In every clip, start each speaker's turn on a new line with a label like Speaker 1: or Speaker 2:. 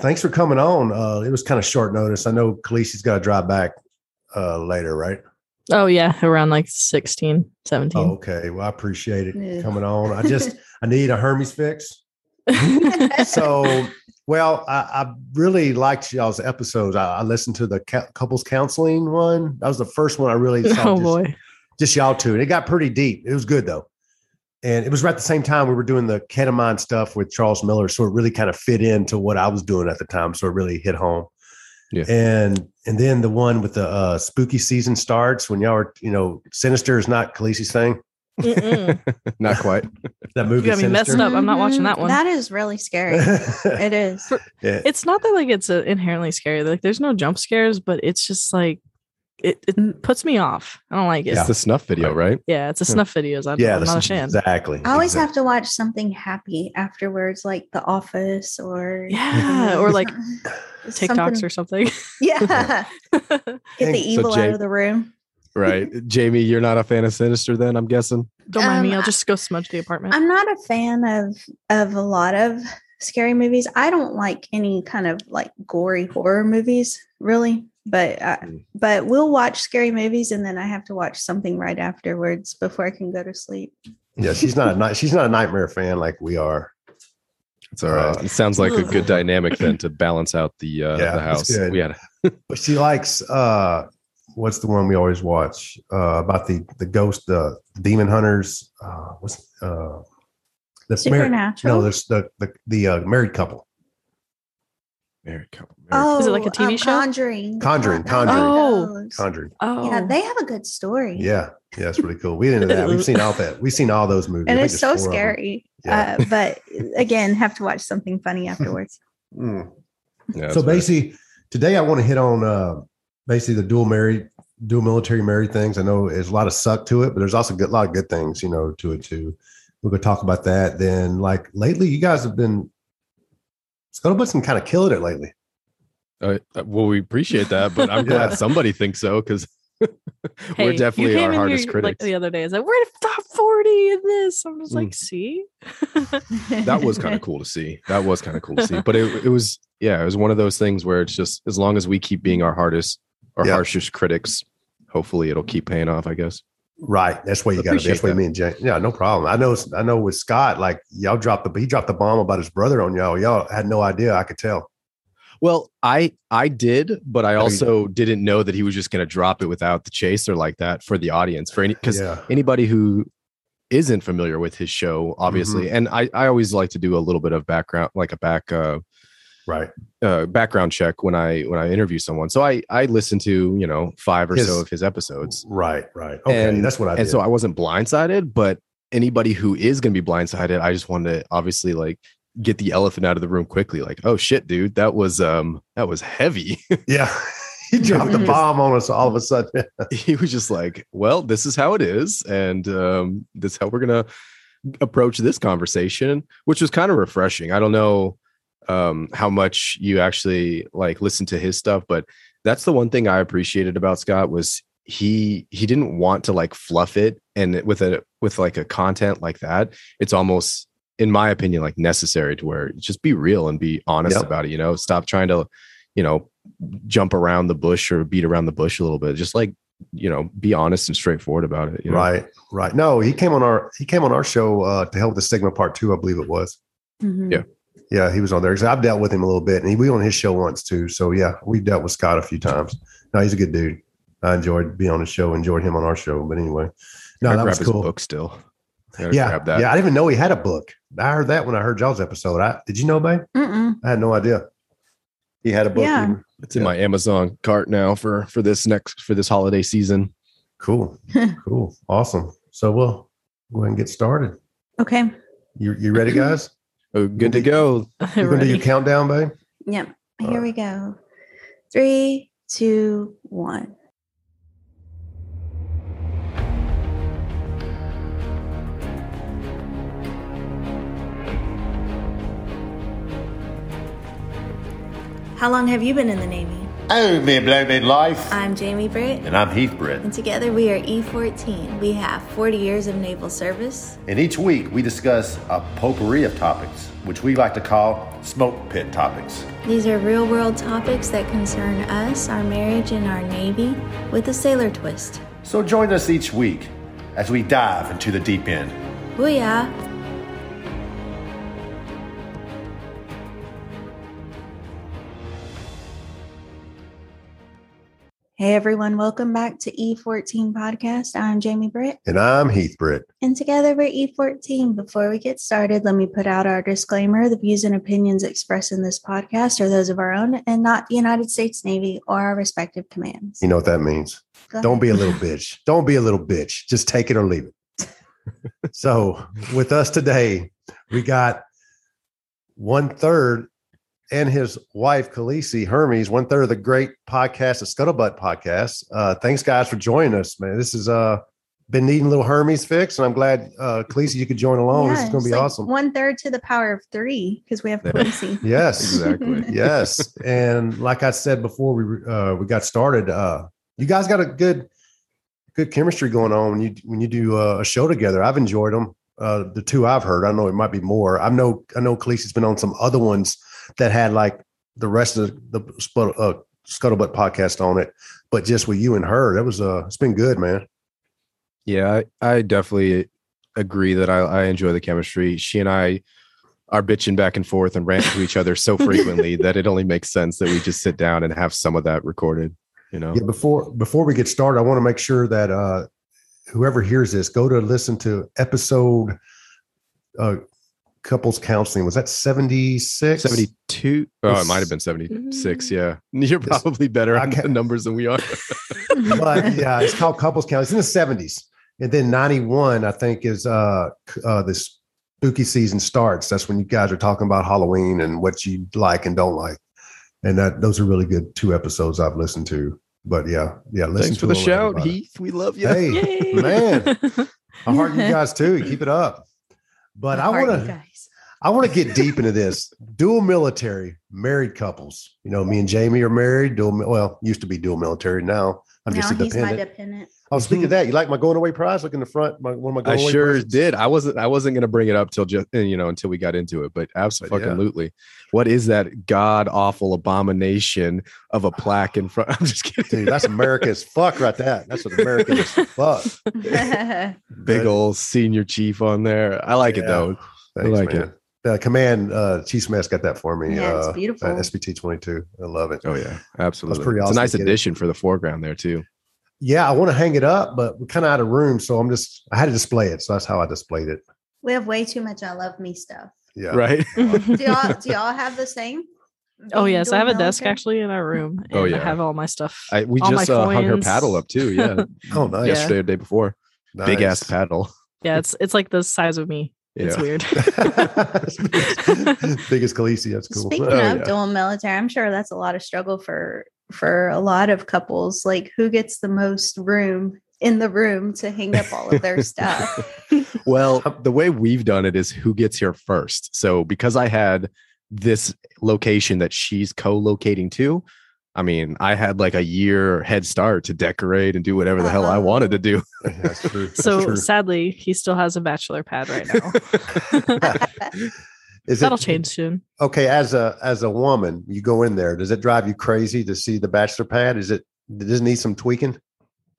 Speaker 1: thanks for coming on. Uh, it was kind of short notice. I know Khaleesi's got to drive back uh, later, right?
Speaker 2: Oh yeah, around like 16, 17.
Speaker 1: Oh, okay. Well, I appreciate it
Speaker 3: Yeah.
Speaker 1: coming on. I just I need a Hermes fix. Oh.
Speaker 2: Oh,
Speaker 1: So, well, I, I really liked y'all's episodes. I, I listened to the cou- couples counseling one. That was the first one I really saw
Speaker 2: oh
Speaker 1: just,
Speaker 2: boy.
Speaker 1: just y'all two. And it got pretty deep. It was good though. And it was right at the same time we were doing the ketamine stuff with Charles Miller. So it really kind of fit into what I was doing at the time. So it really hit home.
Speaker 4: Yeah.
Speaker 1: And and then the one with the uh, spooky season starts when y'all are, you know, Sinister is not Khaleesi's thing.
Speaker 2: Mm-mm.
Speaker 4: Not quite.
Speaker 1: That movie.
Speaker 2: got me messed
Speaker 1: Sinister.
Speaker 2: up. I'm not watching that one.
Speaker 3: Mm-hmm. That is really scary. it is.
Speaker 1: Yeah.
Speaker 2: It's not that like it's uh, inherently scary. Like there's no jump scares, but it's just like it,
Speaker 1: Mm.
Speaker 2: it puts me off. I don't like it.
Speaker 4: It's the snuff video, right?
Speaker 2: Yeah, it's a snuff videos. I'm,
Speaker 1: Hmm. yeah,
Speaker 2: I'm not a
Speaker 1: that's-
Speaker 2: fan.
Speaker 1: exactly.
Speaker 3: I always have to watch something happy afterwards, like The Office or
Speaker 2: Yeah, or like TikToks or something.
Speaker 3: yeah. Get
Speaker 1: So,
Speaker 3: the evil out
Speaker 4: Jade-
Speaker 3: of the room.
Speaker 4: Right. Jamie, you're not a fan of Sinister then, I'm guessing.
Speaker 2: Don't mind me.
Speaker 3: Um,
Speaker 2: I'll just go smudge the apartment.
Speaker 3: I'm not a fan of of a lot of scary movies. I don't like any kind of like gory horror movies, really. But uh,
Speaker 4: Mm.
Speaker 3: but we'll watch scary movies, and then I have to watch something right afterwards before I can go to sleep.
Speaker 1: Yeah, she's not a night she's not a nightmare fan like we are.
Speaker 4: It's all right. Uh, It sounds like a good dynamic then to balance out the uh,
Speaker 1: Yeah,
Speaker 4: the
Speaker 1: that's
Speaker 4: house.
Speaker 1: good.
Speaker 4: We had
Speaker 1: But she likes uh what's the one we always watch? Uh about the the ghost, the demon hunters, uh what's uh the married,
Speaker 3: Supernatural.
Speaker 1: no, there's the the, the uh, married couple.
Speaker 4: married couple. married
Speaker 3: oh,
Speaker 2: Is it like a TV show?
Speaker 3: Conjuring.
Speaker 1: Conjuring,
Speaker 3: Con-
Speaker 1: Conjuring.
Speaker 2: Oh.
Speaker 3: those.
Speaker 1: Conjured.
Speaker 2: oh,
Speaker 3: Yeah, they have a good story.
Speaker 1: Yeah. Yeah, it's really cool. We into that. We've seen all that. We've seen all those movies.
Speaker 3: And
Speaker 1: I think
Speaker 3: it's so
Speaker 1: there's four of them.
Speaker 3: scary.
Speaker 1: Yeah.
Speaker 3: Uh, but again, have to watch something funny afterwards.
Speaker 1: Mm.
Speaker 4: couple. Yeah,
Speaker 1: so
Speaker 4: that's right.
Speaker 1: basically today i want to hit on uh, basically the dual married dual military married things i know there's a lot of suck to it but there's also a good, lot of good things you know to it too we're going to talk about that then like lately you guys have been scuttlebutt's been kind of killing it lately
Speaker 4: Uh, well, we appreciate that, but I'm
Speaker 1: Yeah.
Speaker 4: glad somebody thinks so because
Speaker 2: Hey,
Speaker 4: we're
Speaker 2: you
Speaker 4: definitely
Speaker 2: came
Speaker 4: our
Speaker 2: in
Speaker 4: hardest
Speaker 2: here, Like
Speaker 4: critics. Hmm.
Speaker 2: the other day, it's like we're at top forty in this. I'm just like, see,
Speaker 4: that was kind of cool to see. That was kind of cool to see. But it, it was, yeah, it was one of those things where it's just as long as we keep being our hardest, our
Speaker 1: Yeah.
Speaker 4: harshest critics, hopefully it'll keep paying off. I guess.
Speaker 1: right that's where you got to
Speaker 4: Appreciate
Speaker 1: that's where
Speaker 4: that.
Speaker 1: me and jane yeah no problem i know i know with scott like y'all dropped the he dropped the bomb about his brother on y'all y'all had no idea i could tell
Speaker 4: Well, I I did, but I
Speaker 1: you
Speaker 4: also didn't know that he was just going to drop it without the chaser like that for the audience for any because
Speaker 1: yeah
Speaker 4: anybody who isn't familiar with his show,
Speaker 1: Mm-hmm.
Speaker 4: obviously, and I I always like to do a little bit of background, like a back uh,
Speaker 1: right
Speaker 4: uh, background check when I when I interview someone. So I I listened to you know five or
Speaker 1: His-
Speaker 4: so of his episodes,
Speaker 1: right right okay
Speaker 4: And-
Speaker 1: that's what i did
Speaker 4: and so I wasn't blindsided. But anybody who is going to be blindsided, I just wanted to obviously like get the elephant out of the room quickly. Like, oh shit, dude, that was um that was heavy.
Speaker 1: yeah he dropped the
Speaker 3: Mhm.
Speaker 1: bomb on us all of a sudden
Speaker 4: he was just like, well, this is how it is, and um this is how we're gonna approach this conversation, which was kind of refreshing. I don't know um how much you actually like listen to his stuff, but that's the one thing I appreciated about Scott was he he didn't want to like fluff it and with a with like a content like that, it's almost in my opinion like necessary to where just be real and be honest
Speaker 1: Yep.
Speaker 4: about it, you know, stop trying to, you know, jump around the bush or beat around the bush a little bit. Just like, you know, be honest and straightforward about it. You know?
Speaker 1: Right, right. No, he came on our he came on our show uh, to help with the stigma part two, I believe it was.
Speaker 3: Mhm.
Speaker 4: Yeah.
Speaker 1: Yeah, he was on there because I've dealt with him a little bit, and he, we on his show once too. So yeah, we dealt with Scott a few times. No, he's a good dude. I enjoyed being on his show, enjoyed him on our show. But anyway, no,
Speaker 4: I
Speaker 1: that
Speaker 4: grab
Speaker 1: was
Speaker 4: his
Speaker 1: cool.
Speaker 4: book still. Gotta
Speaker 1: Yeah,
Speaker 4: grab that.
Speaker 1: yeah. I didn't even know he had a book. I heard that when I heard y'all's episode. I did you know, babe?
Speaker 3: Mm-mm.
Speaker 1: I had no idea. He had a book.
Speaker 3: Yeah.
Speaker 1: He-
Speaker 4: It's in my Amazon cart now for for this next for this holiday season.
Speaker 1: Cool, cool, awesome. So we'll go ahead and get started.
Speaker 3: Okay.
Speaker 1: You you ready, guys?
Speaker 4: Oh, good to go.
Speaker 1: You're gonna do your countdown, babe.
Speaker 3: Yep.
Speaker 1: All
Speaker 3: Here we go. Three, two, one. How long have you been in the Navy?
Speaker 5: Oh, me blow me life.
Speaker 6: I'm Jamie Britt,
Speaker 5: And I'm Heath Britt.
Speaker 6: and together we are E14. We have 40 years of naval service.
Speaker 5: And each week we discuss a potpourri of topics, which we like to call smoke pit topics.
Speaker 6: These are real world topics that concern us, our marriage, and our Navy with a sailor twist.
Speaker 5: So join us each week as we dive into the deep end.
Speaker 6: Booyah!
Speaker 3: Hey everyone, welcome back to E14 Podcast. I'm Jamie Britt,
Speaker 1: And I'm Heath Britt.
Speaker 3: and together we're E14. Before we get started, let me put out our disclaimer the views and opinions expressed in this podcast are those of our own and not the United States Navy or our respective commands.
Speaker 1: You know what that means.
Speaker 3: Go
Speaker 1: Don't
Speaker 3: ahead.
Speaker 1: be a little bitch. Don't be a little bitch. Just take it or leave it. so, with us today, we got one third and his wife, Khaleesi Hermes, one third of the great podcast, the Scuttlebutt podcast. Uh, thanks, guys, for joining us, man. This is uh, been needing a little Hermes fix, and I'm glad, uh, Khaleesi, you could join along. this
Speaker 3: Yeah,
Speaker 1: is going
Speaker 3: it's
Speaker 1: to be
Speaker 3: like
Speaker 1: awesome.
Speaker 3: One third to the power of three because we have
Speaker 4: Yeah.
Speaker 3: Quincy.
Speaker 1: yes.
Speaker 4: Exactly.
Speaker 1: yes and like i said before we uh we got started uh you guys got a good good chemistry going on when you when you do uh, a show together i've enjoyed them uh the two i've heard i know it might be more i know i know Khaleesi's been on some other ones that had like the rest of the sput- uh, scuttlebutt podcast on it but just with you and her that was uh it's been good man
Speaker 4: Yeah, I, I definitely agree that I, I enjoy the chemistry. She and I are bitching back and forth and rant to each other so frequently that it only makes sense that we just sit down and have some of that recorded. You know,
Speaker 1: Yeah, before before we get started, I want to make sure that uh whoever hears this, go to listen to episode uh couples counseling. Was that 76?
Speaker 4: seventy-two. Mm. Oh, it
Speaker 1: It's-
Speaker 4: might have been seventy-six. Yeah, you're
Speaker 1: It's-
Speaker 4: probably better
Speaker 1: I
Speaker 4: on the
Speaker 1: can't-
Speaker 4: numbers than we are.
Speaker 1: But yeah, it's called couples counseling. It's in the 70s. And then 91, I think, is uh c- uh this spooky season starts. That's when you guys are talking about Halloween and what you like and don't like. And that those are really good two episodes I've listened to. But yeah, yeah, listen
Speaker 4: Thanks for
Speaker 1: to
Speaker 4: the
Speaker 1: them,
Speaker 4: shout,
Speaker 1: everybody.
Speaker 4: Heath. We love you.
Speaker 1: Hey,
Speaker 2: Yay.
Speaker 1: man. I heart you guys too. Keep it up. But I
Speaker 3: Heart,
Speaker 1: want
Speaker 3: you
Speaker 1: to
Speaker 3: guys.
Speaker 1: I want to get deep into this. Dual military, married couples. You know, me and Jamie are married. Dual, mi- well, used to be dual military. Now I'm
Speaker 3: Now
Speaker 1: just a
Speaker 3: he's my
Speaker 1: dependent.
Speaker 3: dependent.
Speaker 1: oh, speaking of that, you like my going away prize? Look in the front. My one of my
Speaker 4: Hmm. I
Speaker 1: going away.
Speaker 4: sure
Speaker 1: prizes?
Speaker 4: did. I wasn't. I wasn't going to bring it up till just you know until we got into it. But absolutely, what is that god awful abomination of a plaque in front? I'm just kidding.
Speaker 1: Dude, that's America as fuck right there. That's what America is fuck.
Speaker 4: Big old senior chief on there. I like it
Speaker 1: Yeah.
Speaker 4: though.
Speaker 1: Thanks,
Speaker 4: like
Speaker 1: man. The command uh, chief smash got that for me.
Speaker 3: yeah,
Speaker 1: uh,
Speaker 3: it's beautiful.
Speaker 1: at SPT 22. I love it.
Speaker 4: Oh yeah, absolutely.
Speaker 1: pretty
Speaker 4: It's
Speaker 1: awesome
Speaker 4: a nice
Speaker 1: to get it.
Speaker 4: addition for the foreground there too.
Speaker 1: Yeah, I want to hang it up, but we're kind of out of room, so I'm just I had to display it, so that's how I displayed it.
Speaker 3: we have way too much I love me stuff.
Speaker 1: Yeah,
Speaker 4: Right.
Speaker 3: Do y'all do y'all have the same?
Speaker 2: oh
Speaker 3: Being
Speaker 2: yes, I have a
Speaker 3: dual
Speaker 2: desk
Speaker 3: military?
Speaker 2: actually in our room. And
Speaker 4: Oh,
Speaker 2: I
Speaker 4: yeah.
Speaker 2: have all my stuff.
Speaker 4: I, we
Speaker 2: All my
Speaker 4: just uh, hung her
Speaker 2: coins.
Speaker 4: paddle up too. Yeah.
Speaker 1: Oh, nice.
Speaker 4: Yesterday or day before. Big ass
Speaker 1: Nice.
Speaker 4: paddle.
Speaker 2: yeah, it's it's like the size of me. It's
Speaker 4: Yeah.
Speaker 2: weird.
Speaker 1: Biggest Khaleesi. That's cool.
Speaker 3: Speaking
Speaker 4: Oh,
Speaker 3: of
Speaker 4: yeah.
Speaker 3: dual military, I'm sure that's a lot of struggle for for a lot of couples. Like who gets the most room in the room to hang up all of their stuff?
Speaker 4: Well, the way we've done it is who gets here first. So because I had this location that she's co-locating to, I mean, I had like a year head start to decorate and do whatever the hell
Speaker 2: Uh-huh.
Speaker 4: I wanted to do.
Speaker 1: That's true. That's
Speaker 2: so
Speaker 1: true.
Speaker 2: sadly, he still has a bachelor pad right now.
Speaker 1: Is it-
Speaker 2: That'll change soon.
Speaker 1: Okay, as a as a woman, you go in there. Does it drive you crazy to see the bachelor pad? Is it does it need some tweaking?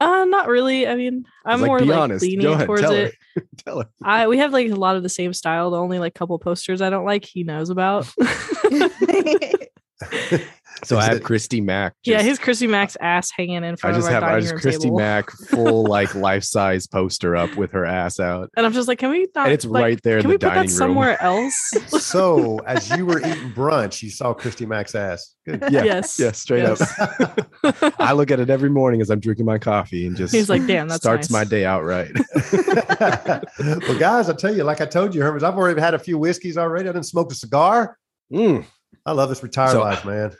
Speaker 2: Uh, not really. I mean, I'm
Speaker 4: Like,
Speaker 2: more
Speaker 4: be
Speaker 2: like
Speaker 4: honest. Go
Speaker 2: leaning
Speaker 4: ahead,
Speaker 2: towards
Speaker 4: tell her.
Speaker 2: it.
Speaker 4: Tell her.
Speaker 2: I we have like a lot of the same style. The only like couple posters I don't like, he knows about.
Speaker 4: So
Speaker 1: Is
Speaker 4: I have
Speaker 1: it-
Speaker 4: Christy Mack.
Speaker 2: yeah,
Speaker 4: just-
Speaker 2: his Christy Mack's ass hanging in
Speaker 4: I
Speaker 2: front
Speaker 4: just
Speaker 2: of our
Speaker 4: have I
Speaker 2: dining
Speaker 4: just
Speaker 2: room
Speaker 4: Christy
Speaker 2: table,
Speaker 4: Mack full like life size poster up with her ass out,
Speaker 2: and I'm just like, can we not?
Speaker 4: and it's
Speaker 2: Oh, like,
Speaker 4: right there in
Speaker 2: Can
Speaker 4: the
Speaker 2: we put
Speaker 4: dining
Speaker 2: that
Speaker 4: room.
Speaker 2: somewhere else?
Speaker 1: So as you were eating brunch, you saw Christy Mack's ass. Good.
Speaker 4: Yeah,
Speaker 2: yes.
Speaker 4: Yeah, straight up. I look at it every morning as I'm drinking my coffee and just
Speaker 2: He's like, damn, that's
Speaker 4: starts my
Speaker 2: nice.
Speaker 4: day out right.
Speaker 1: well, guys, I tell you, like I told you, Hermes, I've already had a few whiskeys already. I didn't smoke a cigar.
Speaker 4: Mm.
Speaker 1: I love this retired
Speaker 4: So-
Speaker 1: life, man.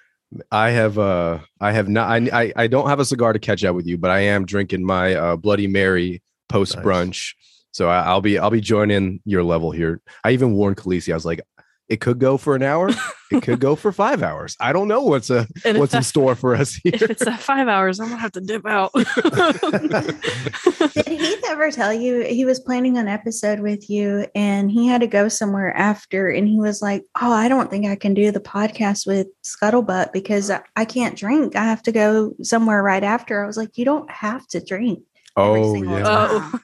Speaker 4: I have uh I have not I, I I don't have a cigar to catch up with you, but I am drinking my uh Bloody Mary post brunch. So I, I'll be I'll be joining your level here. I even warned Khaleesi. I was like, It could go for an hour. it could go for five hours. I don't know what's a
Speaker 2: And if
Speaker 4: what's in
Speaker 2: that-
Speaker 4: store for us
Speaker 2: if
Speaker 4: here.
Speaker 2: it's at five hours, I'm gonna have to dip out.
Speaker 6: Did Heath ever tell you he was planning an episode with you and he had to go somewhere after? And he was like, Oh, I don't think I can do the podcast with Scuttlebutt because I- I can't drink. I have to go somewhere right after. I was like, You don't have to drink. every
Speaker 4: Oh
Speaker 6: single
Speaker 4: yeah.
Speaker 2: time.
Speaker 6: time."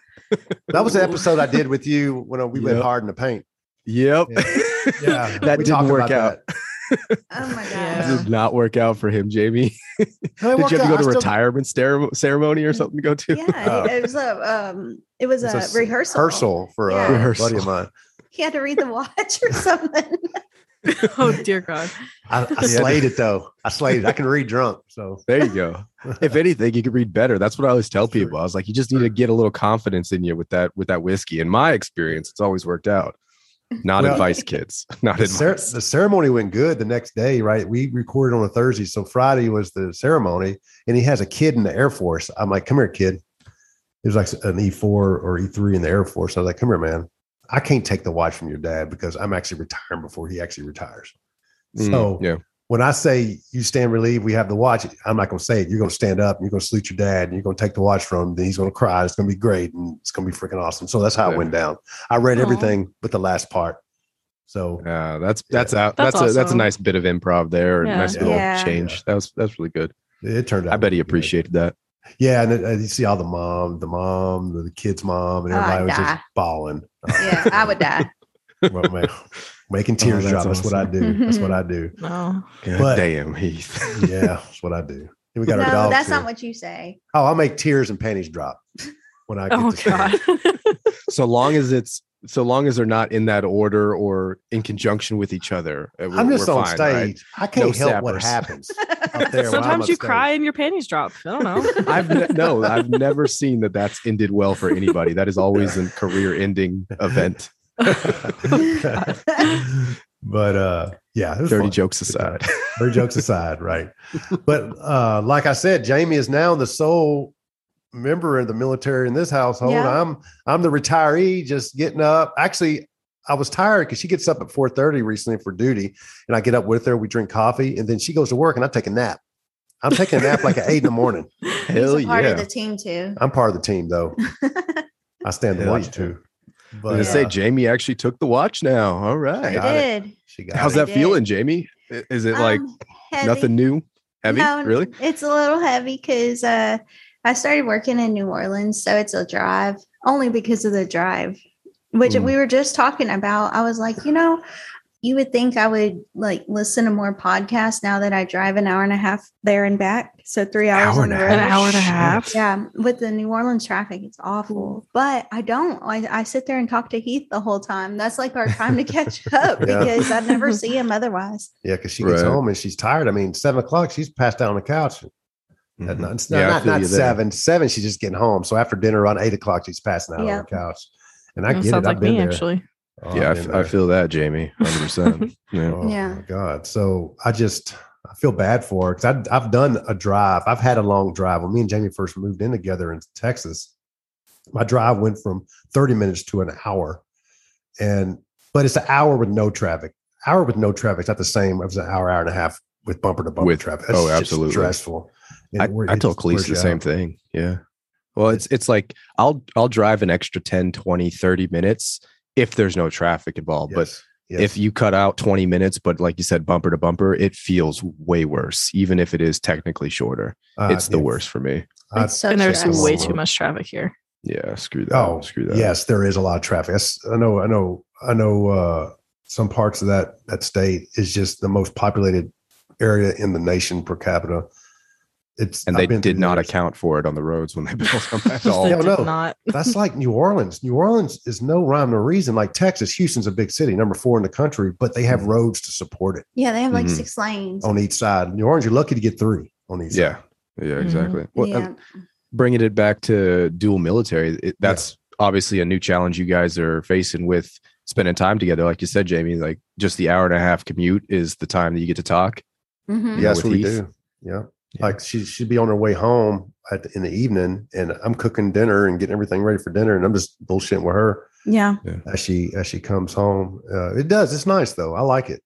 Speaker 1: That was the
Speaker 2: Ooh.
Speaker 1: episode I did with you when uh, we went
Speaker 4: Yep.
Speaker 1: hard in the paint.
Speaker 4: Yep.
Speaker 1: Yeah. Yeah,
Speaker 4: That
Speaker 1: we
Speaker 4: didn't
Speaker 1: talked
Speaker 4: work
Speaker 1: about
Speaker 4: out.
Speaker 1: that.
Speaker 6: Oh my gosh.
Speaker 4: That
Speaker 2: Yeah.
Speaker 4: did not work out for him, Jamie.
Speaker 1: No, it
Speaker 4: Did
Speaker 1: worked
Speaker 4: you have to
Speaker 1: out.
Speaker 4: go
Speaker 1: I
Speaker 4: to
Speaker 1: still-
Speaker 4: retirement stare- ceremony or something to go to?
Speaker 6: Yeah, it was a um, it was
Speaker 1: It's
Speaker 6: a,
Speaker 1: s-
Speaker 6: rehearsal.
Speaker 1: Rehearsal for uh,
Speaker 6: Yeah.
Speaker 1: a
Speaker 4: Rehearsal.
Speaker 1: buddy of mine.
Speaker 6: He had to read the watch or something.
Speaker 2: oh dear God.
Speaker 1: I, I slayed it though. I slayed it. I can read drunk. So
Speaker 4: There you go. if anything, you could read better. That's what I always tell
Speaker 1: Sure.
Speaker 4: people. I was like, you just need to get a little confidence in you with that with that whiskey. In my experience, it's always worked out. Not
Speaker 1: Well-
Speaker 4: advice, kids. Not
Speaker 1: the,
Speaker 4: advice.
Speaker 1: cer- the ceremony went good the next day, right? We recorded on a Thursday, so Friday was the ceremony, and he has a kid in the Air Force. I'm like, "Come here, kid." It was like an E4 or E3 in the Air Force. I was like, "Come here, man. I can't take the watch from your dad because I'm actually retiring before he actually retires."
Speaker 4: Mm,
Speaker 1: So
Speaker 4: yeah,
Speaker 1: when I say you stand relieved, we have the watch. I'm not going to say it. You're going to stand up and you're going to salute your dad and you're going to take the watch from him. Then he's going to cry. It's going to be great and it's going to be freaking awesome. So that's how
Speaker 4: Yeah.
Speaker 1: it went down. I read
Speaker 2: Aw.
Speaker 1: everything but the last part. So
Speaker 4: uh, that's that's out. That's,
Speaker 2: That's
Speaker 4: a that's a
Speaker 2: awesome.
Speaker 4: nice bit of improv there and
Speaker 2: Yeah.
Speaker 4: nice little
Speaker 6: Yeah.
Speaker 4: change. That was that's really good.
Speaker 1: it turned out.
Speaker 4: I bet he
Speaker 1: really good.
Speaker 4: appreciated that.
Speaker 1: Yeah, and, uh, you see all the mom, the mom, the kid's mom, and
Speaker 6: Oh,
Speaker 1: everybody was
Speaker 6: yeah.
Speaker 1: just bawling,
Speaker 6: yeah, I would die.
Speaker 1: Well, man, making tears
Speaker 4: Oh, that's
Speaker 1: drop. That's what I
Speaker 4: awesome.
Speaker 1: do. That's what I do.
Speaker 2: No.
Speaker 4: God
Speaker 1: But-
Speaker 4: damn, Heath.
Speaker 1: Yeah, that's what I do. Here we got our
Speaker 6: No,
Speaker 1: dogs.
Speaker 6: that's
Speaker 1: here.
Speaker 6: not what you say.
Speaker 1: oh, I'll make tears and panties drop when I get
Speaker 2: Oh
Speaker 1: to stand.
Speaker 2: God.
Speaker 4: so long as it's so long as they're not in that order or in conjunction with each other. uh,
Speaker 1: I'm
Speaker 4: we're-
Speaker 1: just
Speaker 4: we're
Speaker 1: on
Speaker 4: fine, right?
Speaker 1: stage. I can't
Speaker 4: No
Speaker 1: help what happens
Speaker 4: sappers.
Speaker 1: up there. while I'm
Speaker 2: Sometimes
Speaker 1: on
Speaker 2: you
Speaker 1: stage.
Speaker 2: cry and your panties drop. I don't know.
Speaker 4: I've ne- no, I've never seen that that's ended well for anybody. That is always a career-ending event.
Speaker 1: but uh, yeah, it was
Speaker 4: Dirty
Speaker 1: fun.
Speaker 4: jokes aside,
Speaker 1: Her jokes aside, right? But uh, like I said, Jamie is now the sole member of the military in this household.
Speaker 6: Yeah.
Speaker 1: I'm I'm the retiree, just getting up. Actually, I was tired because she gets up at 4:30 recently for duty, and I get up with her. We drink coffee, and then she goes to work, and I take a nap. I'm taking a nap like at eight in the morning.
Speaker 4: hell
Speaker 6: He's a part
Speaker 4: yeah!
Speaker 6: of the team too.
Speaker 1: I'm part of the team though. I stand to
Speaker 4: Hell
Speaker 1: watch
Speaker 4: yeah.
Speaker 1: too.
Speaker 4: I'm gonna
Speaker 1: But
Speaker 4: say
Speaker 1: uh,
Speaker 4: Jamie actually took the watch now. All
Speaker 6: I
Speaker 4: right,
Speaker 1: got it.
Speaker 6: did.
Speaker 1: she got
Speaker 4: how's
Speaker 1: it.
Speaker 4: that
Speaker 6: Did.
Speaker 4: feeling, Jamie? I- Is it like
Speaker 6: Um, heavy.
Speaker 4: nothing new? Heavy,
Speaker 6: No,
Speaker 4: really?
Speaker 6: It's a little heavy because uh, I started working in New Orleans, so it's a drive only because of the drive, which
Speaker 4: Mm.
Speaker 6: we were just talking about. I was like, you know, you would think I would like listen to more podcasts now that I drive an hour and a half there and back, so three hours
Speaker 4: Hour and
Speaker 6: on the
Speaker 4: a
Speaker 6: road.
Speaker 2: An hour and a
Speaker 4: Shit.
Speaker 2: half.
Speaker 6: Yeah, with the New Orleans traffic, it's awful. But I don't. I, I sit there and talk to Heath the whole time. That's like our time to catch up
Speaker 1: Yeah.
Speaker 6: because I never see him otherwise.
Speaker 1: Yeah, because she gets
Speaker 4: Right.
Speaker 1: home and she's tired. I mean, seven o'clock, she's passed out on the couch. At
Speaker 4: Mhm.
Speaker 1: nine- it's
Speaker 4: Yeah, I
Speaker 1: not,
Speaker 4: feel
Speaker 1: not,
Speaker 4: you there.
Speaker 1: seven. Seven, she's just getting home. So after dinner around eight o'clock, she's passing out
Speaker 6: Yeah.
Speaker 1: on the couch. And I
Speaker 2: That
Speaker 1: get it. I've
Speaker 2: sounds like
Speaker 1: been
Speaker 2: me
Speaker 1: there.
Speaker 2: actually.
Speaker 1: Oh, I've
Speaker 4: Yeah, I,
Speaker 1: been
Speaker 4: f- I
Speaker 1: there.
Speaker 4: feel that, Jamie. 100. percent Yeah.
Speaker 1: Oh
Speaker 6: Yeah.
Speaker 1: my God. So I just I feel bad for her because I've done a drive. I've had a long drive. When me and Jamie first moved in together in Texas, my drive went from 30 minutes to an hour. And but it's an hour with no traffic. Hour with no traffic is not the same as an hour, hour and a half with bumper to bumper
Speaker 4: With-
Speaker 1: traffic.
Speaker 4: oh,
Speaker 1: just
Speaker 4: absolutely.
Speaker 1: stressful. It
Speaker 4: I,
Speaker 1: wor-
Speaker 4: I
Speaker 1: it
Speaker 4: tell
Speaker 1: just
Speaker 4: Khaleesi
Speaker 1: wears
Speaker 4: the
Speaker 1: you
Speaker 4: same
Speaker 1: out.
Speaker 4: thing. Yeah. Well, it's it's like I'll I'll drive an extra 10, 20, 30 minutes if there's no traffic involved.
Speaker 1: Yes,
Speaker 4: But
Speaker 1: yes.
Speaker 4: if you cut out 20 minutes, but like you said, bumper to bumper, it feels way worse, even if it is technically shorter.
Speaker 1: Uh,
Speaker 4: it's the
Speaker 1: yeah.
Speaker 4: worst for me.
Speaker 1: I-
Speaker 6: It's so
Speaker 2: And there's
Speaker 1: Stressful.
Speaker 2: way too much traffic here.
Speaker 4: Yeah, screw that.
Speaker 1: Oh,
Speaker 4: screw that.
Speaker 1: Yes, there is a lot of traffic. That's, I know, I know, I know. Uh, some parts of that that state is just the most populated area in the nation per capita. It's
Speaker 4: And
Speaker 1: I've
Speaker 4: they
Speaker 1: been through
Speaker 4: did not
Speaker 1: theirs.
Speaker 4: account for it on the roads when they built them at
Speaker 2: They
Speaker 4: all.
Speaker 1: Yeah.
Speaker 2: did
Speaker 1: no.
Speaker 2: not.
Speaker 1: That's like New Orleans. New Orleans is no rhyme or reason. Like Texas, Houston's a big city, number four in the country, but they
Speaker 4: Mm-hmm.
Speaker 1: have roads to support it
Speaker 6: Yeah, they have like
Speaker 1: Mm-hmm.
Speaker 4: Mhm.
Speaker 6: six lanes.
Speaker 1: on each side. New Orleans, you're lucky to get three on each.
Speaker 4: Yeah.
Speaker 1: side.
Speaker 4: Yeah, exactly. Well,
Speaker 6: yeah.
Speaker 4: bringing it back to dual military, it, that's obviously a new challenge you guys are facing with spending time together. Like you said, Jamie, like just the hour and a half commute is the time that you get to talk.
Speaker 6: Mhm.
Speaker 3: Mm-hmm.
Speaker 1: Yeah, that's
Speaker 4: With
Speaker 1: what we
Speaker 4: Heath.
Speaker 1: do. Yeah.
Speaker 4: Yeah.
Speaker 1: Like she should be on her way home. at the, in the evening, and I'm cooking dinner and getting everything ready for dinner, and I'm just bullshitting with her
Speaker 3: Yeah.
Speaker 1: as she as she comes home. Uh, it does. It's nice though. I like it.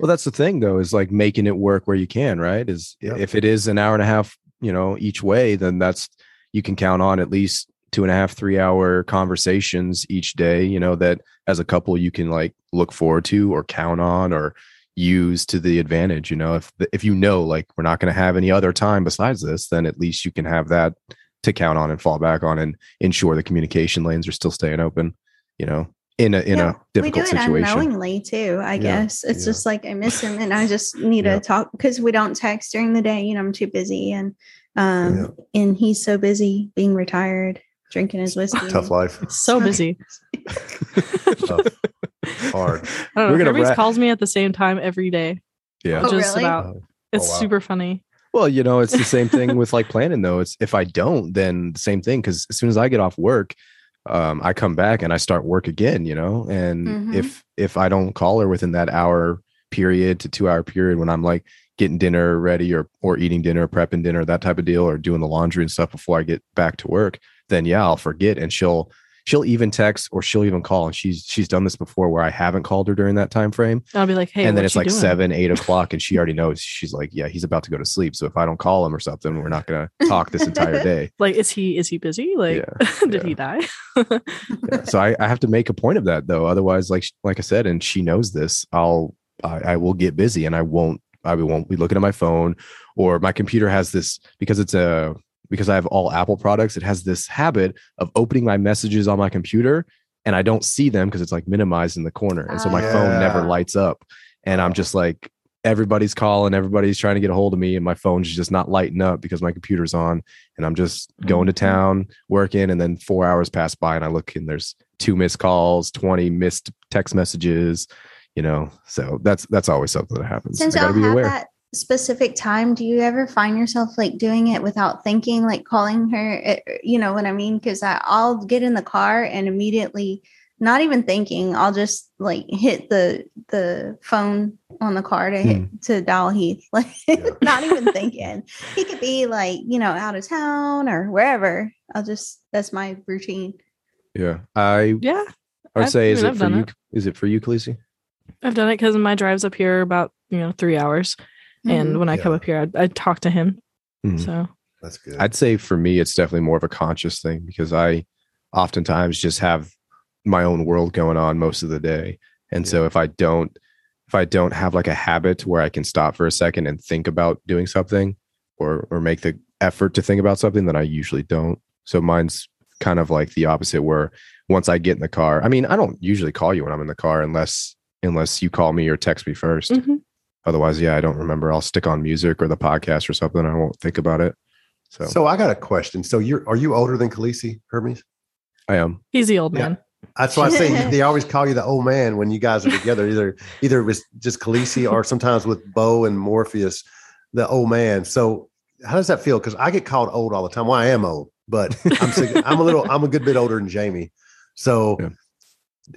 Speaker 4: Well, that's the thing though, is like making it work where you can, right? Is
Speaker 1: Yep.
Speaker 4: if it is an hour and a half, you know, each way, then that's you can count on at least two and a half, three hour conversations each day, you know, that as a couple you can like look forward to or count on or use to the advantage. You know, if the, if you know like we're not gonna have any other time besides this, then at least you can have that to count on and fall back on and ensure the communication lanes are still staying open, you know, in a in
Speaker 3: Yeah,
Speaker 4: a difficult
Speaker 3: we do it
Speaker 4: situation.
Speaker 3: unknowingly too, I
Speaker 1: Yeah,
Speaker 3: guess. It's
Speaker 1: yeah.
Speaker 3: just like I miss him and I just need
Speaker 4: Yeah.
Speaker 3: to talk because we don't text during the day. You know, I'm too busy and
Speaker 1: Yeah.
Speaker 3: um and he's so busy being retired, drinking his whiskey.
Speaker 1: Tough life.
Speaker 2: So busy.
Speaker 1: Tough. Hard.
Speaker 2: I
Speaker 4: We're
Speaker 2: don't know.
Speaker 4: gonna
Speaker 2: Everybody
Speaker 4: wrap-
Speaker 2: calls me at the same time every day.
Speaker 4: Yeah.
Speaker 3: Oh,
Speaker 2: just
Speaker 3: really?
Speaker 2: about.
Speaker 4: oh,
Speaker 2: It's
Speaker 1: wow.
Speaker 2: super funny.
Speaker 4: Well, you know, it's the same thing with like planning though. It's if I don't, then the same thing. Cause as soon as I get off work, um, I come back and I start work again, you know? And
Speaker 3: Mhm.
Speaker 4: if, if I don't call her within that hour period to two hour period when I'm like getting dinner ready or, or eating dinner, prepping dinner, that type of deal, or doing the laundry and stuff before I get back to work, then yeah, I'll forget. And she'll, she'll even text or she'll even call. And she's, she's done this before where I haven't called her during that time frame
Speaker 2: I'll be like, hey,
Speaker 4: and then
Speaker 2: what
Speaker 4: it's
Speaker 2: you
Speaker 4: like
Speaker 2: doing?
Speaker 4: seven, eight o'clock, and she already knows. She's like, "Yeah, he's about to go to sleep. So if I don't call him or something, we're not gonna talk this entire day."
Speaker 2: Like, is he is he busy? Like, did he die?
Speaker 4: Yeah. So I, I have to make a point of that though. Otherwise, like like I said, and she knows this, I'll I, I will get busy and I won't I won't be looking at my phone or my computer has this because it's a because I have all Apple products. It has this habit of opening my messages on my computer and I don't see them because it's like minimized in the corner, and so my phone never
Speaker 1: Ah.
Speaker 4: lights up, and I'm just like. Everybody's calling, everybody's trying to get a hold of me, and my phone's just not lighting up because my computer's on and I'm just going to
Speaker 2: Mm-hmm.
Speaker 4: town, working, and then four hours pass by, and I look and there's two missed calls, twenty missed text messages, you know. So that's that's always something that happens.
Speaker 3: Since
Speaker 4: I
Speaker 3: y'all
Speaker 4: gotta be
Speaker 3: have
Speaker 4: aware.
Speaker 3: that specific time, do you ever find yourself like doing it without thinking, like calling her? eh, You know what I mean? Because I'll get in the car and immediately, not even thinking, I'll just like hit the the phone on the car to hit, to dial Heath, like
Speaker 1: Yeah.
Speaker 3: not even thinking. He could be like you know out of town or wherever. I'll just that's my routine.
Speaker 4: Yeah, I
Speaker 2: yeah,
Speaker 4: I would
Speaker 2: I've-
Speaker 4: say
Speaker 2: I
Speaker 4: is
Speaker 2: mean,
Speaker 4: it
Speaker 2: I've
Speaker 4: for
Speaker 2: done
Speaker 4: you?
Speaker 2: it.
Speaker 4: Is it for you, Khaleesi?
Speaker 2: I've done it because my drive's up here about you know three hours, and when I come
Speaker 1: Yeah.
Speaker 2: up here, I I talk to him.
Speaker 4: Mhm.
Speaker 2: So
Speaker 1: That's good.
Speaker 4: I'd say for me, it's definitely more of a conscious thing because I oftentimes just have my own world going on most of the day. And so if I don't, if I don't have like a habit where I can stop for a second and think about doing something or, or make the effort to think about something, then I usually don't. So mine's kind of like the opposite where once I get in the car, I mean, I don't usually call you when I'm in the car unless, unless you call me or text me 1st
Speaker 2: mhm.
Speaker 4: Otherwise, yeah, I don't remember. I'll stick on music or the podcast or something. I won't think about it. So,
Speaker 1: so I got a question. So you're are you older than Khaleesi Hermes?
Speaker 4: I am.
Speaker 2: he's the old
Speaker 1: Yeah.
Speaker 2: man.
Speaker 1: That's why I say they always call you the old man when you guys are together. Either either it was just Khaleesi or sometimes with Bo and Morpheus, the old man. So how does that feel? Because I get called old all the time. Well, I am old, but I'm sig- I'm a little I'm a good bit older than Jamie. So
Speaker 4: Yeah.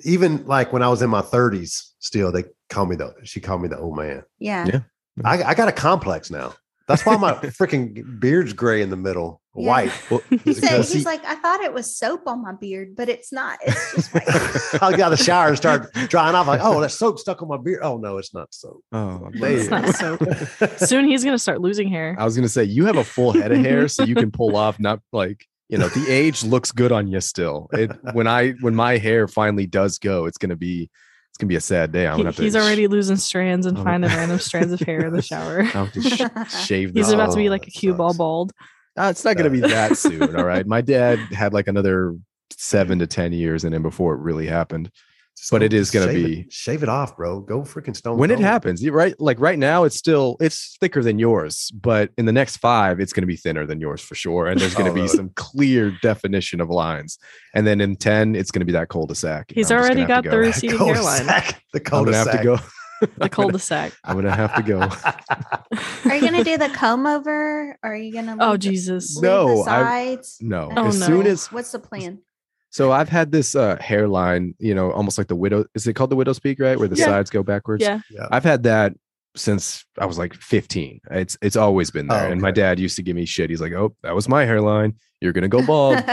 Speaker 1: even like when I was in my 30s, still they call me the she called me the old man.
Speaker 3: Yeah.
Speaker 4: Yeah.
Speaker 1: I, I got a complex now. That's why my freaking beard's gray in the middle,
Speaker 3: Yeah.
Speaker 1: white.
Speaker 4: Well,
Speaker 3: He
Speaker 1: Is it
Speaker 3: said,
Speaker 1: because-
Speaker 3: he's like, I thought it was soap on my beard, but it's not. It's just white.
Speaker 1: I'll get out of the shower and start drying off. Like, oh, that soap stuck on my beard. Oh no, it's not soap.
Speaker 4: Oh,
Speaker 1: There
Speaker 2: It's
Speaker 1: you
Speaker 2: not soap. Soon he's gonna start losing hair.
Speaker 4: I was gonna say you have a full head of hair, so you can pull off. Not like you know, the age looks good on you still. It when I when my hair finally does go, it's gonna be it's gonna be a sad day. I'm
Speaker 2: He-
Speaker 4: gonna have to. Oh,
Speaker 2: he's already losing strands and
Speaker 4: I'm-
Speaker 2: finding random strands of hair in the shower.
Speaker 4: I'll have to sh- shave this.
Speaker 2: He's about to be
Speaker 1: Oh,
Speaker 2: like a
Speaker 1: that
Speaker 2: cue ball
Speaker 1: sucks.
Speaker 2: bald.
Speaker 4: Uh, it's not gonna be that soon. All right, my dad had like another seven to ten years in him before it really happened.
Speaker 1: Just
Speaker 4: But
Speaker 1: go
Speaker 4: it is gonna
Speaker 1: shave
Speaker 4: be-
Speaker 1: it, shave it off, bro. Go freaking stone.
Speaker 4: when it
Speaker 1: cold.
Speaker 4: happens you right like right now it's still it's thicker than yours but in the next five it's going to be thinner than yours for sure and there's going to
Speaker 1: Oh,
Speaker 4: be
Speaker 1: really?
Speaker 4: some clear definition of lines and then in 10 it's going to be that cul-de-sac
Speaker 2: He's
Speaker 4: I'm just
Speaker 2: already
Speaker 4: gonna have
Speaker 2: got
Speaker 4: to
Speaker 2: the
Speaker 4: go.
Speaker 1: The
Speaker 2: receding
Speaker 1: cul-de-sac.
Speaker 2: hairline,
Speaker 1: The
Speaker 4: i'm
Speaker 1: cul-de-sac.
Speaker 4: gonna have to go
Speaker 2: the cul-de-sac.
Speaker 4: i'm gonna have to go
Speaker 3: Are you gonna do the comb over? Or are you gonna
Speaker 2: Oh
Speaker 3: leave the-
Speaker 2: Jesus!
Speaker 3: leave
Speaker 4: No,
Speaker 3: the
Speaker 4: I-
Speaker 3: sides?
Speaker 4: no
Speaker 2: Oh,
Speaker 4: as soon
Speaker 2: no.
Speaker 4: as
Speaker 3: what's the plan?
Speaker 4: so i've had this uh hairline you know almost like the widow is it called the widow's peak right where the
Speaker 2: Yeah.
Speaker 4: sides go backwards
Speaker 2: Yeah.
Speaker 1: Yeah.
Speaker 4: i've had that since I was like 15. It's it's always been there.
Speaker 1: Oh,
Speaker 4: And my dad used to give me shit. He's like, "Oh, that was my hairline. You're gonna go bald."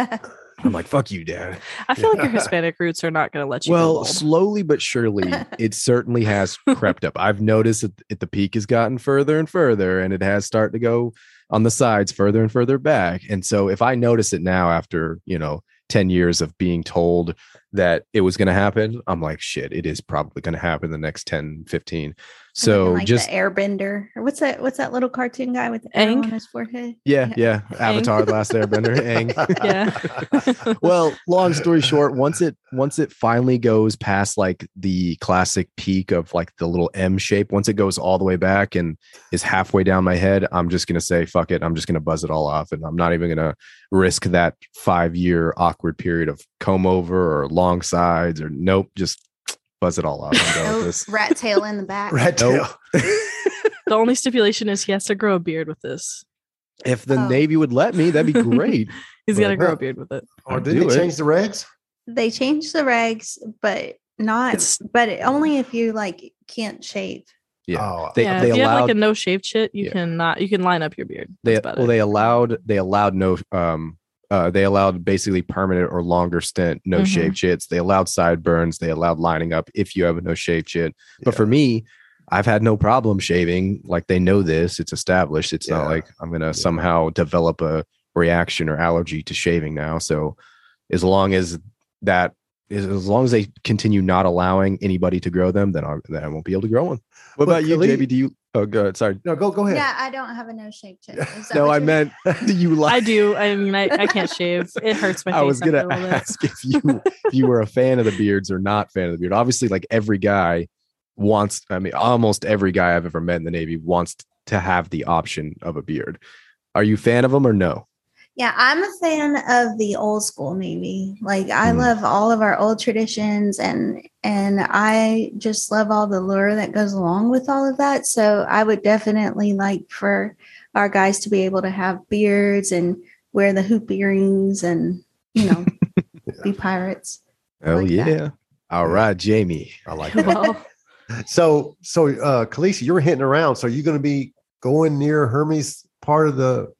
Speaker 4: I'm like, "Fuck you, dad."
Speaker 2: I feel like your Hispanic roots are not going to let you.
Speaker 4: Well,
Speaker 2: go bald.
Speaker 4: slowly but surely, it certainly has crept up. I've noticed that it, the peak has gotten further and further, and it has started to go on the sides further and further back. And so, if I notice it now after you know ten years of being told that it was going to happen, I'm like, shit, it is probably going to happen the next 10, 15. So
Speaker 3: like
Speaker 4: just
Speaker 3: the Airbender. What's that? What's that little cartoon guy with the arrow
Speaker 2: Aang?
Speaker 3: on his forehead?
Speaker 4: yeah, yeah, Avatar: The Last Airbender, Aang.
Speaker 2: Yeah.
Speaker 4: well long story short once it once it finally goes past like the classic peak of like the little m shape once it goes all the way back and is halfway down my head i'm just gonna say fuck it i'm just gonna buzz it all off and i'm not even gonna risk that five year awkward period of comb over or long sides or nope just buzz it all off i'm done with
Speaker 6: Oh,
Speaker 4: this
Speaker 6: rat tail in the back.
Speaker 1: Rat tail. Oh,
Speaker 2: the only stipulation is he has to grow a beard with this.
Speaker 4: if the
Speaker 6: Oh.
Speaker 4: navy would let me that'd be great
Speaker 2: He's
Speaker 1: Well,
Speaker 2: got to grow
Speaker 1: huh.
Speaker 2: a beard with it.
Speaker 1: Or
Speaker 4: I'd
Speaker 1: did they
Speaker 4: do it.
Speaker 1: change the regs?
Speaker 3: They changed the regs, but not.
Speaker 2: It's-
Speaker 3: but only if you like can't shave.
Speaker 4: Yeah.
Speaker 1: Oh,
Speaker 4: they,
Speaker 2: yeah,
Speaker 4: they
Speaker 2: if you have
Speaker 4: allowed
Speaker 2: like a no shaved shit, you
Speaker 4: Yeah.
Speaker 2: cannot. You can line up your beard.
Speaker 4: they
Speaker 2: That's about
Speaker 4: well
Speaker 2: it.
Speaker 4: they allowed they allowed no um uh they allowed basically permanent or longer stint no
Speaker 2: Mhm.
Speaker 4: shave shits they allowed sideburns they allowed lining up if you have a no shave shit but for me i've had no problem shaving like they know this it's established it's
Speaker 1: Yeah.
Speaker 4: not like i'm gonna somehow develop a reaction or allergy to shaving now so as long as that is as long as they continue not allowing anybody to grow them then i then i won't be able to grow them what
Speaker 1: Well,
Speaker 4: about you
Speaker 1: Khalid-
Speaker 4: JB? do you oh good sorry
Speaker 1: no, go go ahead.
Speaker 6: Yeah, I don't have a no shake chin. Is that
Speaker 4: no
Speaker 6: what
Speaker 4: i
Speaker 6: you're-
Speaker 4: meant do you like
Speaker 2: I do. I mean, I, I can't shave. It hurts my face.
Speaker 4: I was
Speaker 2: after
Speaker 4: gonna
Speaker 2: a little bit.
Speaker 4: ask if you if you were a fan of the beards or not fan of the beard. Obviously, like every guy wants. I mean, almost every guy I've ever met in the Navy wants to have the option of a beard. Are you a fan of them or no?
Speaker 3: Yeah, I'm a fan of the old school Navy. Like I
Speaker 4: Mm.
Speaker 3: love all of our old traditions and and I just love all the lure that goes along with all of that. So I would definitely like for our guys to be able to have beards and wear the hoop earrings and you know be pirates.
Speaker 4: Oh
Speaker 3: Like
Speaker 4: yeah.
Speaker 3: that.
Speaker 4: All right, Jamie.
Speaker 1: I like that.
Speaker 2: Well,
Speaker 1: so so uh Khaleesi, you were hitting around. So you're gonna be going near Hermes part of the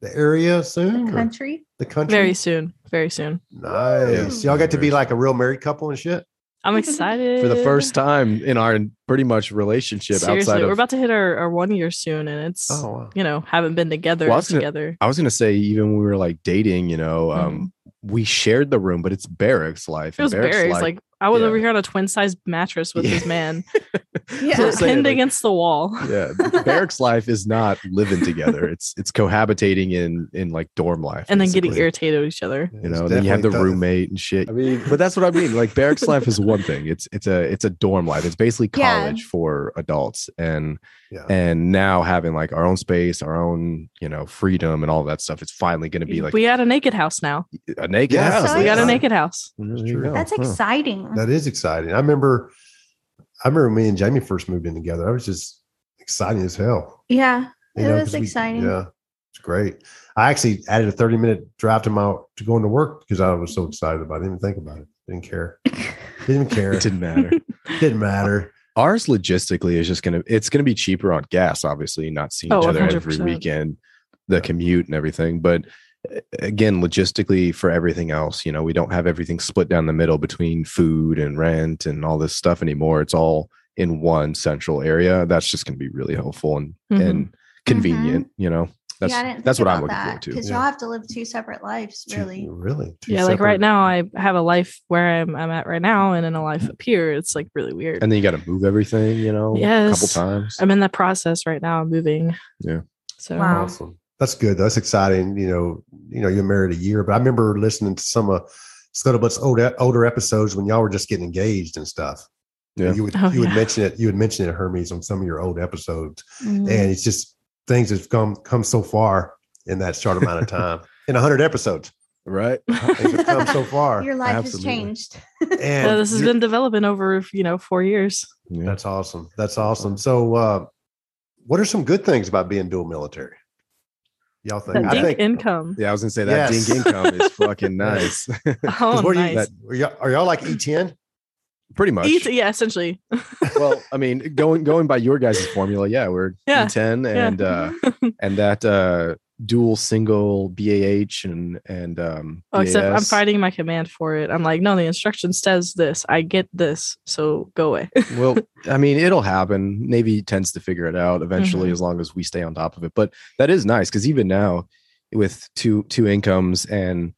Speaker 1: the area soon?
Speaker 3: The
Speaker 1: or
Speaker 3: country.
Speaker 1: the country?
Speaker 2: very soon. Very soon.
Speaker 1: nice. Y'all got to be like a real married couple and shit.
Speaker 2: I'm excited
Speaker 4: For the first time in our pretty much relationship
Speaker 2: Eh. Seriously,
Speaker 4: outside
Speaker 2: we're
Speaker 4: of, Oh,
Speaker 2: about to hit our, our one year soon, and it's
Speaker 1: Oh, wow.
Speaker 2: you know haven't been together
Speaker 4: Well, I was gonna-
Speaker 2: together.
Speaker 4: I was gonna say even when we were like dating, you know, um, we shared the room, but it's barracks life.
Speaker 2: Mm-hmm. It was barracks. Like I was
Speaker 4: yeah.
Speaker 2: over here on a twin size mattress with this man,
Speaker 3: Yeah.
Speaker 4: So I'm saying,
Speaker 2: pinned
Speaker 4: like,
Speaker 2: against the wall.
Speaker 4: yeah barracks life is not living together it's it's cohabitating in in like dorm life
Speaker 2: and then getting
Speaker 4: basically.
Speaker 2: irritated with each other.
Speaker 4: you know then you have the roommate and shit i mean but that's what i mean like barracks life is one thing it's it's a it's a dorm life it's basically
Speaker 6: Yeah.
Speaker 4: college for adults and
Speaker 1: Yeah.
Speaker 4: and now having like our own space our own you know freedom and all that stuff it's finally going to be like uh,
Speaker 2: we got a naked house now.
Speaker 4: a naked
Speaker 1: Yeah,
Speaker 4: house
Speaker 3: so
Speaker 2: We got a
Speaker 3: Nice.
Speaker 2: naked house.
Speaker 4: There you
Speaker 1: True.
Speaker 4: go.
Speaker 3: That's
Speaker 4: Oh, Huh.
Speaker 3: exciting.
Speaker 1: That is exciting. I remember I remember me and Jamie first moved in together. I was just exciting as hell.
Speaker 3: yeah.
Speaker 1: you
Speaker 3: It
Speaker 1: know,
Speaker 3: was
Speaker 1: 'cause we-
Speaker 3: exciting.
Speaker 1: yeah. It's great. I actually added a 30 minute drive to my to going to work because I was so excited about it. Didn't even think about it. Didn't care. Didn't care.
Speaker 4: it didn't matter
Speaker 1: didn't matter.
Speaker 4: ours logistically is just gonna it's gonna be cheaper on gas obviously not seeing each
Speaker 2: Oh,
Speaker 4: other every
Speaker 2: 100%.
Speaker 4: weekend the commute and everything but uh, again logistically for everything else you know we don't have everything split down the middle between food and rent and all this stuff anymore it's all in one central area that's just gonna be really helpful and
Speaker 2: Mhm.
Speaker 4: and convenient you know that's
Speaker 3: Mm-hmm. yeah, I didn't
Speaker 4: that's
Speaker 3: think
Speaker 4: what
Speaker 3: about
Speaker 4: i'm looking
Speaker 3: that,
Speaker 4: forward to
Speaker 3: Because
Speaker 1: Yeah.
Speaker 3: y'all have to live two separate lives,
Speaker 1: Two-
Speaker 3: really.
Speaker 1: really? Two
Speaker 2: yeah, like
Speaker 1: separate-
Speaker 2: right now, I have a life where I'm, I'm at right now, and then a life up here. It's like really weird.
Speaker 4: and then you got to move everything you know a couple
Speaker 2: Yes.
Speaker 4: times
Speaker 2: I'm in that process right now. I'm moving.
Speaker 4: Yeah.
Speaker 2: So
Speaker 3: Wow.
Speaker 1: Awesome. That's good. That's exciting. You know, you know, you're married a year, but I remember listening to some of Scuttlebutt's older older episodes when y'all were just getting engaged and stuff.
Speaker 4: Yeah.
Speaker 1: You would
Speaker 2: Oh,
Speaker 1: you would
Speaker 2: yeah.
Speaker 1: mention it. You would mention it, Hermes, on some of your old episodes,
Speaker 3: Mhm.
Speaker 1: and it's just things have come come so far in that short amount of time. In hundred episodes,
Speaker 4: right
Speaker 1: things have come so far.
Speaker 3: Your life
Speaker 4: Absolutely.
Speaker 3: has changed.
Speaker 1: and
Speaker 2: Yeah, this has
Speaker 1: you're-
Speaker 2: been developing over you know four years.
Speaker 4: Yeah.
Speaker 1: that's awesome. That's awesome. So, uh, what are some good things about being dual military? Y'all think?
Speaker 2: That
Speaker 1: I
Speaker 2: dink
Speaker 1: think
Speaker 2: income.
Speaker 4: yeah i was gonna say that
Speaker 1: Yes.
Speaker 4: dink income is fucking nice
Speaker 2: Oh,
Speaker 1: Because what are E
Speaker 2: nice.
Speaker 1: you- that- Are y'all, are y'all like E10?
Speaker 4: pretty much.
Speaker 2: Eat, yeah, essentially.
Speaker 4: well, I mean, going going by your guys' formula, yeah, we're
Speaker 2: Yeah,
Speaker 4: ten
Speaker 2: yeah. Mm-hmm.
Speaker 4: and uh and that uh dual single BAH and and um
Speaker 2: Oh, except I'm
Speaker 4: BAS.
Speaker 2: fighting my command for it. I'm like, no, the instruction says this. I get this, so go away.
Speaker 4: well, I mean, it'll happen. Navy tends to figure it out eventually,
Speaker 2: Mm-hmm.
Speaker 4: as long as we stay on top of it. But that is nice because even now, with two two incomes and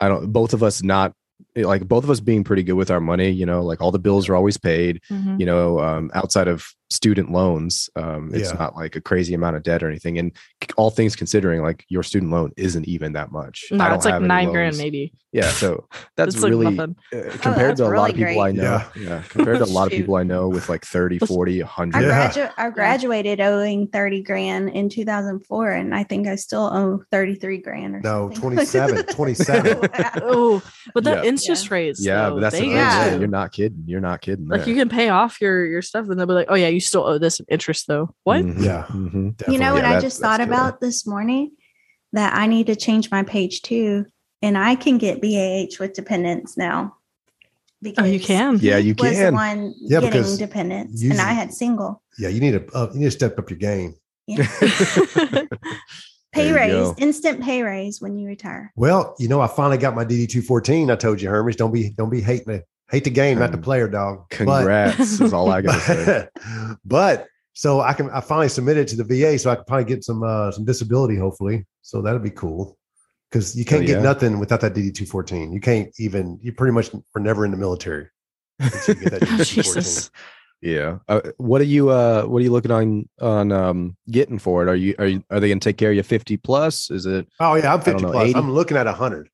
Speaker 4: I don't both of us not like both of us being pretty good with our money. You know, like all the bills are always paid.
Speaker 2: Mm-hmm.
Speaker 4: You know, um, outside of student loans, um, it's
Speaker 1: Yeah.
Speaker 4: not like a crazy amount of debt or anything. And all things considering, like your student loan isn't even that much. I
Speaker 2: No,
Speaker 4: don't
Speaker 2: it's like
Speaker 4: have any
Speaker 2: nine grand
Speaker 4: loans.
Speaker 2: maybe.
Speaker 4: Yeah, so that's
Speaker 2: it's
Speaker 4: really
Speaker 2: like nothing.
Speaker 4: uh, compared
Speaker 3: that's
Speaker 4: to a lot
Speaker 3: really
Speaker 4: of people I
Speaker 1: great.
Speaker 4: know. Yeah. Compared to a lot of people I know with like 30,
Speaker 2: Let's-
Speaker 4: 40,
Speaker 3: I,
Speaker 4: 100.
Speaker 1: Yeah.
Speaker 3: gradu- I graduated owing 30 grand in 2004, and I think I still owe 33 grand or
Speaker 1: No,
Speaker 3: something.
Speaker 1: 27, 27.
Speaker 3: Wow.
Speaker 2: Oh, but that
Speaker 4: Yeah.
Speaker 2: interest rates.
Speaker 4: Yeah,
Speaker 2: though,
Speaker 4: but that's the
Speaker 2: they
Speaker 4: thing.
Speaker 3: do.
Speaker 4: Yeah.
Speaker 3: Yeah.
Speaker 4: You're not kidding. You're not kidding.
Speaker 2: like you can pay off your your stuff, and they'll be like, oh yeah, you still owe this in interest though. What?
Speaker 1: Yeah.
Speaker 3: You
Speaker 4: hmm
Speaker 3: know
Speaker 1: Definitely.
Speaker 3: what
Speaker 4: Yeah,
Speaker 3: I just
Speaker 4: that- that's
Speaker 3: thought
Speaker 4: good.
Speaker 3: about this morning? That I need to change my page too, and I can get BAH with dependents now.
Speaker 2: Oh, you can.
Speaker 4: Yeah, you
Speaker 3: was the
Speaker 4: can.
Speaker 3: one
Speaker 1: Yeah,
Speaker 3: getting
Speaker 1: because
Speaker 3: dependents,
Speaker 1: you-
Speaker 3: and I had single.
Speaker 1: Yeah, you need to uh, you need to step up your game.
Speaker 3: Pay
Speaker 4: There you
Speaker 3: raise,
Speaker 4: go.
Speaker 3: instant pay raise when you retire.
Speaker 1: Well, you know, I finally got my DD two fourteen. I told you, Hermes, don't be don't be hating the hate the game, not the
Speaker 4: Um,
Speaker 1: player, dog. But-
Speaker 4: Congrats is all I gotta say.
Speaker 1: but so I can I finally submitted to the VA, so I can probably get some uh, some disability, hopefully. So that'll be cool because you can't
Speaker 4: Hell
Speaker 1: get
Speaker 4: yeah.
Speaker 1: nothing without that DD two fourteen. You can't even you pretty much were never in the military. until you get that
Speaker 2: Oh,
Speaker 1: DD-214.
Speaker 2: Jesus.
Speaker 4: Yeah. Uh, what are you uh what are you looking on on um getting for it? Are you are you are they gonna take care of you 50 plus? Is it
Speaker 1: Oh yeah, I'm
Speaker 4: don't
Speaker 1: fifty
Speaker 4: know,
Speaker 1: plus.
Speaker 4: 80?
Speaker 1: I'm looking at hundred,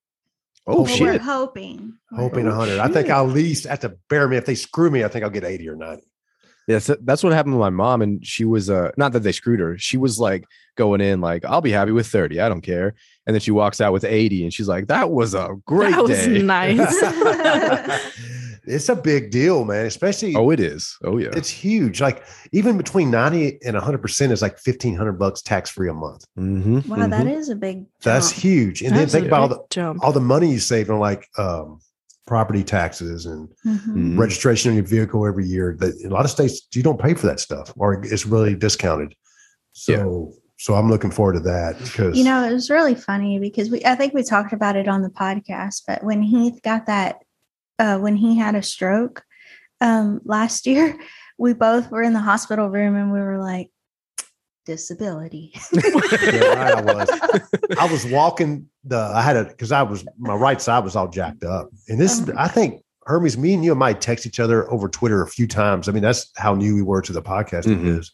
Speaker 3: Well,
Speaker 4: oh
Speaker 3: We're
Speaker 4: shit.
Speaker 3: hoping. We're
Speaker 1: hoping
Speaker 4: Oh,
Speaker 1: hundred. I think
Speaker 4: shit.
Speaker 1: I'll least at the bare minimum. If they screw me, I think I'll get eighty or ninety.
Speaker 4: Yeah, so that's what happened with my mom, and she was uh not that they screwed her. She was like going in like I'll be happy with thirty, I don't care, and then she walks out with eighty, and she's like, "That was a great
Speaker 2: that was
Speaker 4: day."
Speaker 2: nice.
Speaker 1: it's a big deal, man. Especially
Speaker 4: Oh, it is. Oh yeah.
Speaker 1: it's huge. Like even between ninety and hundred percent is like fifteen hundred bucks tax free a month.
Speaker 4: Mm-hmm.
Speaker 3: Wow, that is a big.
Speaker 1: That's
Speaker 3: jump.
Speaker 1: huge. And then
Speaker 2: That's a
Speaker 1: think about all
Speaker 2: big
Speaker 1: the
Speaker 2: jump.
Speaker 1: all the money you save on like um, property taxes and
Speaker 3: Mhm.
Speaker 4: Mm. mm-hmm.
Speaker 1: registration on your vehicle every year. That in a lot of states you don't pay for that stuff, or it's really discounted. So so I'm looking forward to that because
Speaker 3: You know, it was really funny because we, I think we talked about it on the podcast, but when Heath got that, uh, when he had a stroke um, last year, we both were in the hospital room and we were like, disability.
Speaker 1: Yeah, right, I was. I was walking the. I had a because I was my right side was all jacked up, and this is
Speaker 3: Mhm.
Speaker 1: I think Hermes, me and you might text each other over Twitter a few times. I mean, that's how new we were to the podcast
Speaker 4: Mhm.
Speaker 1: is.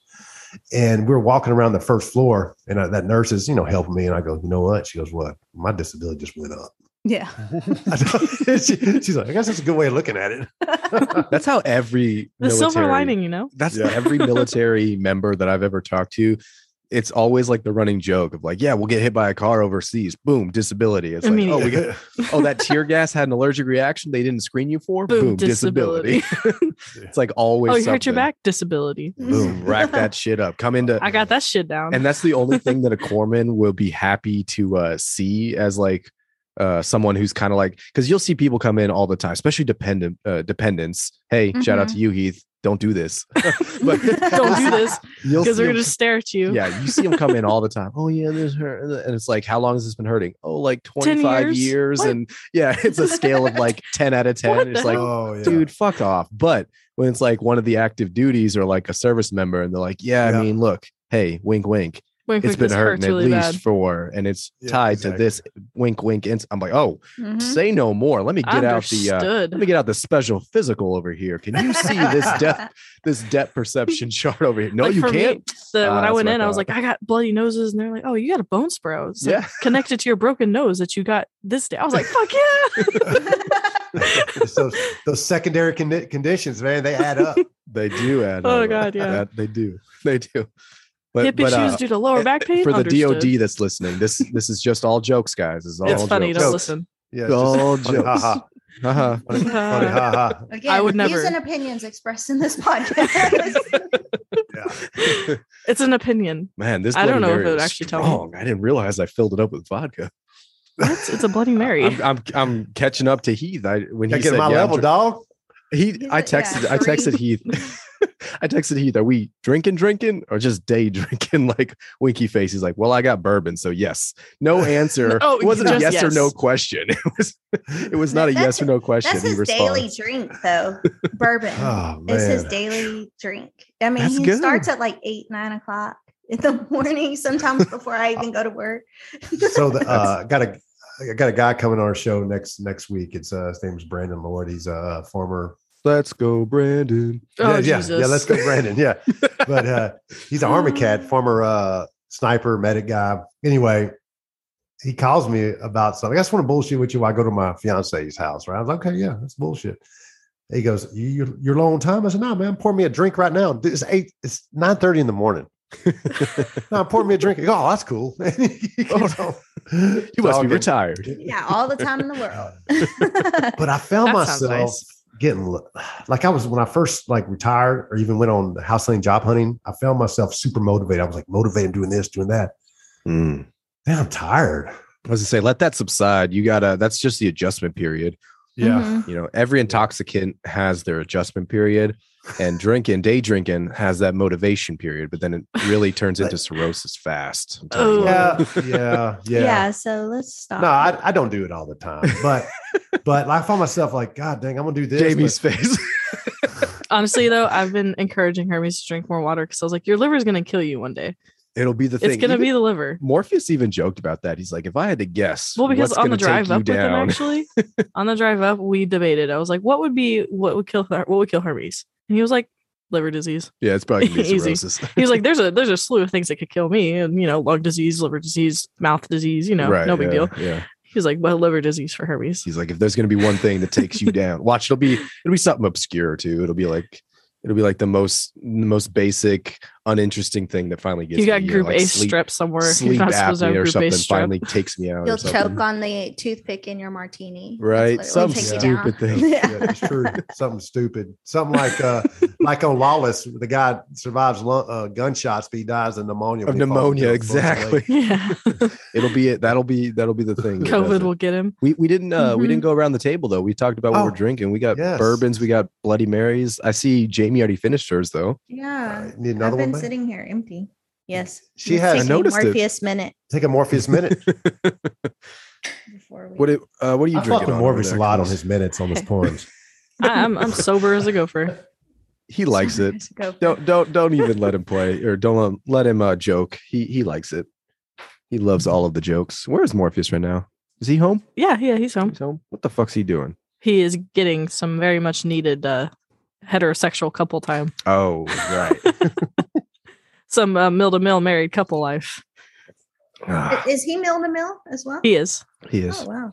Speaker 1: And we were walking around the first floor, and I, that nurse is you know helping me, and I go, you know what? She goes, what? My disability just went up.
Speaker 3: yeah.
Speaker 1: she, she's like, I guess that's a good way of looking at it.
Speaker 4: That's how every
Speaker 2: The silver
Speaker 4: military-
Speaker 2: lining, you know.
Speaker 4: That's
Speaker 1: Yeah.
Speaker 4: every military member that I've ever talked to. It's always like the running joke of like, yeah, we'll get hit by a car overseas. Boom, disability. It's like, oh, we got, oh, that tear gas had an allergic reaction they didn't screen you for.
Speaker 2: Boom,
Speaker 4: Boom, disability. it's like always.
Speaker 2: oh, you hurt your
Speaker 4: something.
Speaker 2: back. Disability.
Speaker 4: Boom, rack that shit up. Come into
Speaker 2: I got that shit down.
Speaker 4: and that's the only thing that a corpsman will be happy to uh, see as like uh, someone who's kind of like because you'll see people come in all the time, especially dependent uh, dependents. Hey, shout out to you, Heath. Don't do this. but
Speaker 2: Mm-hmm. don't do this
Speaker 4: you'll
Speaker 2: because
Speaker 4: see
Speaker 2: they're
Speaker 4: 'em-
Speaker 2: gonna stare at you.
Speaker 4: yeah, you see them come in all the time. Oh yeah, this hurt, and it's like, how long has this been hurting? Oh, like twenty five
Speaker 2: years?
Speaker 4: years,
Speaker 2: What?
Speaker 4: and yeah, it's a scale of like ten out of ten.
Speaker 2: What
Speaker 4: it's
Speaker 2: the
Speaker 4: like,
Speaker 2: hell?
Speaker 1: oh yeah,
Speaker 4: dude, fuck off. But when it's like one of the active duties or like a service member, and they're like, yeah, I
Speaker 1: Yeah.
Speaker 4: mean, look, hey, wink, wink,
Speaker 2: Wink,
Speaker 4: it's
Speaker 2: wink,
Speaker 4: been
Speaker 2: this
Speaker 4: hurting
Speaker 2: hurts
Speaker 4: at
Speaker 2: really
Speaker 4: least
Speaker 2: bad.
Speaker 4: for, and it's
Speaker 1: Yeah,
Speaker 4: tied to
Speaker 1: exactly.
Speaker 4: this wink, wink. Ins- I'm like, oh,
Speaker 3: Mhm.
Speaker 4: say no more. Let me get out the. Uh,
Speaker 2: Mm-hmm. Understood.
Speaker 4: let me get out the special physical over here. Can you see this depth, this depth perception chart over here? No,
Speaker 2: Like,
Speaker 4: you
Speaker 2: for me,
Speaker 4: can't.
Speaker 2: the-
Speaker 4: Ah,
Speaker 2: when I
Speaker 4: that's
Speaker 2: went
Speaker 4: what I
Speaker 2: in, I was
Speaker 4: thought.
Speaker 2: like, I got bloody noses, and they're like, Oh, you got a bone sprout. It's like,
Speaker 4: yeah,
Speaker 2: connected to your broken nose that you got this day. I was like, Fuck yeah!
Speaker 1: so, those secondary condi- conditions, man, they add up.
Speaker 4: they do add.
Speaker 2: Oh,
Speaker 4: up.
Speaker 2: God, yeah.
Speaker 4: That- they do, they do. But,
Speaker 2: Hippie
Speaker 4: but,
Speaker 2: shoes
Speaker 4: uh,
Speaker 2: due to lower back pain.
Speaker 4: for the
Speaker 2: Understood.
Speaker 4: DOD that's listening, this this is just all jokes, guys. It's all
Speaker 2: it's funny.
Speaker 4: jokes.
Speaker 2: Don't
Speaker 1: Jokes.
Speaker 2: listen.
Speaker 1: Yeah, it's just
Speaker 4: All
Speaker 1: funny, ha,
Speaker 4: jokes.
Speaker 1: ha,
Speaker 4: Uh-huh.
Speaker 1: funny, funny, ha, ha.
Speaker 3: Again,
Speaker 2: I would
Speaker 3: Views
Speaker 2: never.
Speaker 3: and opinions expressed in this podcast.
Speaker 2: It's an opinion.
Speaker 4: Man, this
Speaker 2: I don't
Speaker 4: Bloody
Speaker 2: know if
Speaker 4: Mary
Speaker 2: it would
Speaker 4: was
Speaker 2: actually tell me.
Speaker 4: strong. I didn't realize I filled it up with vodka.
Speaker 2: What? It's a bloody Mary.
Speaker 4: I'm, I'm I'm catching up to Heath. I when
Speaker 1: Gotta
Speaker 4: he
Speaker 1: get
Speaker 4: said,
Speaker 1: my
Speaker 4: yeah, I'm
Speaker 1: level,
Speaker 4: dr-
Speaker 1: dog.
Speaker 4: He,
Speaker 3: He's
Speaker 4: I
Speaker 3: like, yeah,
Speaker 4: texted, I texted Heath, I texted Heath. Are we drinking, drinking, or just day drinking? Like winky face. He's like, well, I got bourbon, so yes. No answer.
Speaker 2: Oh,
Speaker 4: it wasn't a
Speaker 2: just
Speaker 4: yes, or no
Speaker 2: yes.
Speaker 4: question. It was, it was not a
Speaker 3: That's-
Speaker 4: yes or no question.
Speaker 3: That's
Speaker 4: He
Speaker 3: his daily
Speaker 4: responds.
Speaker 3: drink, though. Bourbon.
Speaker 4: Ah.
Speaker 1: Oh man.
Speaker 3: It's his daily drink. I mean,
Speaker 4: That's
Speaker 3: he
Speaker 4: good.
Speaker 3: starts at like eight, nine o'clock in the morning, sometimes before I even go to work.
Speaker 1: so the, uh, got a I got a guy coming on our show next next week. It's uh, his name's Brandon Lloyd. He's a uh, former
Speaker 4: Let's go, Brandon.
Speaker 2: Oh,
Speaker 1: yeah, yeah,
Speaker 2: Jesus.
Speaker 1: yeah. Let's go, Brandon. Yeah, but uh, he's an army cat, former uh, sniper medic guy. Anyway, he calls me about something. I just want to bullshit with you. While I go to my fiance's house, right? I was like, okay, yeah, that's bullshit. He goes, you, you're, you're low on time. I said, no, man, pour me a drink right now. Dude, It's eight. It's nine thirty in the morning. no, pour me a drink. He goes, Oh, that's cool. He
Speaker 2: Oh,
Speaker 1: keeps on
Speaker 4: You must be
Speaker 1: talking.
Speaker 4: retired.
Speaker 3: Yeah, all the time in the world.
Speaker 1: But I found
Speaker 2: That sounds
Speaker 1: myself
Speaker 2: nice.
Speaker 1: getting l- like I was when I first like retired or even went on house hunting, job hunting. I found myself super motivated. I was like motivated doing this, doing that.
Speaker 4: Mm.
Speaker 1: Man, I'm tired.
Speaker 4: I was gonna say, let that subside. You gotta. That's just the adjustment period.
Speaker 3: Mhm.
Speaker 4: You know, every intoxicant has their adjustment period, and drinking, day drinking, has that motivation period. But then it really turns into cirrhosis fast. I'm telling you.
Speaker 2: Oh. Yeah.
Speaker 1: yeah,
Speaker 3: Mm-hmm. Yeah. So let's stop.
Speaker 1: No, I, I don't do it all the time, but but I find myself like, God dang, I'm gonna do this.
Speaker 4: Jamie's face.
Speaker 2: Honestly, though, I've been encouraging Hermes to drink more water because I was like, your liver's going to kill you one day.
Speaker 4: It'll be the thing.
Speaker 2: It's going to
Speaker 4: Even
Speaker 2: be the liver.
Speaker 4: Morpheus even joked about that. He's like, if I had to guess,
Speaker 2: Well, because
Speaker 4: what's
Speaker 2: on the
Speaker 4: gonna take
Speaker 2: drive up with
Speaker 4: you
Speaker 2: him,
Speaker 4: down?
Speaker 2: actually, on the drive up, we debated. I was like, what would be what would kill Her- what would kill Hermes? And he was like, liver disease.
Speaker 4: yeah, it's probably gonna be
Speaker 2: Easy.
Speaker 4: cirrhosis.
Speaker 2: He's like, there's a there's a slew of things that could kill me, and you know, lung disease, liver disease, mouth disease. You know, no big
Speaker 4: yeah,
Speaker 2: deal.
Speaker 4: Yeah,
Speaker 2: He was like, well, liver disease for Hermes.
Speaker 4: he's like, if there's gonna be one thing that takes you down, watch. It'll be it'll be something obscure too. It'll be like it'll be like the most the most basic, uninteresting thing that finally gets.
Speaker 2: You got
Speaker 4: me, know,
Speaker 2: group
Speaker 4: like
Speaker 2: A
Speaker 4: sleep-
Speaker 2: strep somewhere.
Speaker 4: sleep
Speaker 2: You're not supposed to have
Speaker 4: apnea or
Speaker 2: group A
Speaker 4: something
Speaker 2: strep.
Speaker 4: finally takes me out. or
Speaker 6: You'll
Speaker 4: something.
Speaker 6: choke on the toothpick in your martini. That's
Speaker 4: Right,
Speaker 6: what it will
Speaker 4: some
Speaker 6: take you
Speaker 4: stupid
Speaker 6: down.
Speaker 4: thing.
Speaker 1: Yeah, it's true. Something stupid. Something like uh like on Lawless, the guy survives lu- uh, gunshots, but he dies of pneumonia.
Speaker 4: Of
Speaker 1: when he falls
Speaker 4: pneumonia,
Speaker 1: down the slope.
Speaker 4: exactly.
Speaker 2: Yeah,
Speaker 4: It'll be it. That'll be that'll be the thing. that does
Speaker 2: COVID
Speaker 4: it.
Speaker 2: will Mm-hmm. get him.
Speaker 4: We we didn't uh we
Speaker 3: Mhm.
Speaker 4: didn't go around the table though. We talked about what
Speaker 1: Oh,
Speaker 4: we're drinking. We got
Speaker 1: yes.
Speaker 4: bourbons. We got Bloody Marys. I see Jamie already finished hers though.
Speaker 1: All
Speaker 3: yeah.
Speaker 1: right, Need
Speaker 3: I've
Speaker 1: another one.
Speaker 3: been
Speaker 1: babe?
Speaker 3: sitting here empty. Yes.
Speaker 1: She
Speaker 3: It's
Speaker 1: has- I
Speaker 3: taking
Speaker 4: noticed it.
Speaker 3: Morpheus minute
Speaker 1: Take a Morpheus minute.
Speaker 3: before we.
Speaker 4: What it, uh what are you
Speaker 1: I fuck
Speaker 4: drinking?
Speaker 1: with
Speaker 4: on
Speaker 1: Morpheus
Speaker 4: over
Speaker 1: a
Speaker 4: there,
Speaker 1: lot on
Speaker 4: Chris?
Speaker 1: his minutes on his poems.
Speaker 2: I, I'm I'm sober as a gopher.
Speaker 4: He likes it.
Speaker 3: Go
Speaker 4: Don't don't don't even let him play or don't let him- let him uh joke. He he likes it. He loves all of the jokes. Where is Morpheus right now? Is he home?
Speaker 2: Yeah, yeah, he's home.
Speaker 4: He's home. What the fuck's he doing?
Speaker 2: He is getting some very much needed uh, heterosexual couple time.
Speaker 4: Oh right.
Speaker 2: Some uh, mill to mill married couple life.
Speaker 4: Ah,
Speaker 3: Is he mill to mill as well?
Speaker 2: He is.
Speaker 4: he is.
Speaker 3: Oh wow.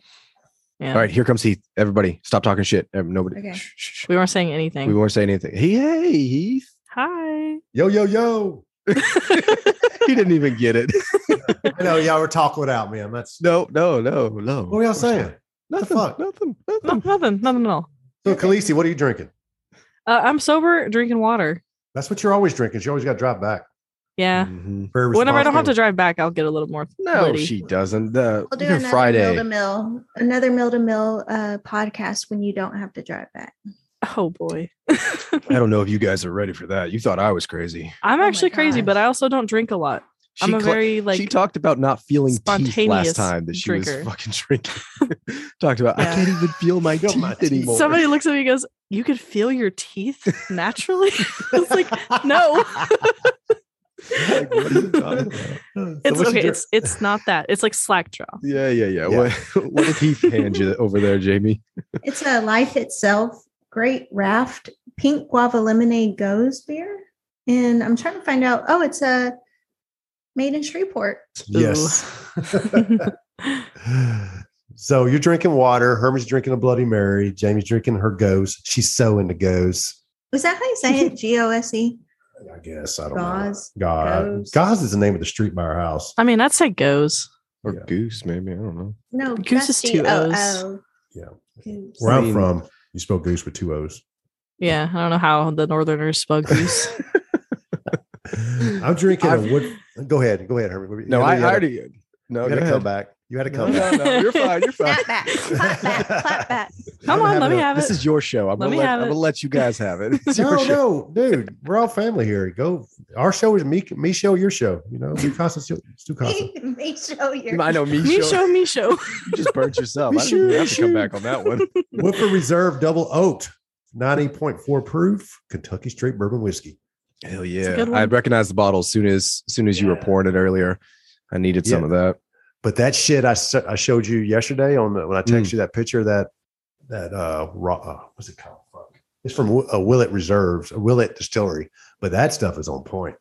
Speaker 2: Yeah.
Speaker 4: All right, here comes Heath. Everybody, stop talking shit. Um, Nobody.
Speaker 3: Okay.
Speaker 4: Shh, shh, shh.
Speaker 2: We weren't saying
Speaker 4: We
Speaker 2: anything.
Speaker 4: won't say anything. Hey, hey, Heath.
Speaker 2: Hi.
Speaker 1: yo, yo, yo.
Speaker 4: he didn't even get it.
Speaker 1: I know y'all were talking without me. I'm not.
Speaker 4: No, no, no, no.
Speaker 1: What were y'all saying?
Speaker 4: Nothing.
Speaker 1: fuck?
Speaker 4: Nothing.
Speaker 2: No,
Speaker 4: Nothing.
Speaker 2: nothing. Nothing at all.
Speaker 1: So, Khaleesi, what are you drinking?
Speaker 2: Uh, I'm sober, drinking water.
Speaker 1: That's what you're always drinking. You always got to drive back.
Speaker 2: Yeah.
Speaker 4: Mhm.
Speaker 1: Very
Speaker 2: Whenever I don't have to
Speaker 1: responsible.
Speaker 2: drive back, I'll get a little more.
Speaker 4: No,
Speaker 2: litty.
Speaker 4: she doesn't. The
Speaker 3: We'll do
Speaker 4: even
Speaker 3: another mill to
Speaker 4: Friday.
Speaker 3: mill, another mill to mill uh, podcast when you don't have to drive back.
Speaker 2: Oh boy.
Speaker 4: I don't know if you guys are ready for that. You thought I was crazy.
Speaker 2: I'm
Speaker 3: Oh my
Speaker 2: actually crazy, but
Speaker 3: gosh.
Speaker 2: I also don't drink a lot.
Speaker 4: She
Speaker 2: I'm a
Speaker 4: cla-
Speaker 2: very
Speaker 4: she
Speaker 2: like.
Speaker 4: talked about not feeling teeth last
Speaker 2: spontaneous
Speaker 4: time that she was
Speaker 2: drinker.
Speaker 4: fucking drinking. talked about I
Speaker 2: Yeah.
Speaker 4: can't even feel my
Speaker 1: Feel
Speaker 4: teeth
Speaker 1: my teeth.
Speaker 4: anymore.
Speaker 2: Somebody looks at me and goes, "You could feel your teeth naturally." it's like no.
Speaker 4: Like, what are you talking about?
Speaker 1: So what
Speaker 2: It's
Speaker 1: you
Speaker 2: okay.
Speaker 1: drink?
Speaker 2: It's it's not that. It's like slack jaw.
Speaker 4: Yeah, yeah, yeah.
Speaker 1: Yeah.
Speaker 4: What, what did Heath hand you over there, Jamie?
Speaker 3: It's a life itself. Great raft, pink guava lemonade goes beer, and I'm trying to find out. Oh, it's a made in Shreveport.
Speaker 1: yes. so you're drinking water. Herman's drinking a Bloody Mary. Jamie's drinking her goes. She's so into goes.
Speaker 3: Was that how you say it? G O S E.
Speaker 1: I guess I don't
Speaker 3: Gauze,
Speaker 1: know. Gauze.
Speaker 3: goes.
Speaker 1: Gauze is the name of the street by our house.
Speaker 2: I mean, I'd say goes.
Speaker 4: Or
Speaker 1: Yeah.
Speaker 4: goose, maybe. I don't know.
Speaker 3: No,
Speaker 2: Goose
Speaker 3: that's
Speaker 2: is two O's.
Speaker 3: G-O-O.
Speaker 1: Yeah.
Speaker 3: E. Goose.
Speaker 1: Where
Speaker 4: I mean-
Speaker 1: I'm from, you spell goose with two O's.
Speaker 2: Yeah, I don't know how the Northerners spell goose.
Speaker 1: I'm drinking a
Speaker 4: I've-
Speaker 1: wood. Go ahead. Go ahead, Herman.
Speaker 4: No,
Speaker 1: You
Speaker 4: I, I
Speaker 1: had a-
Speaker 4: already. No,
Speaker 1: you
Speaker 4: go
Speaker 1: had a
Speaker 4: ahead.
Speaker 1: comeback. You had to
Speaker 4: No,
Speaker 1: come.
Speaker 4: no,
Speaker 1: back.
Speaker 4: no. You're fine. You're fine.
Speaker 3: Snap back, clap back, clap back.
Speaker 2: Come
Speaker 4: I'm gonna
Speaker 2: on, let me
Speaker 4: it.
Speaker 2: have
Speaker 4: This
Speaker 2: it.
Speaker 4: is your show. I'm
Speaker 2: Let
Speaker 4: gonna
Speaker 2: me
Speaker 4: let,
Speaker 2: have
Speaker 4: I'm
Speaker 2: it.
Speaker 4: gonna let you guys have it. It's your
Speaker 1: No,
Speaker 4: show.
Speaker 1: no, dude, we're all family here. Go. Our show is me, me show, your show. You know, me casa, su- su casa.
Speaker 3: Me, me show your.
Speaker 4: I know me,
Speaker 2: Me
Speaker 4: show.
Speaker 2: show, me show.
Speaker 4: You just burnt yourself. I
Speaker 1: Me
Speaker 4: didn't even
Speaker 1: show,
Speaker 4: have to come
Speaker 1: show.
Speaker 4: back on that one.
Speaker 1: Woodford Reserve Double Oaked, ninety point four proof Kentucky Straight Bourbon Whiskey.
Speaker 4: Hell
Speaker 2: a
Speaker 4: yeah!
Speaker 2: good one.
Speaker 4: I recognized the bottle as soon as, as soon as you were
Speaker 1: Yeah.
Speaker 4: pouring it earlier. I needed some
Speaker 1: Yeah.
Speaker 4: of that.
Speaker 1: But that shit I, s- I showed you yesterday on the, when I texted
Speaker 4: Mm.
Speaker 1: you that picture of that that uh, raw, uh what's it called? Fuck. It's from Wi- uh, Willett Reserves, uh, Willett Distillery. But that stuff is on point.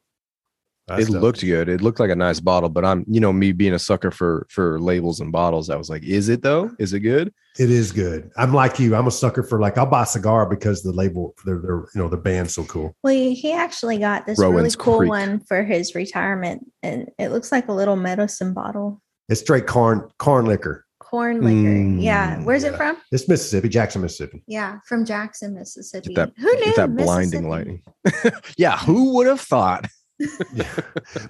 Speaker 1: That
Speaker 4: it
Speaker 1: stuff-
Speaker 4: looked good. It looked like a nice bottle, but I'm, you know, me being a sucker for for labels and bottles. I was like, is it though? Is it good?
Speaker 1: It is good. I'm like you. I'm a sucker for like I'll buy a cigar because the label, they're, they're you know the band's so cool.
Speaker 3: Well, he actually got this really
Speaker 4: Rowan's
Speaker 3: cool
Speaker 4: Creek.
Speaker 3: one for his retirement, and it looks like a little medicine bottle,
Speaker 1: It's straight corn corn liquor.
Speaker 3: corn liquor.
Speaker 4: Mm,
Speaker 3: yeah, where's
Speaker 1: yeah.
Speaker 3: it from?
Speaker 1: It's Mississippi, Jackson, Mississippi.
Speaker 3: Yeah, from Jackson, Mississippi.
Speaker 4: Get that,
Speaker 3: Who knew
Speaker 4: get that blinding
Speaker 3: Mississippi?
Speaker 4: lightning. yeah, who would have thought?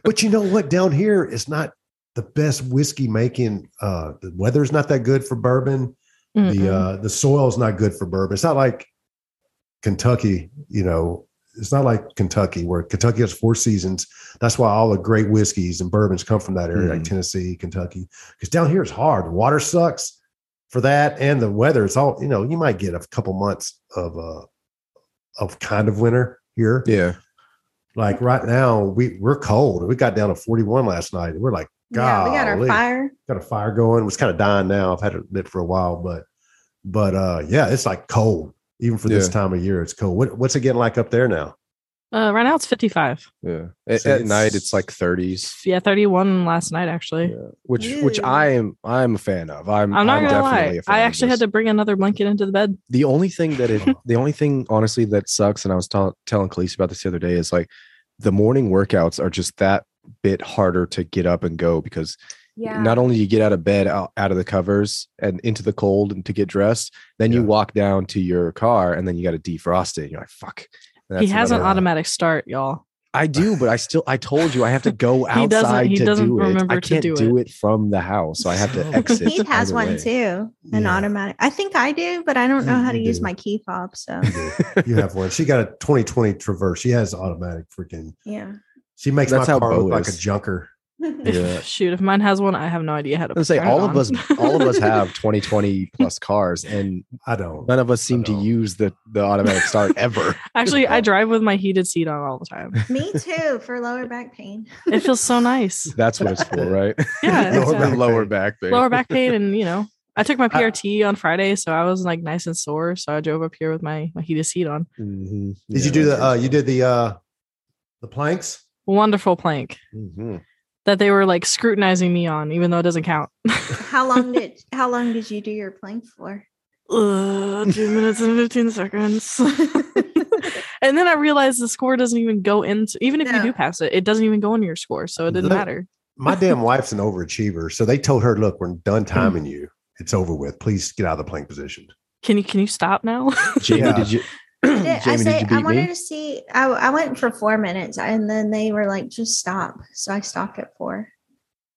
Speaker 1: but you know what? Down here, it's not the best whiskey making. Uh, the weather's not that good for bourbon. the uh, the soil's not good for bourbon. It's not like Kentucky, you know. It's not like Kentucky, where Kentucky has four seasons. That's why all the great whiskeys and bourbons come from that area, like
Speaker 4: Mhm.
Speaker 1: Tennessee, Kentucky. Because down here it's hard. The water sucks for that, and the weather. It's all you know. You might get a couple months of uh of kind of winter here.
Speaker 4: Yeah,
Speaker 1: Like right now, we we're cold. We got down to forty one last night. and We're like,
Speaker 3: Yeah, we got our
Speaker 1: Golly.
Speaker 3: fire.
Speaker 1: got a fire going. It was kind of dying now. I've had it lit for a while, but but uh yeah, it's like cold. Even for this
Speaker 4: Yeah.
Speaker 1: time of year, it's cold. What, what's it getting like up there now?
Speaker 2: Uh, right now it's 55.
Speaker 4: yeah. At,
Speaker 1: So
Speaker 4: at night,
Speaker 1: it's-
Speaker 4: it's like 30s.
Speaker 2: Yeah, 31 last night actually.
Speaker 4: which which
Speaker 3: Ew.
Speaker 4: I am I am a fan of. I'm
Speaker 2: I'm not gonna
Speaker 4: definitely
Speaker 2: lie.
Speaker 4: a fan
Speaker 2: I
Speaker 4: of
Speaker 2: actually had
Speaker 4: this.
Speaker 2: to bring another blanket into the bed.
Speaker 4: The only thing that it the only thing honestly that sucks, and I was ta- telling Khalees about this the other day, is like the morning workouts are just that bit harder to get up and go because
Speaker 6: Yeah.
Speaker 4: not only you get out of bed out, out of the covers and into the cold and to get dressed, then you
Speaker 1: Yeah.
Speaker 4: walk down to your car and then you got to defrost it. And you're like, fuck. And
Speaker 2: he
Speaker 4: that's
Speaker 2: has an
Speaker 4: another- uh,
Speaker 1: another-
Speaker 2: automatic start, y'all.
Speaker 4: I do, but I still I told you I have to go
Speaker 2: He doesn't-
Speaker 4: outside
Speaker 2: he
Speaker 4: to
Speaker 2: doesn't
Speaker 4: do it.
Speaker 2: remember
Speaker 4: I
Speaker 2: to
Speaker 4: can't
Speaker 2: do
Speaker 4: do it. from the house, so I have to
Speaker 1: So-
Speaker 4: exit.
Speaker 3: He has
Speaker 4: either
Speaker 3: one
Speaker 4: way.
Speaker 3: too, an
Speaker 1: Yeah.
Speaker 3: automatic. I think I do, but I don't know
Speaker 1: You-
Speaker 3: how to
Speaker 1: you
Speaker 3: use
Speaker 1: do.
Speaker 3: my
Speaker 4: Mm-hmm.
Speaker 3: key fob. So
Speaker 1: You have one. She got a 2020 Traverse. She has automatic freaking.
Speaker 3: yeah,
Speaker 1: She makes
Speaker 4: That's
Speaker 1: my
Speaker 4: how
Speaker 1: car
Speaker 4: Bo
Speaker 1: look like a
Speaker 4: is.
Speaker 1: junker.
Speaker 4: Yeah.
Speaker 2: Shoot, if mine has one, I have no idea how to.
Speaker 4: I'm say
Speaker 2: turn it
Speaker 4: all of
Speaker 2: on.
Speaker 4: us, all of us have 2020 plus cars, and
Speaker 1: I don't.
Speaker 4: none of us seem to
Speaker 1: know.
Speaker 4: use the the automatic start ever.
Speaker 2: Actually, I drive with my heated seat on all the time.
Speaker 3: me too for lower back pain.
Speaker 2: It feels so nice.
Speaker 4: That's what it's for, right?
Speaker 2: Yeah,
Speaker 1: Lower
Speaker 2: exactly.
Speaker 1: back
Speaker 4: lower
Speaker 1: pain.
Speaker 4: back thing.
Speaker 2: lower back pain, and you know, I took my PRT on Friday, so I was like nice and sore. So I drove up here with my my heated seat on.
Speaker 4: Mhm.
Speaker 1: Did
Speaker 4: Yeah,
Speaker 1: you do
Speaker 4: that's
Speaker 1: the? uh
Speaker 4: yours.
Speaker 1: You did the uh the planks.
Speaker 2: Wonderful plank
Speaker 4: Mhm.
Speaker 2: that they were like scrutinizing me on, even though it doesn't count.
Speaker 3: How long did how long did you do your plank for?
Speaker 2: Uh, two minutes and 15 seconds. and then I realized the score doesn't even go into, even if
Speaker 3: No.
Speaker 2: you do pass it, it doesn't even go into your score. So it didn't
Speaker 1: Look.
Speaker 2: matter.
Speaker 1: My damn wife's an overachiever, so they told her, "Look, we're done
Speaker 4: Hmm.
Speaker 1: timing you. It's over with. Please get out of the plank position."
Speaker 2: Can you can you stop now?
Speaker 4: Jamie,
Speaker 1: Yeah.
Speaker 4: did you?
Speaker 3: I
Speaker 4: Jamie,
Speaker 3: did- I
Speaker 4: did
Speaker 3: say
Speaker 4: you
Speaker 3: I
Speaker 4: beat
Speaker 3: wanted
Speaker 4: me?
Speaker 3: to see. I, I went for four minutes, and then they were like, "Just stop." So I stopped at four.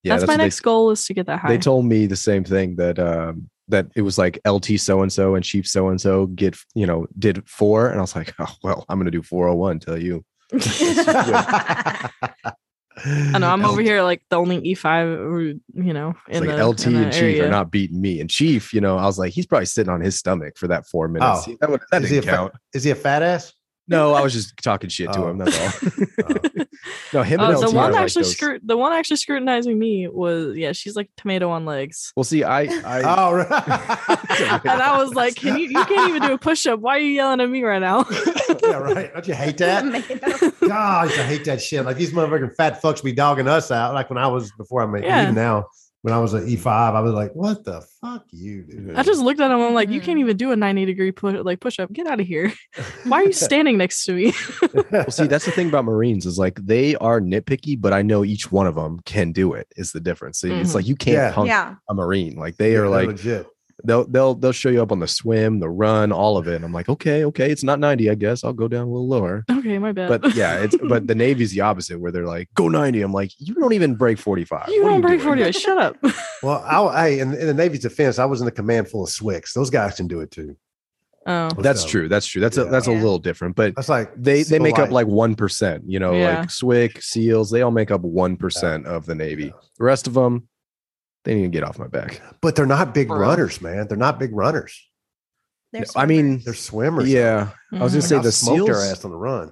Speaker 4: Yeah,
Speaker 2: that's, my
Speaker 4: what they-
Speaker 2: next goal is to get that high.
Speaker 4: They told me the same thing that um that it was like LT so and so and Chief so and so get you know did four, and I was like, oh well, I'm gonna do 401. Tell you,
Speaker 1: I
Speaker 2: I know I'm
Speaker 1: over
Speaker 2: over here like the only E5, or, you know,
Speaker 4: it's
Speaker 2: in
Speaker 4: like
Speaker 2: the,
Speaker 4: LT
Speaker 2: in the
Speaker 4: and Chief
Speaker 2: area.
Speaker 4: are not beating me, and Chief, you know, I was like, he's probably sitting on his stomach for that four minutes.
Speaker 1: Oh.
Speaker 4: See, that would, that
Speaker 1: Is he
Speaker 4: didn't
Speaker 1: a fa-
Speaker 4: count.
Speaker 1: Is he a fat ass?
Speaker 4: No, I was just talking shit to
Speaker 1: Oh.
Speaker 4: him. That's all.
Speaker 1: Oh.
Speaker 4: no, him and
Speaker 2: Oh,
Speaker 4: LT
Speaker 2: the
Speaker 4: are
Speaker 2: one
Speaker 4: like
Speaker 2: actually
Speaker 4: those-
Speaker 2: scru- the one actually scrutinizing me was yeah, she's like tomato on legs.
Speaker 4: Well, see, I, I
Speaker 1: Oh, right.
Speaker 2: And I was like, Can you you can't even do a push up. Why are you yelling at me right now?
Speaker 1: yeah, right. Don't you hate that? God, I used to hate that shit. Like these motherfucking fat fucks be dogging us out. Like when I was before I made
Speaker 2: Yeah.
Speaker 1: even now, when I was an E5, I was like, what the fuck you do?
Speaker 2: I just looked at him. I'm like, you
Speaker 3: Mhm.
Speaker 2: can't
Speaker 4: Mm.
Speaker 2: even do a 90 degree push like push up. Get out of here. Why are you standing next to me?
Speaker 4: well, see, that's the thing about Marines is like they are nitpicky, but I know each one of them can do it. Is the difference? See, It's
Speaker 2: Mhm.
Speaker 4: like you can't
Speaker 1: Yeah.
Speaker 4: punk
Speaker 3: yeah,
Speaker 4: a Marine. Like they
Speaker 1: Yeah,
Speaker 4: are
Speaker 1: they're
Speaker 4: like
Speaker 1: legit.
Speaker 4: They'll they'll they'll show you up on the swim, the run, all of it. And I'm like, okay, okay, it's not 90, I guess. I'll go down a little lower.
Speaker 2: Okay, my bad.
Speaker 4: But yeah, it's but the Navy's the opposite where they're like, go 90. I'm like, you don't even break 45.
Speaker 2: you
Speaker 4: What are
Speaker 2: don't break
Speaker 4: doing?"
Speaker 2: 48. Shut up.
Speaker 1: Well, I, I in, in the Navy's defense, I was in a command full of Swicks. Those guys can do it too.
Speaker 2: Oh,
Speaker 4: That's
Speaker 1: So,
Speaker 4: true. That's true. That's a
Speaker 1: Yeah.
Speaker 4: that's a
Speaker 6: Yeah.
Speaker 4: little different. But
Speaker 1: That's like
Speaker 4: they they
Speaker 1: Civil
Speaker 4: make up
Speaker 1: Light.
Speaker 4: like one percent. You know,
Speaker 2: Yeah.
Speaker 4: like Swick, SEALs, they all make up one percent of the Navy. The rest of them, they need to get off my back.
Speaker 1: but they're not big
Speaker 2: Bro.
Speaker 1: runners, man. They're not big runners.
Speaker 6: They're
Speaker 4: I mean,
Speaker 1: They're swimmers.
Speaker 4: yeah, I was
Speaker 2: Mhm.
Speaker 4: gonna say
Speaker 1: I've
Speaker 4: the
Speaker 1: smoked their
Speaker 4: SEALs.
Speaker 1: ass on the run,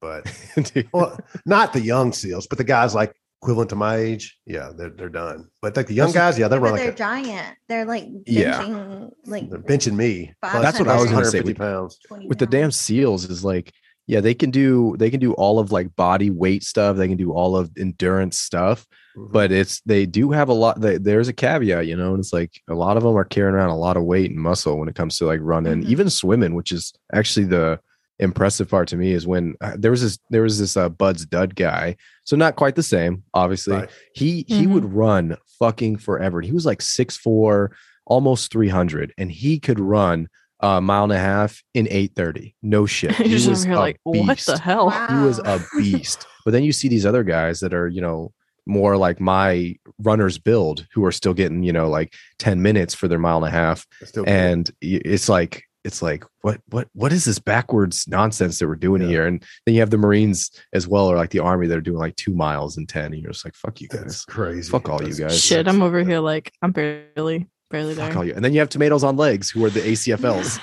Speaker 1: but
Speaker 4: Dude.
Speaker 1: well, not the young SEALs, but the guys like equivalent to my age. Yeah, they're they're done. But like the young guys, yeah, they're
Speaker 6: they're,
Speaker 1: running.
Speaker 6: they're
Speaker 1: Like a-
Speaker 6: giant. They're like
Speaker 4: Yeah.
Speaker 6: benching, like
Speaker 1: they're benching me.
Speaker 6: Five
Speaker 1: Plus
Speaker 6: That's what I was
Speaker 4: gonna say.
Speaker 1: 150 Pounds.
Speaker 6: 20
Speaker 4: with the damn
Speaker 6: pounds.
Speaker 4: seals is like yeah they can do they can do all of like body weight stuff they can do all of endurance stuff
Speaker 1: Mm-hmm.
Speaker 4: but it's they do have a lot they, there's a caveat you know and it's like a lot of them are carrying around a lot of weight and muscle when it comes to like running
Speaker 6: Mhm.
Speaker 2: Mm-hmm.
Speaker 4: even swimming which is actually the impressive part to me is when uh, there was this there was this uh, buds dud guy so not quite the same obviously
Speaker 1: Right.
Speaker 4: he he
Speaker 2: Mhm.
Speaker 4: would run fucking forever and he was like six four almost 300 and he could run a mile and a half in 830 no shit
Speaker 2: mm-hmm. You're
Speaker 4: he
Speaker 2: just
Speaker 4: was
Speaker 2: over here
Speaker 4: a
Speaker 2: like, what
Speaker 4: beast.
Speaker 2: the hell?
Speaker 4: he was
Speaker 6: Wow.
Speaker 2: Um.
Speaker 4: a beast but then you see these other guys that are you know more like my runners build who are still getting you know like 10 minutes for their mile and a half
Speaker 1: Still good.
Speaker 4: and y- it's like it's like what what what is this backwards nonsense that we're doing
Speaker 1: Yeah.
Speaker 4: here and then you have the marines as well or like the army that are doing like two miles in 10 and you're just like fuck you
Speaker 1: that's
Speaker 4: guys
Speaker 1: crazy.
Speaker 4: Fuck all you
Speaker 1: That's-
Speaker 4: guys.
Speaker 2: Shit, I'm over here like, I'm barely, barely
Speaker 4: fuck
Speaker 2: there.
Speaker 4: all you and then you have tomatoes on legs who are the acfls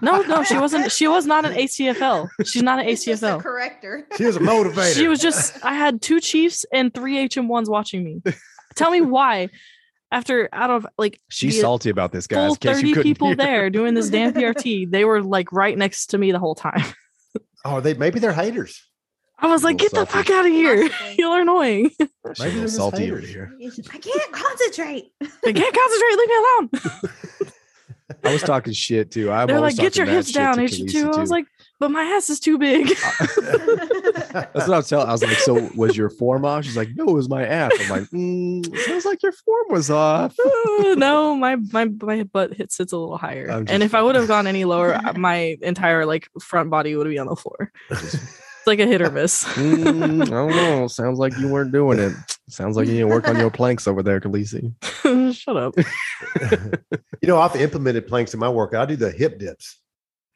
Speaker 2: No, no, she wasn't. She was not an ACFL. She's not an
Speaker 6: He's just a
Speaker 2: ACFL.
Speaker 6: corrector.
Speaker 1: She was a motivator.
Speaker 2: She was just. I had two Chiefs and three HM1s watching me. Tell me why. After out of like
Speaker 4: she's
Speaker 2: the
Speaker 4: salty about this guys
Speaker 2: full
Speaker 4: in case you
Speaker 2: thirty
Speaker 4: couldn't
Speaker 2: people
Speaker 4: hear.
Speaker 2: there doing this damn PRT, they were like right next to me the whole time.
Speaker 1: Oh, they maybe they're haters.
Speaker 2: I was like, "Get
Speaker 4: Little
Speaker 2: the fuck out of here!
Speaker 6: Possibly.
Speaker 2: You're annoying.
Speaker 4: She's a
Speaker 1: Maybe
Speaker 4: little
Speaker 1: they're just
Speaker 4: salty over
Speaker 1: haters.
Speaker 4: here
Speaker 6: I can't concentrate.
Speaker 2: I can't concentrate. Leave me alone."
Speaker 4: i was talking shit too i'm
Speaker 2: They're like,
Speaker 4: always
Speaker 2: "Get your
Speaker 4: talking mad
Speaker 2: hips
Speaker 4: shit
Speaker 2: down,
Speaker 4: to
Speaker 2: HM2."
Speaker 4: Khaleesi,
Speaker 2: I
Speaker 4: too.
Speaker 2: was like, "But my ass is too big."
Speaker 6: Mm-hmm.
Speaker 4: That's what I was telling. I was like, "So was your form off?" She's like, "No, it was my ass." I'm like, mm, "Sounds like your form was off."
Speaker 2: Uh, no, my my my butt hit sits a little higher,
Speaker 4: I'm
Speaker 2: and
Speaker 4: just-
Speaker 2: if I would have gone any lower, my entire like front body would be on the floor. It's like a hit or miss.
Speaker 4: Mm, I don't know. Sounds like you weren't doing it. Sounds like you need to work on your planks over there, Khaleesi.
Speaker 2: Shut up.
Speaker 1: you know, I've implemented planks in my workout. I do the hip dips.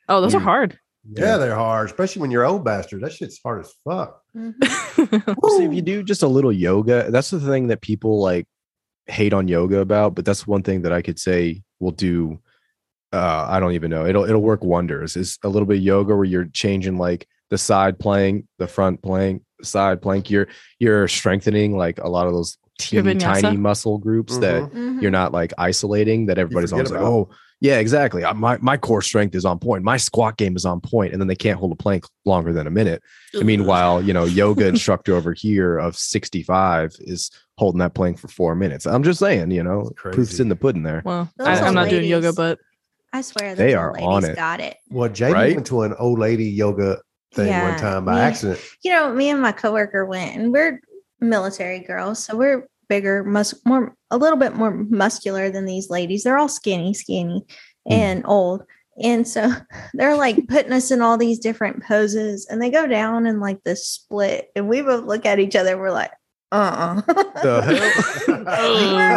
Speaker 2: Oh, those are
Speaker 4: Mm.
Speaker 2: hard.
Speaker 1: Yeah, they're hard, especially when you're old bastard. That shit's hard as fuck.
Speaker 4: Well, see, if you do just a little yoga, that's the thing that people like hate on yoga about. But that's one thing that I could say will do. Uh, I don't even know. It'll it'll work wonders. Is a little bit of yoga where you're changing like the side plank, the front plank, side plank. You're you're strengthening like a lot of those
Speaker 2: Your
Speaker 4: teeny
Speaker 2: vinyasa?
Speaker 4: tiny muscle groups that you're not like isolating that everybody's always
Speaker 1: forget
Speaker 4: like,
Speaker 1: about.
Speaker 4: oh yeah, exactly. I- My my core strength is on point. My squat game is on point, and then they can't hold a plank longer than a minute. And meanwhile, you know, yoga instructor over here of sixty five is holding that plank for four minutes. I'm just saying, you know,
Speaker 1: Crazy.
Speaker 4: proof's in the pudding there.
Speaker 2: Well,
Speaker 6: Those
Speaker 2: I,
Speaker 4: are
Speaker 2: I'm not doing yoga,
Speaker 6: ladies.
Speaker 2: but
Speaker 6: I swear,
Speaker 4: They
Speaker 6: those
Speaker 4: are
Speaker 6: old ladies
Speaker 4: on it.
Speaker 6: Got it.
Speaker 1: Well, Jamie
Speaker 4: Right?
Speaker 1: went to an old lady yoga thing
Speaker 6: Yeah,
Speaker 1: one time by
Speaker 6: me-
Speaker 1: accident.
Speaker 6: You know, me and my coworker went, and we're military girls, so we're bigger, mus- more, a little bit more muscular than these ladies. They're all skinny, skinny,
Speaker 4: Hmm.
Speaker 6: and old. And so they're like putting us in all these different poses, and they go down in like this split, and we both look at each other, and we're like, uh uh
Speaker 4: The
Speaker 6: we're,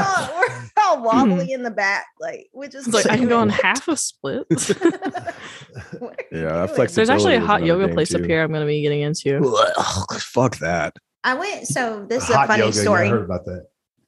Speaker 1: hell?
Speaker 6: all, we're all wobbly in the back, like we just
Speaker 2: it's like I can go on
Speaker 6: doing
Speaker 2: half a split.
Speaker 6: it. What are you
Speaker 4: Yeah, I
Speaker 6: doing?
Speaker 4: flexed
Speaker 2: There's actually a
Speaker 4: Stability is
Speaker 2: hot
Speaker 4: another
Speaker 2: yoga
Speaker 4: thing,
Speaker 2: place up
Speaker 4: too.
Speaker 2: here. I'm gonna be getting into.
Speaker 4: Fuck that.
Speaker 6: I went. So this is
Speaker 1: Hot
Speaker 6: a funny
Speaker 1: yoga, yeah,
Speaker 6: story.
Speaker 1: I heard about that.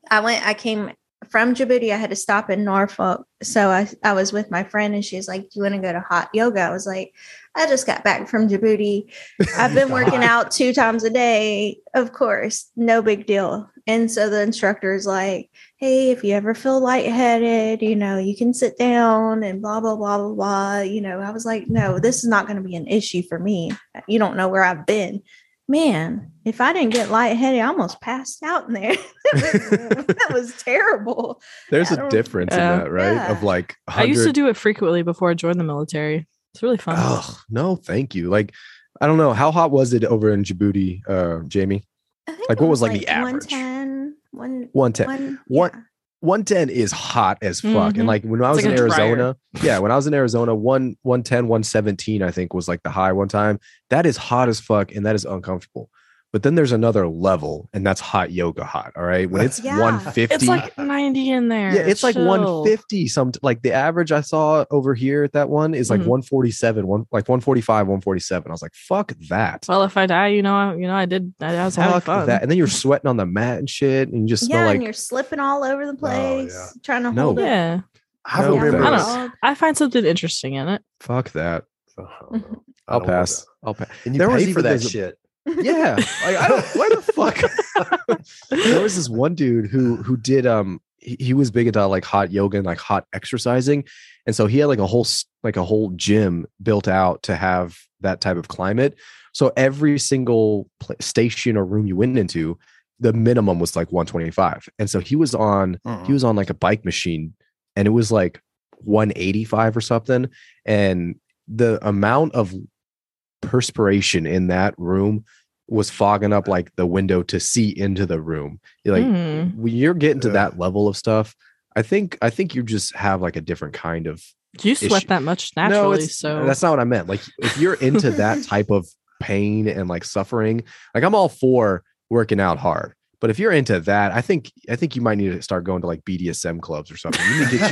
Speaker 6: I went, I came from Djibouti. I had to stop in Norfolk. So I, I was with my friend and she's like, Do you want to go to hot yoga? I was like, I just got back from Djibouti. I've been working out two times a day. Of course, no big deal. And so the instructor's like, Hey, if you ever feel lightheaded, you know, you can sit down and blah, blah, blah, blah, blah. You know, I was like, No, this is not going to be an issue for me. You don't know where I've been. Man, if I didn't get lightheaded, I almost passed out in there. that was terrible.
Speaker 4: There's
Speaker 6: I
Speaker 4: a
Speaker 6: don't-
Speaker 4: difference
Speaker 2: Yeah.
Speaker 4: in that, right?
Speaker 6: Yeah.
Speaker 4: Of like, 100,
Speaker 2: I used to do it frequently before I joined the military. It's really fun.
Speaker 4: Oh no, thank you. Like, I don't know how hot was it over in Djibouti, uh, Jamie?
Speaker 6: I think
Speaker 4: Like,
Speaker 6: it
Speaker 4: what was, like, the average?
Speaker 6: 110, one,
Speaker 4: One ten.
Speaker 6: one,
Speaker 4: What-
Speaker 6: yeah.
Speaker 4: 110 is hot as fuck.
Speaker 2: Mhm.
Speaker 4: And like when I
Speaker 2: It's like
Speaker 4: was in
Speaker 2: a dryer.
Speaker 4: Arizona, yeah, when I was in Arizona, one 110, 117, I think was like the high one time. That is hot as fuck and that is uncomfortable. But then there's another level, and that's hot yoga hot. All right. When it's
Speaker 3: Yeah.
Speaker 4: 150,
Speaker 2: It's like 90 in there.
Speaker 4: yeah, it's like
Speaker 2: Chill.
Speaker 4: 150 some like the average I saw over here at that one is like
Speaker 2: Mhm.
Speaker 4: 147, one like 145, 147. I was like, fuck that.
Speaker 2: Well, if I die, you know, I, you know, I did. I, I was having
Speaker 4: Fuck
Speaker 2: fun.
Speaker 4: that. And then you're sweating on the mat and shit, and you just smell
Speaker 3: yeah,
Speaker 4: like
Speaker 3: and you're slipping all over the place,
Speaker 1: Oh, yeah.
Speaker 3: trying to
Speaker 4: No.
Speaker 3: hold it.
Speaker 2: Yeah,
Speaker 1: I
Speaker 4: No,
Speaker 1: remember.
Speaker 2: I don't
Speaker 1: us-
Speaker 3: know.
Speaker 2: I find something interesting in it.
Speaker 4: fuck that.
Speaker 1: Uh-huh. I don't know. I
Speaker 4: I'll
Speaker 1: don't want
Speaker 4: pass.
Speaker 1: that.
Speaker 4: I'll pass.
Speaker 1: And you
Speaker 4: There was
Speaker 1: pay for
Speaker 4: even
Speaker 1: that
Speaker 4: those-
Speaker 1: shit.
Speaker 4: Yeah. Like, I don't why the fuck there was this one dude who who did um he, he was big into like hot yoga and like hot exercising and so he had like a whole s- like a whole gym built out to have that type of climate so every single pla station or room you went into the minimum was like 125 and so he was on he was on like a bike machine and it was like 185 or something and the amount of perspiration in that room was fogging up like the window to see into the room You're like
Speaker 2: Mm.
Speaker 4: when you're getting to
Speaker 1: Ugh.
Speaker 4: that level of stuff i think i think you just have like a different kind of
Speaker 2: You sweat
Speaker 4: issue.
Speaker 2: that much naturally,
Speaker 4: it's-
Speaker 2: so
Speaker 4: that's not what i meant like if you're into that type of pain and like suffering like i'm all for working out hard but if you're into that i think i think you might need to start going to like bdsm clubs or something you need to get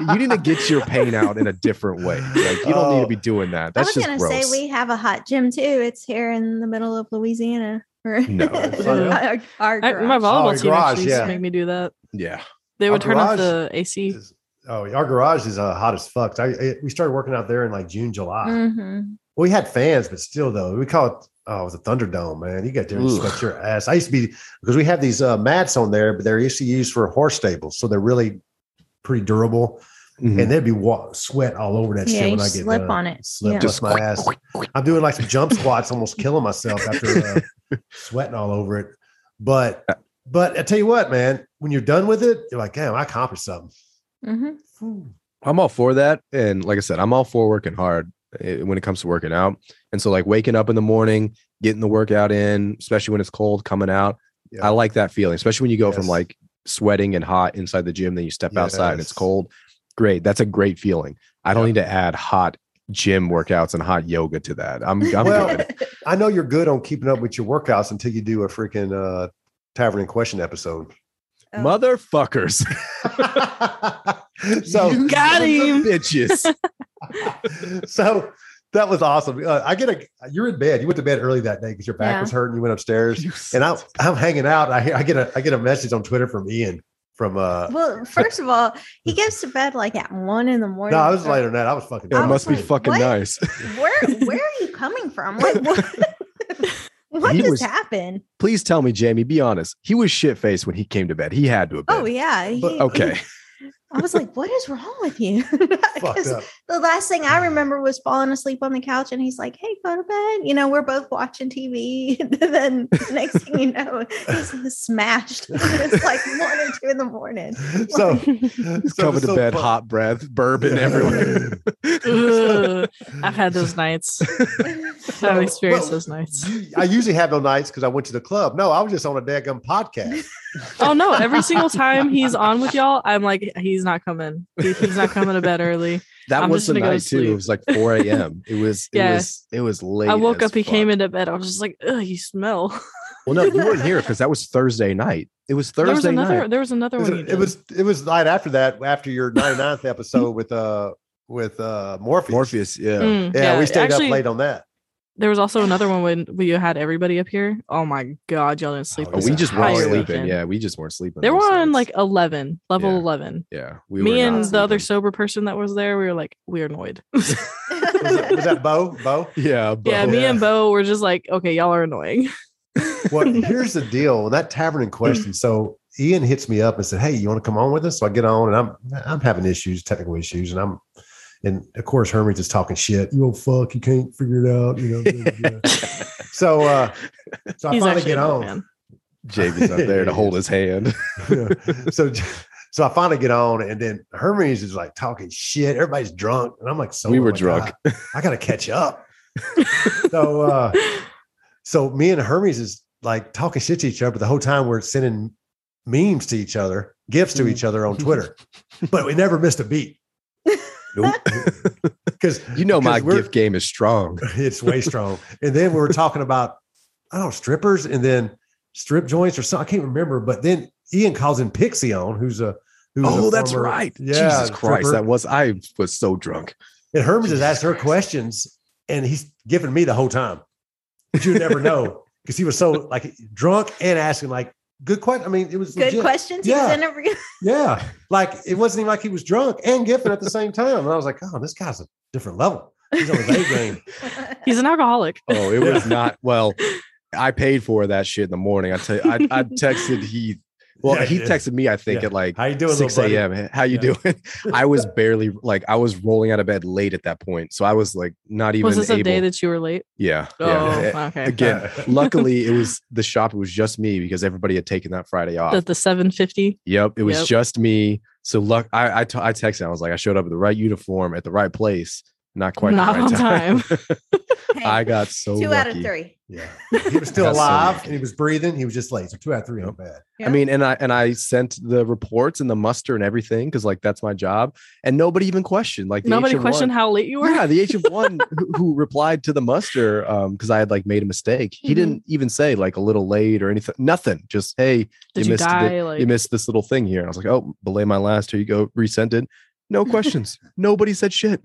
Speaker 4: you need to get your pain out in a different way like you don't need to be doing that
Speaker 3: Oh. I
Speaker 4: that's
Speaker 3: was
Speaker 4: just
Speaker 3: gonna
Speaker 4: gross
Speaker 3: say we have a hot gym too. It's here in the middle of Louisiana. Or-
Speaker 4: No.
Speaker 3: our, our
Speaker 2: I, my
Speaker 3: garage.
Speaker 2: volleyball
Speaker 1: Oh,
Speaker 2: team
Speaker 1: garage,
Speaker 2: actually used
Speaker 1: yeah.
Speaker 2: to make me do that.
Speaker 4: yeah
Speaker 2: They
Speaker 1: Our
Speaker 2: would turn off
Speaker 1: garage
Speaker 2: the AC.
Speaker 1: Just- Oh, our garage is uh, hot as fuck. I, I- we started working out there in like June, July.
Speaker 3: Mhm.
Speaker 1: We had fans, but still though, we call it oh, it was a Thunderdome, man. You got there and
Speaker 4: Ugh.
Speaker 1: sweat your ass. I used to be because we have these uh, mats on there, but they're used to use for horse stables, so they're really pretty durable.
Speaker 4: Mm.
Speaker 1: And they'd be wa- sweat all over that
Speaker 3: Yeah,
Speaker 1: shit
Speaker 3: you
Speaker 1: when I get
Speaker 3: slip
Speaker 1: done.
Speaker 3: on it.
Speaker 1: Slip
Speaker 3: Yeah.
Speaker 1: up my ass. I'm doing like some jump squats, almost killing myself after uh, sweating all over it. But but I tell you what, man, when you're done with it, you're like, damn, I accomplished something.
Speaker 3: Mhm.
Speaker 4: I'm all for that. And like I said, I'm all for working hard eh, when it comes to working out. And so, like, waking up in the morning, getting the workout in, especially when it's cold, coming out.
Speaker 1: Yeah.
Speaker 4: I like that feeling, especially when you go from
Speaker 1: Yes.
Speaker 4: like sweating and hot inside the gym, then you step outside and it's
Speaker 1: Yes.
Speaker 4: cold. Great. That's a great feeling. I don't
Speaker 1: Yeah.
Speaker 4: need to add hot gym workouts and hot yoga to that. I'm, I'm
Speaker 1: Well,
Speaker 4: good.
Speaker 1: I know you're good on keeping up with your workouts until you do a freaking uh, tavern in question episode.
Speaker 3: Oh.
Speaker 4: Motherfuckers.
Speaker 1: so
Speaker 4: You
Speaker 2: Got him.
Speaker 4: Bitches.
Speaker 1: so that was awesome. Uh, I get a you're in bed. You went to bed early that day because your back
Speaker 3: Yeah.
Speaker 1: was hurting. You went upstairs,
Speaker 4: You
Speaker 1: and I, I'm hanging out. I, hear- I get a I get a message on Twitter from Ian from uh.
Speaker 3: Well, first of all, he goes to bed like at one in the morning.
Speaker 1: No, I was
Speaker 3: So
Speaker 1: later than that. I was fucking.
Speaker 4: That
Speaker 1: drunk.
Speaker 3: I
Speaker 4: must be
Speaker 3: like,
Speaker 4: fucking
Speaker 3: what?
Speaker 4: nice.
Speaker 3: Where where are you coming from? Like what? what
Speaker 4: He
Speaker 3: just
Speaker 4: was-
Speaker 3: happened?
Speaker 4: Please tell me, Jamie, be honest. He was shit faced when he came to bed. He had to have been.
Speaker 3: Oh yeah. he-
Speaker 1: But-
Speaker 4: Okay.
Speaker 3: I was like, what is wrong with you?
Speaker 1: fucked
Speaker 3: 'Cause
Speaker 1: up.
Speaker 3: the last thing I remember was falling asleep on the couch and he's like, Hey, go to bed. You know, we're both watching TV. and then next thing you know, he's smashed. it's like one or two in the morning.
Speaker 1: So
Speaker 4: He's
Speaker 1: so
Speaker 4: coming
Speaker 1: it's
Speaker 4: to
Speaker 1: so
Speaker 4: bed,
Speaker 1: fun-
Speaker 4: hot breath, bourbon
Speaker 1: Yeah.
Speaker 4: everywhere.
Speaker 2: Ugh. I've had those nights. I've
Speaker 1: Well,
Speaker 2: experienced
Speaker 1: well,
Speaker 2: those nights.
Speaker 1: you- I usually have no nights because I went to the club. No, I was just on a daggum podcast.
Speaker 2: Oh no! Every single time he's on with y'all, I'm like, he's not coming. He- he's not coming to bed early.
Speaker 4: that
Speaker 2: I'm
Speaker 4: was
Speaker 2: just
Speaker 4: the
Speaker 2: gonna go to
Speaker 4: night too. It
Speaker 2: sleep.
Speaker 4: was like 4 a.m. It was it
Speaker 2: Yeah.
Speaker 4: was it was late.
Speaker 2: I woke
Speaker 4: as
Speaker 2: up. He came
Speaker 4: fuck.
Speaker 2: into bed. I was just like, ugh, you smell.
Speaker 4: Well, no, you weren't here because that was Thursday night. It was Thursday
Speaker 2: there was another.
Speaker 4: night.
Speaker 2: There was another
Speaker 1: It was,
Speaker 2: one. you
Speaker 1: it
Speaker 2: did.
Speaker 1: was it was the night after that, after your 99th episode with uh with uh Morpheus.
Speaker 4: Morpheus, yeah.
Speaker 2: Mm,
Speaker 1: Yeah, we stayed
Speaker 2: Actually,
Speaker 1: up late on that.
Speaker 2: There was also another one when we had everybody up here. Oh my god, y'all didn't sleep.
Speaker 1: Oh,
Speaker 4: Oh,
Speaker 2: this
Speaker 4: we just weren't
Speaker 2: entire
Speaker 4: sleeping.
Speaker 2: weekend.
Speaker 4: Yeah, we just weren't sleeping.
Speaker 2: They were
Speaker 4: those
Speaker 2: on
Speaker 4: nights.
Speaker 2: like eleven, level
Speaker 4: Yeah.
Speaker 2: eleven.
Speaker 4: yeah, we were
Speaker 2: Me
Speaker 4: not
Speaker 2: and the other
Speaker 4: sleeping.
Speaker 2: sober person that was there, we were like, we are annoyed.
Speaker 1: Was, it, was that Bo? Bo?
Speaker 4: yeah, but
Speaker 2: yeah, me
Speaker 1: Yeah.
Speaker 2: and Bo were just like, okay, y'all are annoying.
Speaker 1: Well, here's the deal. That tavern in question. So Ian hits me up and said, "Hey, you want to come on with us?" So I get on, and I'm I'm having issues, technical issues, and I'm and of course Herman's just talking shit. You old fuck, you can't figure it out. You know. blah, blah, blah. so uh, so I
Speaker 2: He's
Speaker 1: finally
Speaker 2: actually
Speaker 1: get
Speaker 2: a good
Speaker 1: on.
Speaker 2: man.
Speaker 4: Jamie's up there to hold his hand.
Speaker 1: Yeah. so so I finally get on, and then Hermes is like talking shit. Everybody's drunk, and I'm like, so
Speaker 4: We
Speaker 1: oh
Speaker 4: were
Speaker 1: my
Speaker 4: drunk.
Speaker 1: God, I gotta catch up. so uh, so me and Hermes is like talking shit to each other, but the whole time we're sending memes to each other, gifts to each other on Twitter, but we never missed a beat. Because
Speaker 4: You know my
Speaker 1: Because we're-
Speaker 4: gift game is strong.
Speaker 1: it's way strong. And then we were talking about, I don't know, strippers and then strip joints or something. I can't remember. But then Ian calls in Pixie on, who's a who's a
Speaker 4: Oh, that's
Speaker 1: former-
Speaker 4: right.
Speaker 1: Yeah,
Speaker 4: Jesus Christ,
Speaker 1: stripper.
Speaker 4: that was I was so drunk.
Speaker 1: and Herman just
Speaker 4: Jesus
Speaker 1: asked her
Speaker 4: Christ.
Speaker 1: questions, and he's giving me the whole time, but you never know because he was so like drunk and asking like good question. I mean, it was
Speaker 3: Good
Speaker 1: legit.
Speaker 3: questions.
Speaker 1: Yeah.
Speaker 3: He was in a real
Speaker 1: Yeah, like it wasn't even like he was drunk and giving at the same time. And I was like, oh, this guy's a different level. He's on his A game.
Speaker 2: He's an alcoholic.
Speaker 4: Oh, it was
Speaker 1: Yeah.
Speaker 4: not well. I paid for that shit in the morning. I tell you, I, I texted Heath. Well,
Speaker 1: Yeah,
Speaker 4: he
Speaker 1: yeah.
Speaker 4: texted me, I think,
Speaker 1: Yeah.
Speaker 4: at like
Speaker 1: How you doing, little
Speaker 4: 6
Speaker 1: buddy?
Speaker 4: a.m. How you
Speaker 1: Yeah.
Speaker 4: doing? I was barely like I was rolling out of bed late at that point. So I was like not even
Speaker 2: was this
Speaker 4: able.
Speaker 2: a day that you were late?
Speaker 4: yeah.
Speaker 2: Oh,
Speaker 4: yeah.
Speaker 2: okay.
Speaker 4: Again, luckily it was the shop, it was just me because everybody had taken that Friday off.
Speaker 2: That the 750.
Speaker 4: Yep, it was
Speaker 2: Yep.
Speaker 4: just me. So luck, I I, t- I texted. I was like, I showed up at the right uniform at the right place, not quite
Speaker 2: Not
Speaker 4: the right
Speaker 2: on
Speaker 4: time.
Speaker 3: Hey,
Speaker 4: I got so
Speaker 3: two
Speaker 4: lucky.
Speaker 3: out of three.
Speaker 1: Yeah, he was still
Speaker 4: That's so
Speaker 1: alive
Speaker 4: lucky.
Speaker 1: and he was breathing. He was just late. So two out of three ain't bad.
Speaker 3: Yeah.
Speaker 4: I mean, and I and I sent the reports and the muster and everything because like that's my job, and nobody even questioned. Like the
Speaker 2: Nobody
Speaker 4: HM1
Speaker 2: questioned how late you were.
Speaker 4: Yeah, the HM one who, who replied to the muster um because I had like made a mistake. He
Speaker 3: Mhm.
Speaker 2: Mm-hmm.
Speaker 4: didn't even say like a little late or anything. Nothing. Just hey,
Speaker 2: Did you,
Speaker 4: missed the-
Speaker 2: die? like,
Speaker 4: you missed this little thing here. And I was like, oh, belay my last. Here you go. Resent it. No questions. Nobody said shit.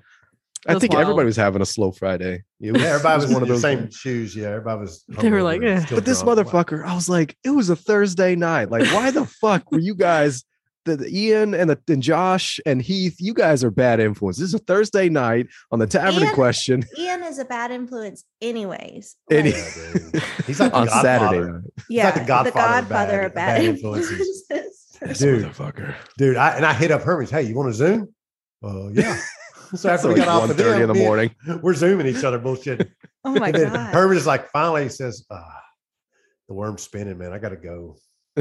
Speaker 4: I
Speaker 2: That's
Speaker 4: think everybody
Speaker 2: wild.
Speaker 4: was having a slow Friday. It was-
Speaker 1: Yeah,
Speaker 4: it
Speaker 1: everybody was
Speaker 4: one of
Speaker 1: in the
Speaker 4: those.
Speaker 1: same
Speaker 4: things.
Speaker 1: shoes. Yeah, everybody was.
Speaker 2: They were
Speaker 1: hungover
Speaker 2: like,
Speaker 1: and
Speaker 2: "Eh."
Speaker 1: still
Speaker 4: But this
Speaker 1: drunk. Wow.
Speaker 4: motherfucker, I was like, it was a Thursday night. Like, why the fuck were you guys, the, the Ian and the and Josh and Heath? You guys are bad influence. This is a Thursday night on the tavern
Speaker 3: Ian-
Speaker 4: question
Speaker 3: Ian is a bad influence, anyways.
Speaker 4: Any-
Speaker 3: Like,
Speaker 1: Yeah, dude. He's like the
Speaker 4: on
Speaker 1: Godfather.
Speaker 4: Saturday. night.
Speaker 3: yeah,
Speaker 1: the Godfather of bad-
Speaker 3: of bad
Speaker 1: bad influences.
Speaker 3: influences.
Speaker 4: This
Speaker 1: Dude.
Speaker 4: motherfucker.
Speaker 1: dude. I, and I hit up Hermes. Hey, you want to zoom? Uh, yeah. So after we
Speaker 4: It's like
Speaker 1: got off of
Speaker 4: 1:30
Speaker 1: them,
Speaker 4: in the
Speaker 1: me and-
Speaker 4: morning.
Speaker 1: we're zooming each other bullshit.
Speaker 3: Oh my
Speaker 1: and then
Speaker 3: god!
Speaker 1: Hermes is like, finally, he says, ah, "The worm's spinning, man. I gotta go.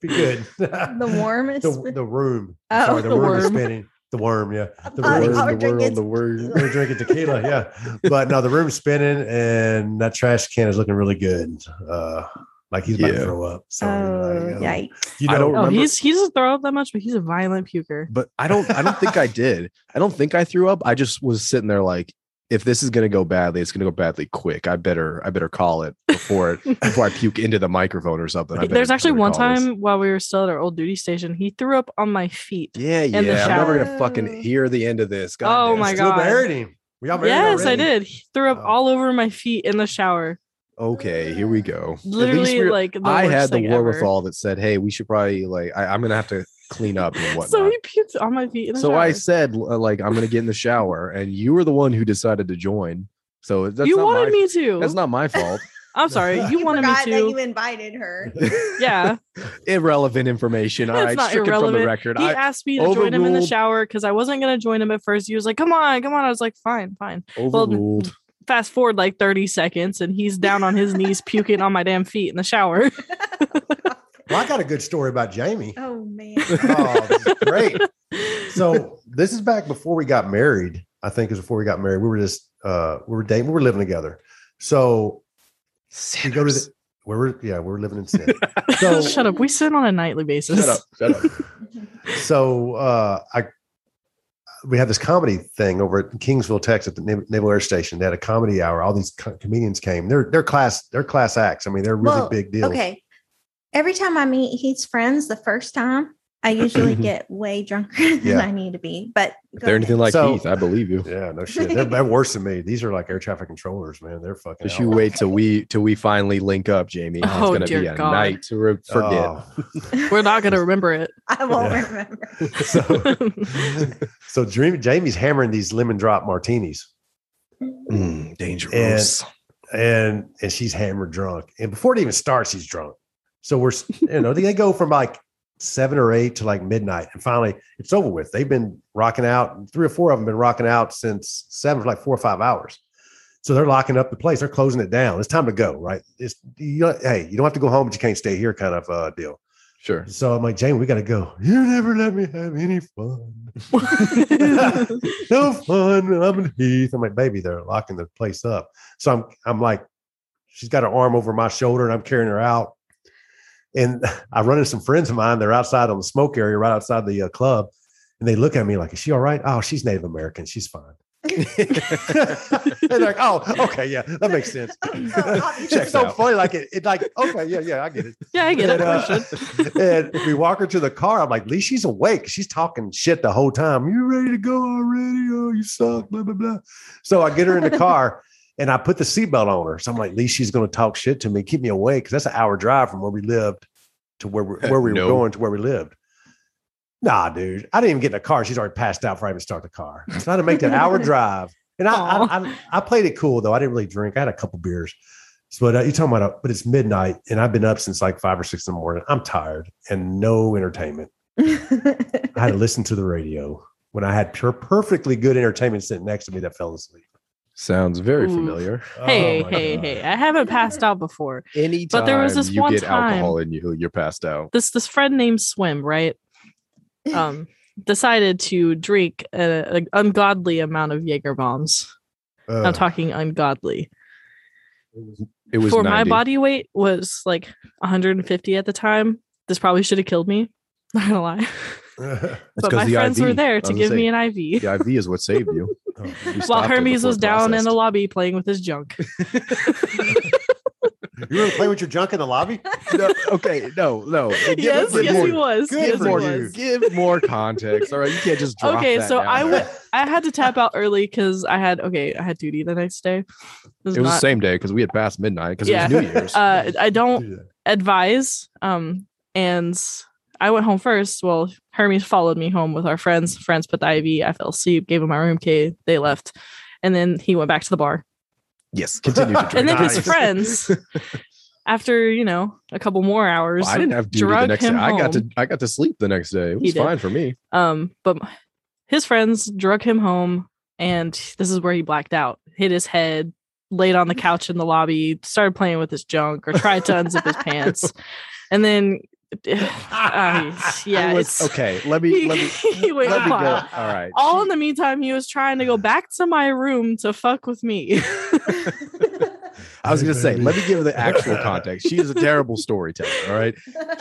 Speaker 1: Be good."
Speaker 3: The warmest.
Speaker 1: the, the room.
Speaker 3: Oh,
Speaker 1: Sorry, the,
Speaker 2: the
Speaker 1: room is
Speaker 2: worm.
Speaker 1: spinning. The worm, yeah. The
Speaker 3: I-
Speaker 1: room.
Speaker 3: I
Speaker 4: word,
Speaker 3: would
Speaker 4: the
Speaker 3: drink
Speaker 4: world,
Speaker 3: it.
Speaker 4: the word.
Speaker 1: We're drinking tequila, yeah. But no, the room's spinning, and that trash can is looking really good. Uh, like he's about
Speaker 4: Yeah.
Speaker 1: to throw up. So
Speaker 3: oh
Speaker 1: like, uh,
Speaker 3: yikes!
Speaker 1: you
Speaker 4: I
Speaker 1: know,
Speaker 4: don't
Speaker 2: Oh,
Speaker 4: remember-
Speaker 2: he's he doesn't throw up that much, but he's a violent puker.
Speaker 4: but I don't I don't think I did. I don't think I threw up. I just was sitting there like if this is gonna go badly, it's gonna go badly quick. I better I better call it before it before I puke into the microphone or something. I better-
Speaker 2: There's actually
Speaker 4: better
Speaker 2: one
Speaker 4: call this.
Speaker 2: time while we were still at our old duty station, he threw up on my feet.
Speaker 4: Yeah, yeah.
Speaker 2: in the
Speaker 4: I'm never gonna
Speaker 3: shower.
Speaker 4: fucking hear the end of this.
Speaker 2: Oh
Speaker 4: damn.
Speaker 2: my
Speaker 1: still
Speaker 2: God.
Speaker 1: married him. We all married
Speaker 2: Yes, I
Speaker 1: already.
Speaker 2: did. He threw up
Speaker 1: Oh.
Speaker 2: all over my feet in the shower.
Speaker 4: Okay, here we go. At least
Speaker 2: Literally,
Speaker 4: we're-
Speaker 2: like the
Speaker 4: I
Speaker 2: worst
Speaker 4: had the
Speaker 2: thing ever.
Speaker 4: wherewithal that said, "Hey, we should probably like I, I'm gonna have to clean up and whatnot."
Speaker 2: So he puked on my feet. In the
Speaker 4: so
Speaker 2: shower.
Speaker 4: I said, uh, like, I'm gonna get in the shower, and you were the one who decided to join. So that's
Speaker 2: you
Speaker 4: not
Speaker 2: wanted
Speaker 4: my,
Speaker 2: me to.
Speaker 4: That's not my fault.
Speaker 2: I'm sorry. You
Speaker 3: You
Speaker 2: wanted me
Speaker 3: forgot
Speaker 2: to.
Speaker 3: that you invited her.
Speaker 2: yeah.
Speaker 4: irrelevant information. All
Speaker 2: That's
Speaker 4: right,
Speaker 2: not
Speaker 4: stricken from the
Speaker 2: irrelevant.
Speaker 4: record.
Speaker 2: He
Speaker 4: I
Speaker 2: asked me to join him in the
Speaker 4: overruled-
Speaker 2: shower because I wasn't going to join him at first. He was like, come on, come on. I was like, fine, fine.
Speaker 4: overruled.
Speaker 2: Fast forward like 30 seconds and he's down on his knees puking on my damn feet in the shower.
Speaker 1: Well, I got a good story about Jamie.
Speaker 3: Oh man!
Speaker 1: Oh, this is great. so this is back before we got married. I think is before we got married. We were just uh we were dating, we were living together. So we go to the we were yeah, we were living in sin. So
Speaker 2: Shut up. We sit on a nightly basis.
Speaker 4: Shut up. Shut up.
Speaker 1: so uh I we had this comedy thing over at Kingsville, Texas, at the Nav- Naval Air Station. They had a comedy hour. All these co- comedians came. They're they're class they're class acts. I mean, they're really
Speaker 3: Well,
Speaker 1: big deals.
Speaker 3: Okay. Every time I meet Heath's friends, the first time I usually get way drunker than
Speaker 1: Yeah.
Speaker 3: I need to be. But
Speaker 4: Mm-hmm. If they're anything like
Speaker 1: So-
Speaker 4: Heath, I believe you.
Speaker 1: Yeah, no shit. They're, they're worse than me. These are like air traffic controllers, man. They're fucking.
Speaker 4: Just you
Speaker 1: out.
Speaker 4: wait till we till we finally link up, Jamie. it's
Speaker 2: Oh,
Speaker 4: gonna be
Speaker 2: dear
Speaker 4: a
Speaker 2: God.
Speaker 4: night to re- forget.
Speaker 1: Oh.
Speaker 2: We're not going to remember it.
Speaker 3: I won't
Speaker 1: Yeah.
Speaker 3: remember.
Speaker 1: So So Dream, Jamie's hammering these lemon drop martinis,
Speaker 4: Mm, dangerous.
Speaker 1: and and she's hammered drunk. And before it even starts, she's drunk. So we're s- you know they go from like seven or eight to like midnight, and finally it's over with. They've been rocking out. Three or four of them been rocking out since seven for like four or five hours. So they're locking up the place. They're closing it down. It's time to go. Right? It's you know, hey, you don't have to go home, but you can't stay here, kind of uh, deal.
Speaker 4: sure.
Speaker 1: So I'm like, Jamie, we got to go. You never let me have any fun. no fun. I'm in Heath. I'm like, baby, they're locking the place up. So I'm I'm like, she's got her arm over my shoulder and I'm carrying her out. And I run into some friends of mine. They're outside on the smoke area, right outside the uh, club, and they look at me like, "Is she all right? Oh, she's Native American. She's fine." They're like, "Oh, okay, yeah, that makes sense." it's so
Speaker 4: out.
Speaker 1: funny. Like it, it, like okay, yeah, yeah, I get it.
Speaker 2: Yeah, I get it.
Speaker 1: And, uh,
Speaker 2: Bullshit.
Speaker 1: and we walk her to the car. I'm like, Lee, she's awake. She's talking shit the whole time. You ready to go already? Oh, you suck. Blah blah blah. So I get her in the car and I put the seatbelt on her. So I'm like, Lee, she's going to talk shit to me, keep me awake because that's an hour drive from where we lived to where we, where we
Speaker 4: No.
Speaker 1: were going to where we lived. Nah, dude, I didn't even get in the car. She's already passed out before I even start the car. So I had to make that hour drive. And I, I, I, I played it cool though. I didn't really drink. I had a couple beers. So, but uh, you're talking about, uh, but it's midnight, and I've been up since like five or six in the morning. I'm tired and no entertainment. I had to listen to the radio when I had pure, perfectly good entertainment sitting next to me that fell asleep.
Speaker 4: Sounds very
Speaker 2: Ooh.
Speaker 4: familiar.
Speaker 2: hey,
Speaker 1: Oh, my
Speaker 2: hey,
Speaker 1: God.
Speaker 2: hey. I haven't passed out before.
Speaker 4: Anytime
Speaker 2: there was this
Speaker 4: you
Speaker 2: one
Speaker 4: get
Speaker 2: time-
Speaker 4: alcohol in you, you're passed out.
Speaker 2: This this friend named Swim, right? Um decided to drink a- an ungodly amount of Jaeger bombs. I'm
Speaker 1: Ugh.
Speaker 2: talking ungodly.
Speaker 4: It was
Speaker 2: For
Speaker 4: 90.
Speaker 2: my body weight was like 150 at the time. This probably should have killed me. Not gonna lie. but
Speaker 1: oh.
Speaker 4: 'cause
Speaker 2: my
Speaker 4: the
Speaker 2: friends were
Speaker 4: IV. I
Speaker 2: there
Speaker 4: was
Speaker 2: to
Speaker 4: gonna
Speaker 2: give
Speaker 4: say,
Speaker 2: me an IV.
Speaker 4: The IV is what saved you.
Speaker 1: Oh,
Speaker 4: You stopped
Speaker 2: While
Speaker 4: it
Speaker 2: Hermes
Speaker 4: before
Speaker 2: was
Speaker 4: it
Speaker 2: down in
Speaker 4: processed.
Speaker 2: the lobby playing with his junk.
Speaker 1: you want to play with your junk in the lobby?
Speaker 4: No, okay, no, no. Give-
Speaker 2: yes,
Speaker 4: give
Speaker 2: yes,
Speaker 4: more-
Speaker 2: he was.
Speaker 1: Good
Speaker 2: yes, he
Speaker 4: Give
Speaker 1: for
Speaker 4: more,
Speaker 2: was.
Speaker 4: give more context. All right, you can't just drop
Speaker 2: Okay,
Speaker 4: that
Speaker 2: so
Speaker 4: down
Speaker 2: I
Speaker 4: there.
Speaker 2: went. I had to tap out early because I had okay. I had duty the next day. It was
Speaker 4: It was the
Speaker 2: not-
Speaker 4: same day because we had passed midnight because
Speaker 2: Yeah.
Speaker 4: it was New Year's.
Speaker 2: uh, I don't
Speaker 1: Do that.
Speaker 2: advise. Um, and I went home first. Well, Hermes followed me home with our friends. Friends put the IV. I fell asleep. Gave him my room key. They left, and then he went back to the bar.
Speaker 4: yes, continue to drink.
Speaker 2: And then his
Speaker 1: Nice.
Speaker 2: friends, after you know a couple more hours,
Speaker 4: Well, I didn't have duty the
Speaker 2: drug
Speaker 4: next day.
Speaker 2: him
Speaker 4: I got to
Speaker 2: home.
Speaker 4: I got to sleep the next day. It
Speaker 2: He
Speaker 4: was
Speaker 2: did.
Speaker 4: fine for me.
Speaker 2: Um, but m- his friends drug him home, and this is where he blacked out, hit his head, laid on the couch in the lobby, started playing with his junk, or tried to unzip his pants, and then uh, yeah,
Speaker 4: It was-
Speaker 2: it's,
Speaker 4: okay, let me
Speaker 2: he,
Speaker 4: let me
Speaker 2: he went
Speaker 4: let me go.
Speaker 2: wild.
Speaker 4: All right.
Speaker 2: All in the meantime, he was trying to go back to my room to fuck with me.
Speaker 4: I was
Speaker 1: Hey,
Speaker 4: gonna say,
Speaker 1: baby.
Speaker 4: let me give the actual context. She is a terrible storyteller. All right,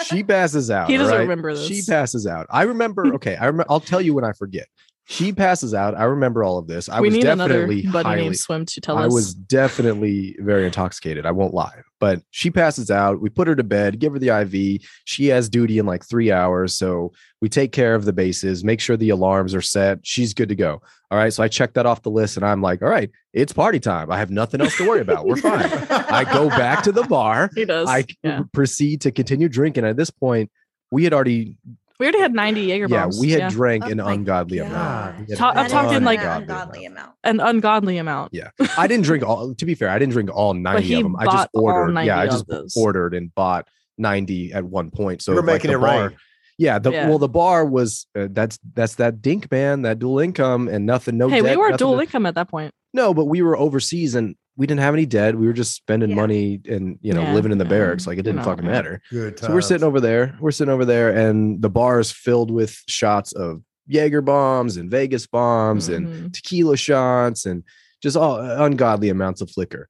Speaker 4: she passes out.
Speaker 2: He doesn't
Speaker 4: right?
Speaker 2: remember
Speaker 4: She
Speaker 2: this.
Speaker 4: passes out. I remember. Okay, I remember. I'll tell you when I forget. She passes out. I remember all of this. I
Speaker 2: we
Speaker 4: was
Speaker 2: need another
Speaker 4: definitely
Speaker 2: buddy
Speaker 4: highly.
Speaker 2: named Swim to tell
Speaker 4: I
Speaker 2: us.
Speaker 4: was definitely very intoxicated. I won't lie. But she passes out. We put her to bed, give her the IV. She has duty in like three hours. So we take care of the bases, make sure the alarms are set. She's good to go. All right. So I check that off the list and I'm like, all right, it's party time. I have nothing else to worry about. We're fine. I go back to the bar.
Speaker 2: he does.
Speaker 4: I
Speaker 2: yeah.
Speaker 4: proceed to continue drinking. At this point, we had already,
Speaker 2: We already had 90 Jaeger
Speaker 4: yeah,
Speaker 2: bombs.
Speaker 4: we had drank
Speaker 3: Oh
Speaker 4: an
Speaker 3: my
Speaker 4: ungodly amount.
Speaker 1: amount.
Speaker 3: God.
Speaker 4: We had
Speaker 2: Ta- I'm
Speaker 3: That
Speaker 2: talking
Speaker 3: is
Speaker 2: like-
Speaker 3: an
Speaker 4: ungodly
Speaker 3: ungodly amount.
Speaker 2: an ungodly amount.
Speaker 4: Yeah. I didn't drink all. To be fair, I didn't drink all ninety
Speaker 2: he
Speaker 4: of them. I
Speaker 2: bought
Speaker 4: just
Speaker 2: all
Speaker 4: ordered.
Speaker 2: 90
Speaker 4: Yeah, I
Speaker 2: of
Speaker 4: just
Speaker 2: those.
Speaker 4: ordered and bought ninety at one point. So
Speaker 1: You're
Speaker 4: like,
Speaker 1: making
Speaker 4: the
Speaker 1: it
Speaker 4: bar,
Speaker 1: rain.
Speaker 4: Yeah, the
Speaker 2: Yeah.
Speaker 4: well, the bar was uh, that's that's that dink man, that dual income and nothing. No,
Speaker 2: hey, we
Speaker 4: debt,
Speaker 2: were
Speaker 4: nothing
Speaker 2: dual
Speaker 4: to-
Speaker 2: income at that point.
Speaker 4: No, but we were overseas and we didn't have any debt. We were just spending
Speaker 3: Yeah.
Speaker 4: money and you know
Speaker 2: Yeah,
Speaker 4: living in the
Speaker 2: yeah.
Speaker 4: barracks. Like it didn't
Speaker 2: No,
Speaker 4: fucking
Speaker 2: yeah.
Speaker 4: matter.
Speaker 1: Good
Speaker 4: So we're sitting
Speaker 1: times.
Speaker 4: over there. We're sitting over there, and the bar is filled with shots of Jaeger bombs and Vegas bombs and
Speaker 2: Mhm.
Speaker 4: tequila shots and just all uh, ungodly amounts of liquor.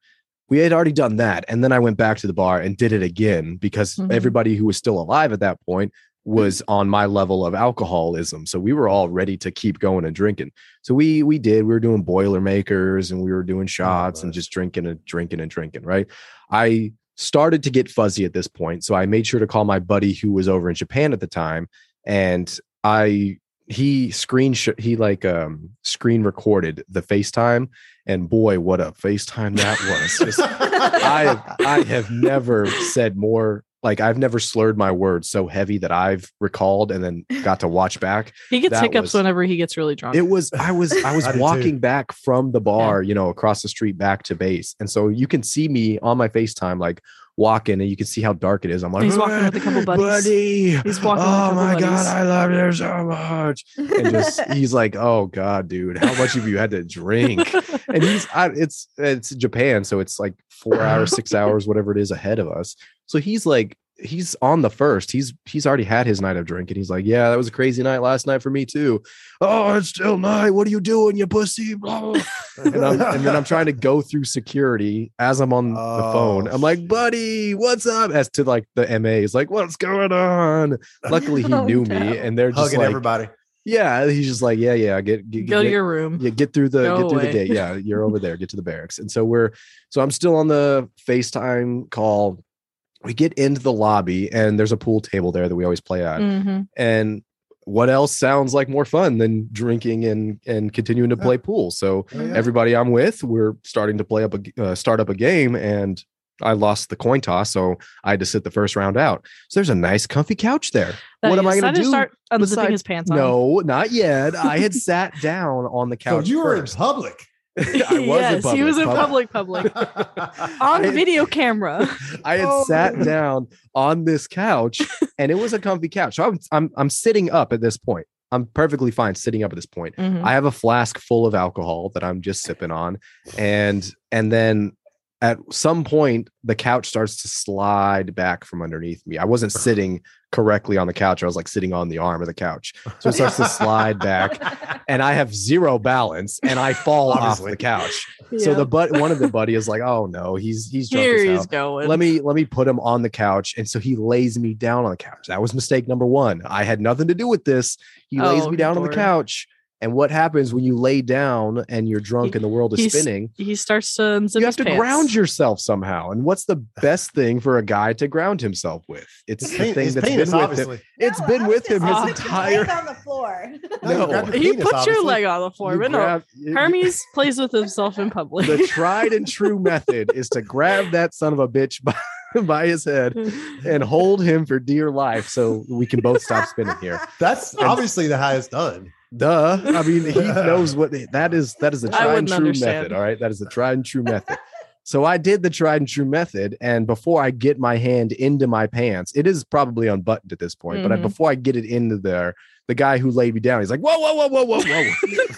Speaker 4: We had already done that. And then I went back to the bar and did it again because
Speaker 2: Mhm.
Speaker 4: everybody who was still alive at that point was on my level of alcoholism. So we were all ready to keep going and drinking. So we we did, we were doing Boilermakers and we were doing shots and
Speaker 1: nice.
Speaker 4: just drinking and drinking and drinking, right? I started to get fuzzy at this point. So I made sure to call my buddy who was over in Japan at the time. And I he screenshot he like um screen recorded the FaceTime and boy what a FaceTime that was. Just- I I have never said more like I've never slurred my words so heavy that I've recalled and then got to watch back.
Speaker 2: He gets
Speaker 4: that
Speaker 2: hiccups
Speaker 4: was-
Speaker 2: whenever he gets really drunk.
Speaker 4: It was I was I was
Speaker 1: I did too.
Speaker 4: walking back from the bar, you know, across the street back to base. And so you can see me on my FaceTime like walking and you can see how dark it is. I'm like
Speaker 2: He's walking with a couple buddies.
Speaker 4: buddy.
Speaker 2: He's walking with a
Speaker 4: Oh
Speaker 2: couple
Speaker 4: my god,
Speaker 2: buddies."
Speaker 4: I love you so much and just he's like, "Oh God, dude, how much have you had to drink?" And he's, I, it's it's Japan, so it's like four hours, six hours, whatever it is ahead of us. So he's like he's on the first. He's he's already had his night of drinking. He's like, yeah, that was a crazy night last night for me too. Oh, it's still night. What are you doing, you pussy? Blah, blah, blah. and, I'm, and then I'm trying to go through security as I'm on the
Speaker 1: Oh,
Speaker 4: phone. I'm like,
Speaker 1: shit.
Speaker 4: buddy, what's up? As to like the MA is like, what's going on? Luckily, he
Speaker 3: Oh,
Speaker 4: knew
Speaker 3: no.
Speaker 4: me, and they're just
Speaker 1: hugging
Speaker 4: like,
Speaker 1: everybody.
Speaker 4: yeah, he's just like, yeah, yeah, get get,
Speaker 2: Go
Speaker 4: get
Speaker 2: to your room.
Speaker 4: yeah, get through the
Speaker 2: Go
Speaker 4: get through the
Speaker 2: away.
Speaker 4: day. Yeah, you're over there. Get to the barracks. And so we're so I'm still on the FaceTime call. We get into the lobby and there's a pool table there that we always play at.
Speaker 2: Mhm.
Speaker 4: And what else sounds like more fun than drinking and and continuing to
Speaker 1: Oh, Yeah.
Speaker 4: play pool? So everybody I'm with, we're starting to play up a g- uh, start up a game, and I lost the coin toss, so I had to sit the first round out. So there's a nice comfy couch there.
Speaker 2: That
Speaker 4: what am
Speaker 2: he
Speaker 4: I going
Speaker 2: decided
Speaker 4: to do?
Speaker 2: Start unzipping
Speaker 4: besides-
Speaker 2: his pants. On.
Speaker 4: No, not yet. I had sat down on the
Speaker 1: So
Speaker 4: couch.
Speaker 1: you were in
Speaker 4: first.
Speaker 1: public.
Speaker 4: I was
Speaker 2: yes,
Speaker 4: in public.
Speaker 2: he was in
Speaker 4: public.
Speaker 2: public, public, on
Speaker 4: I-
Speaker 2: video camera.
Speaker 4: I had
Speaker 1: Oh.
Speaker 4: sat down on this couch, and it was a comfy couch. So I'm I'm I'm sitting up at this point. I'm perfectly fine sitting up at this point.
Speaker 1: Mm-hmm.
Speaker 2: Mhm.
Speaker 4: I have a flask full of alcohol that I'm just sipping on, and and then at some point the couch starts to slide back from underneath me. I wasn't sitting correctly on the couch. I was like sitting on the arm of the couch, so it starts to slide back, and I have zero balance, and I fall off
Speaker 1: Obviously.
Speaker 4: the couch. So the
Speaker 2: Yep.
Speaker 4: but one of the buddy is like, "Oh no, he's he's drunk
Speaker 2: here
Speaker 4: as hell."
Speaker 2: he's going.
Speaker 4: let me let me put him on the couch and so he lays me down on the couch that was mistake number one i had nothing to do with this he lays
Speaker 2: Oh,
Speaker 4: me down on the
Speaker 2: Lord.
Speaker 4: couch and what happens when you lay down and you're drunk and the world is
Speaker 2: he's-
Speaker 4: spinning
Speaker 2: He starts to unzip
Speaker 4: you
Speaker 2: his
Speaker 4: have to
Speaker 2: pants.
Speaker 4: ground yourself somehow and what's the best thing for a guy to ground himself with it's the thing that's been with him
Speaker 1: obviously.
Speaker 4: it's
Speaker 6: No,
Speaker 4: been
Speaker 6: I
Speaker 4: with
Speaker 6: was
Speaker 4: him
Speaker 6: just
Speaker 4: his
Speaker 6: put your
Speaker 4: entire
Speaker 6: leg on the floor.
Speaker 4: No.
Speaker 1: you grabbed your
Speaker 2: He
Speaker 1: penis,
Speaker 2: puts your
Speaker 1: obviously.
Speaker 2: leg on the
Speaker 4: you
Speaker 2: floor, but no.
Speaker 4: grab- you-
Speaker 2: Hermes plays with himself in public.
Speaker 4: the tried and true method is to grab that son of a bitch by, by his head and hold him for dear life so we can both stop spinning here
Speaker 1: That's obviously the highest done.
Speaker 4: Duh. I mean, he knows what that is. That is a
Speaker 2: I
Speaker 4: tried and
Speaker 2: wouldn't
Speaker 4: true
Speaker 2: understand.
Speaker 4: method. All right. That is a tried and true method. So I did the tried and true method. And before I get my hand into my pants, it is probably unbuttoned at this point, but I,
Speaker 2: Mhm.
Speaker 4: before I get it into there, the guy who laid me down, he's like, whoa, whoa, whoa, whoa, whoa, whoa.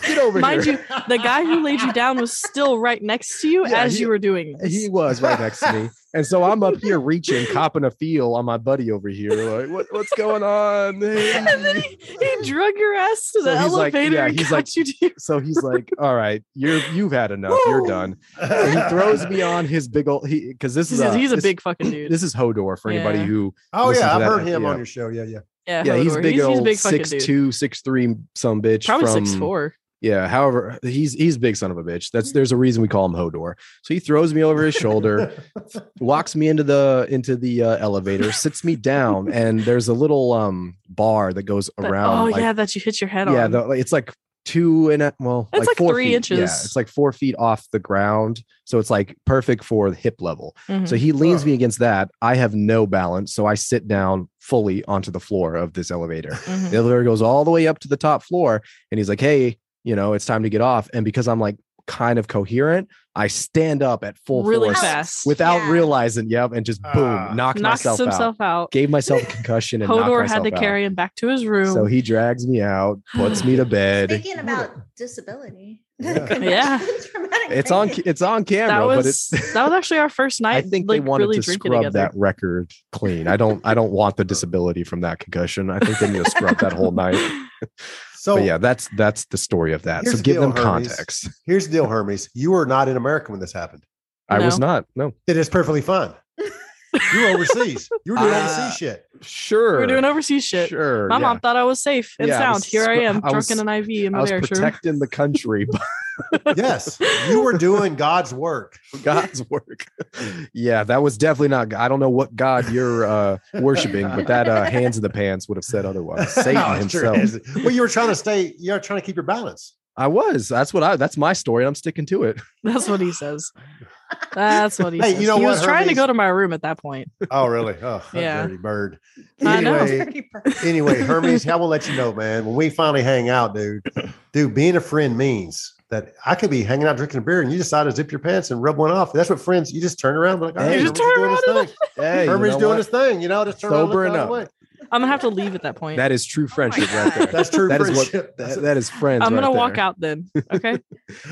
Speaker 4: get over
Speaker 2: Mind
Speaker 4: here.
Speaker 2: you, the guy who laid you down was still right next to you
Speaker 4: Yeah,
Speaker 2: as
Speaker 4: he-
Speaker 2: you were doing this.
Speaker 4: He was right next to me. And so I'm up here reaching, copping a feel on my buddy over here. Like, what, what's going on? Hey.
Speaker 2: and then he, he drug your ass to
Speaker 4: So
Speaker 2: the
Speaker 4: he's like-
Speaker 2: elevator
Speaker 4: yeah,
Speaker 2: and
Speaker 4: he's
Speaker 2: got
Speaker 4: like-
Speaker 2: you to
Speaker 4: So he's like, all right, you're, you've had enough. You're
Speaker 1: Woo.
Speaker 4: done. So he throws me on his big old he because this is
Speaker 2: he's, he's a
Speaker 4: this-
Speaker 2: big fucking dude.
Speaker 4: This is Hodor for anybody
Speaker 2: Yeah.
Speaker 4: who
Speaker 1: Oh
Speaker 4: Listen to
Speaker 1: yeah, I've
Speaker 4: that,
Speaker 1: heard him
Speaker 4: yeah.
Speaker 1: on your show. Yeah, yeah.
Speaker 2: yeah,
Speaker 4: yeah he's
Speaker 2: Hodor.
Speaker 4: big
Speaker 2: he's
Speaker 4: old
Speaker 2: big fucking
Speaker 4: six
Speaker 2: dude.
Speaker 4: two six three some bitch
Speaker 2: Probably
Speaker 4: from
Speaker 2: six four.
Speaker 4: yeah however he's he's a big son of a bitch that's there's a reason we call him Hodor so he throws me over his shoulder walks me into the into the uh, elevator sits me down and there's a little um bar that goes around
Speaker 2: oh
Speaker 4: like,
Speaker 2: yeah, that you hit your head
Speaker 4: yeah
Speaker 2: on.
Speaker 4: the, like, it's like two and a, well
Speaker 2: It's like
Speaker 4: four
Speaker 2: three
Speaker 4: feet.
Speaker 2: inches.
Speaker 4: yeah it's like four feet off the ground so it's like perfect for the hip level
Speaker 2: Mhm.
Speaker 4: So he leans
Speaker 1: Ugh.
Speaker 4: me against that. I have no balance. So I sit down fully onto the floor of this elevator.
Speaker 2: Mhm.
Speaker 4: The elevator goes all the way up to the top floor. And he's like, hey, you know, it's time to get off. And because I'm like kind of coherent, I stand up at full
Speaker 2: really
Speaker 4: force
Speaker 2: fast.
Speaker 4: without
Speaker 6: Yeah.
Speaker 4: realizing. Yep. And just boom,
Speaker 1: Ah.
Speaker 4: knocked
Speaker 2: knocks
Speaker 4: myself out.
Speaker 2: himself out.
Speaker 4: Gave myself a concussion and knocked
Speaker 2: Hodor had
Speaker 4: myself
Speaker 2: to
Speaker 4: out.
Speaker 2: carry him back to his room.
Speaker 4: So he drags me out, puts me to bed.
Speaker 6: Speaking about disability.
Speaker 1: Yeah.
Speaker 2: Yeah.
Speaker 6: Traumatic
Speaker 4: It's on
Speaker 6: brain.
Speaker 4: it's on camera,
Speaker 2: that
Speaker 4: but
Speaker 2: was
Speaker 4: it's
Speaker 2: that was actually our first night.
Speaker 4: I think
Speaker 2: like,
Speaker 4: they wanted
Speaker 2: really
Speaker 4: to
Speaker 2: drinking
Speaker 4: scrub
Speaker 2: together.
Speaker 4: that record clean. I don't I don't want the disability from that concussion. I think they need to scrub that whole night.
Speaker 1: So
Speaker 4: but yeah, that's that's the story of that. So
Speaker 1: Here's the
Speaker 4: give them
Speaker 1: deal, Hermes.
Speaker 4: context.
Speaker 1: here's the deal, Hermes. You were not in America when this happened.
Speaker 4: I was
Speaker 2: No.
Speaker 4: not. No.
Speaker 1: It is perfectly fine. You were overseas. You were doing
Speaker 2: Ah.
Speaker 4: Uh,
Speaker 1: overseas shit.
Speaker 4: Sure.
Speaker 2: We're doing overseas shit.
Speaker 4: Sure.
Speaker 2: My
Speaker 4: yeah.
Speaker 2: mom thought I was safe and
Speaker 4: Yeah, I
Speaker 2: sound.
Speaker 4: was
Speaker 2: Here I
Speaker 4: sp- I
Speaker 2: am, drunk
Speaker 4: was-
Speaker 2: in an IV in
Speaker 4: I
Speaker 2: my
Speaker 4: was
Speaker 2: barracks room.
Speaker 4: protecting the country by
Speaker 1: Yes, you were doing God's work.
Speaker 4: God's work. Yeah, that was definitely not. I don't know what God you're uh, worshiping, but that uh, hands in the pants would have said otherwise. Satan
Speaker 1: No, it sure
Speaker 4: himself.
Speaker 1: is. well, you were trying to stay. You're trying to keep your balance.
Speaker 4: I was. That's what I. That's my story. and I'm sticking to it.
Speaker 2: That's what he says. That's what he
Speaker 1: Hey,
Speaker 2: says.
Speaker 1: you know
Speaker 2: he
Speaker 1: what,
Speaker 2: was trying to
Speaker 1: Hermes?
Speaker 2: go to my room at that point.
Speaker 1: Oh, really? Oh, that
Speaker 2: Yeah.
Speaker 1: dirty bird.
Speaker 2: I know.
Speaker 1: Anyway, anyway, Hermes, I will let you know, man. When we finally hang out, dude, dude, being a friend means that I could be hanging out drinking a beer, and you decide to zip your pants and rub one off. That's what friends. You just turn around, and be like, all
Speaker 4: You
Speaker 1: right,
Speaker 4: just
Speaker 1: Hermes is
Speaker 2: turn
Speaker 1: doing his thing.
Speaker 4: Hey, you
Speaker 1: Hermes
Speaker 4: know
Speaker 1: doing
Speaker 4: what?
Speaker 1: his thing. You know, just turn around, and look
Speaker 4: Sobering
Speaker 1: the other way.
Speaker 4: up.
Speaker 2: I'm gonna have to leave at that point.
Speaker 4: That is true friendship
Speaker 2: God.
Speaker 4: right there.
Speaker 1: That's true.
Speaker 4: That is what-
Speaker 1: friendship. That's
Speaker 4: That,
Speaker 1: it.
Speaker 4: that is friends.
Speaker 2: Oh I'm
Speaker 4: right
Speaker 2: gonna walk
Speaker 4: there.
Speaker 2: out then. Okay.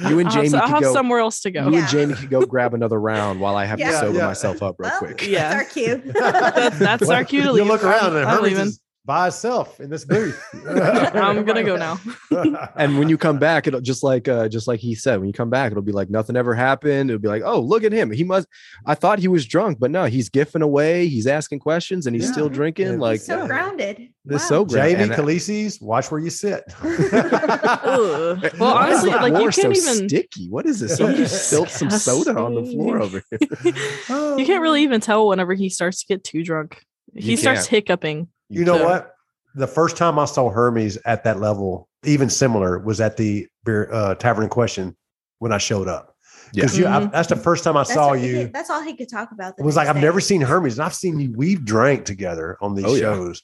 Speaker 4: You and
Speaker 2: I'll have,
Speaker 4: Jamie
Speaker 2: so- I'll
Speaker 4: could
Speaker 2: have
Speaker 4: go.
Speaker 2: somewhere else to
Speaker 4: You
Speaker 2: go.
Speaker 4: and Jamie could go grab another round while I have to
Speaker 3: Yeah.
Speaker 4: sober
Speaker 1: Yeah.
Speaker 4: myself up real
Speaker 3: Well,
Speaker 4: quick.
Speaker 2: Oh, Yeah.
Speaker 3: That's our cue.
Speaker 2: That- that's our cue to
Speaker 1: You
Speaker 2: leave.
Speaker 1: look around and
Speaker 2: I'm
Speaker 1: Herman's
Speaker 2: leaving.
Speaker 1: is by herself in this booth.
Speaker 2: I'm gonna go now.
Speaker 4: And when you come back, it'll just like uh, just like he said. When you come back, it'll be like nothing ever happened. It'll be like, oh, look at him. He must. I thought he was drunk, but no, he's giffing away. He's asking questions, and he's
Speaker 1: Yeah.
Speaker 4: still drinking.
Speaker 1: Yeah.
Speaker 4: like
Speaker 3: He's so
Speaker 1: yeah.
Speaker 3: grounded.
Speaker 4: this
Speaker 3: Wow.
Speaker 4: so great.
Speaker 1: JV
Speaker 4: And-
Speaker 1: Khaleesi's, watch where you sit.
Speaker 2: Ugh. Well,
Speaker 4: Why is
Speaker 2: honestly,
Speaker 4: the
Speaker 2: like you
Speaker 4: floor
Speaker 2: can't
Speaker 4: so
Speaker 2: even
Speaker 4: sticky. What is this? Somebody just spilled some soda on the floor over here.
Speaker 2: you can't really even tell whenever he starts to get too drunk. He
Speaker 4: You
Speaker 2: starts
Speaker 4: can't.
Speaker 2: hiccuping.
Speaker 1: You know
Speaker 2: So-
Speaker 1: what? The first time I saw Hermes at that level, even similar, was at the beer uh, tavern in question when I showed up. Because you, I, that's the first time I
Speaker 3: Mm-hmm. That's
Speaker 1: saw
Speaker 3: what he
Speaker 1: you.
Speaker 3: did- That's all he could talk about. the
Speaker 1: It was like
Speaker 3: next
Speaker 1: I've never
Speaker 3: day.
Speaker 1: seen Hermes, and I've seen you. We've drank together on these
Speaker 4: Oh, yeah.
Speaker 1: shows,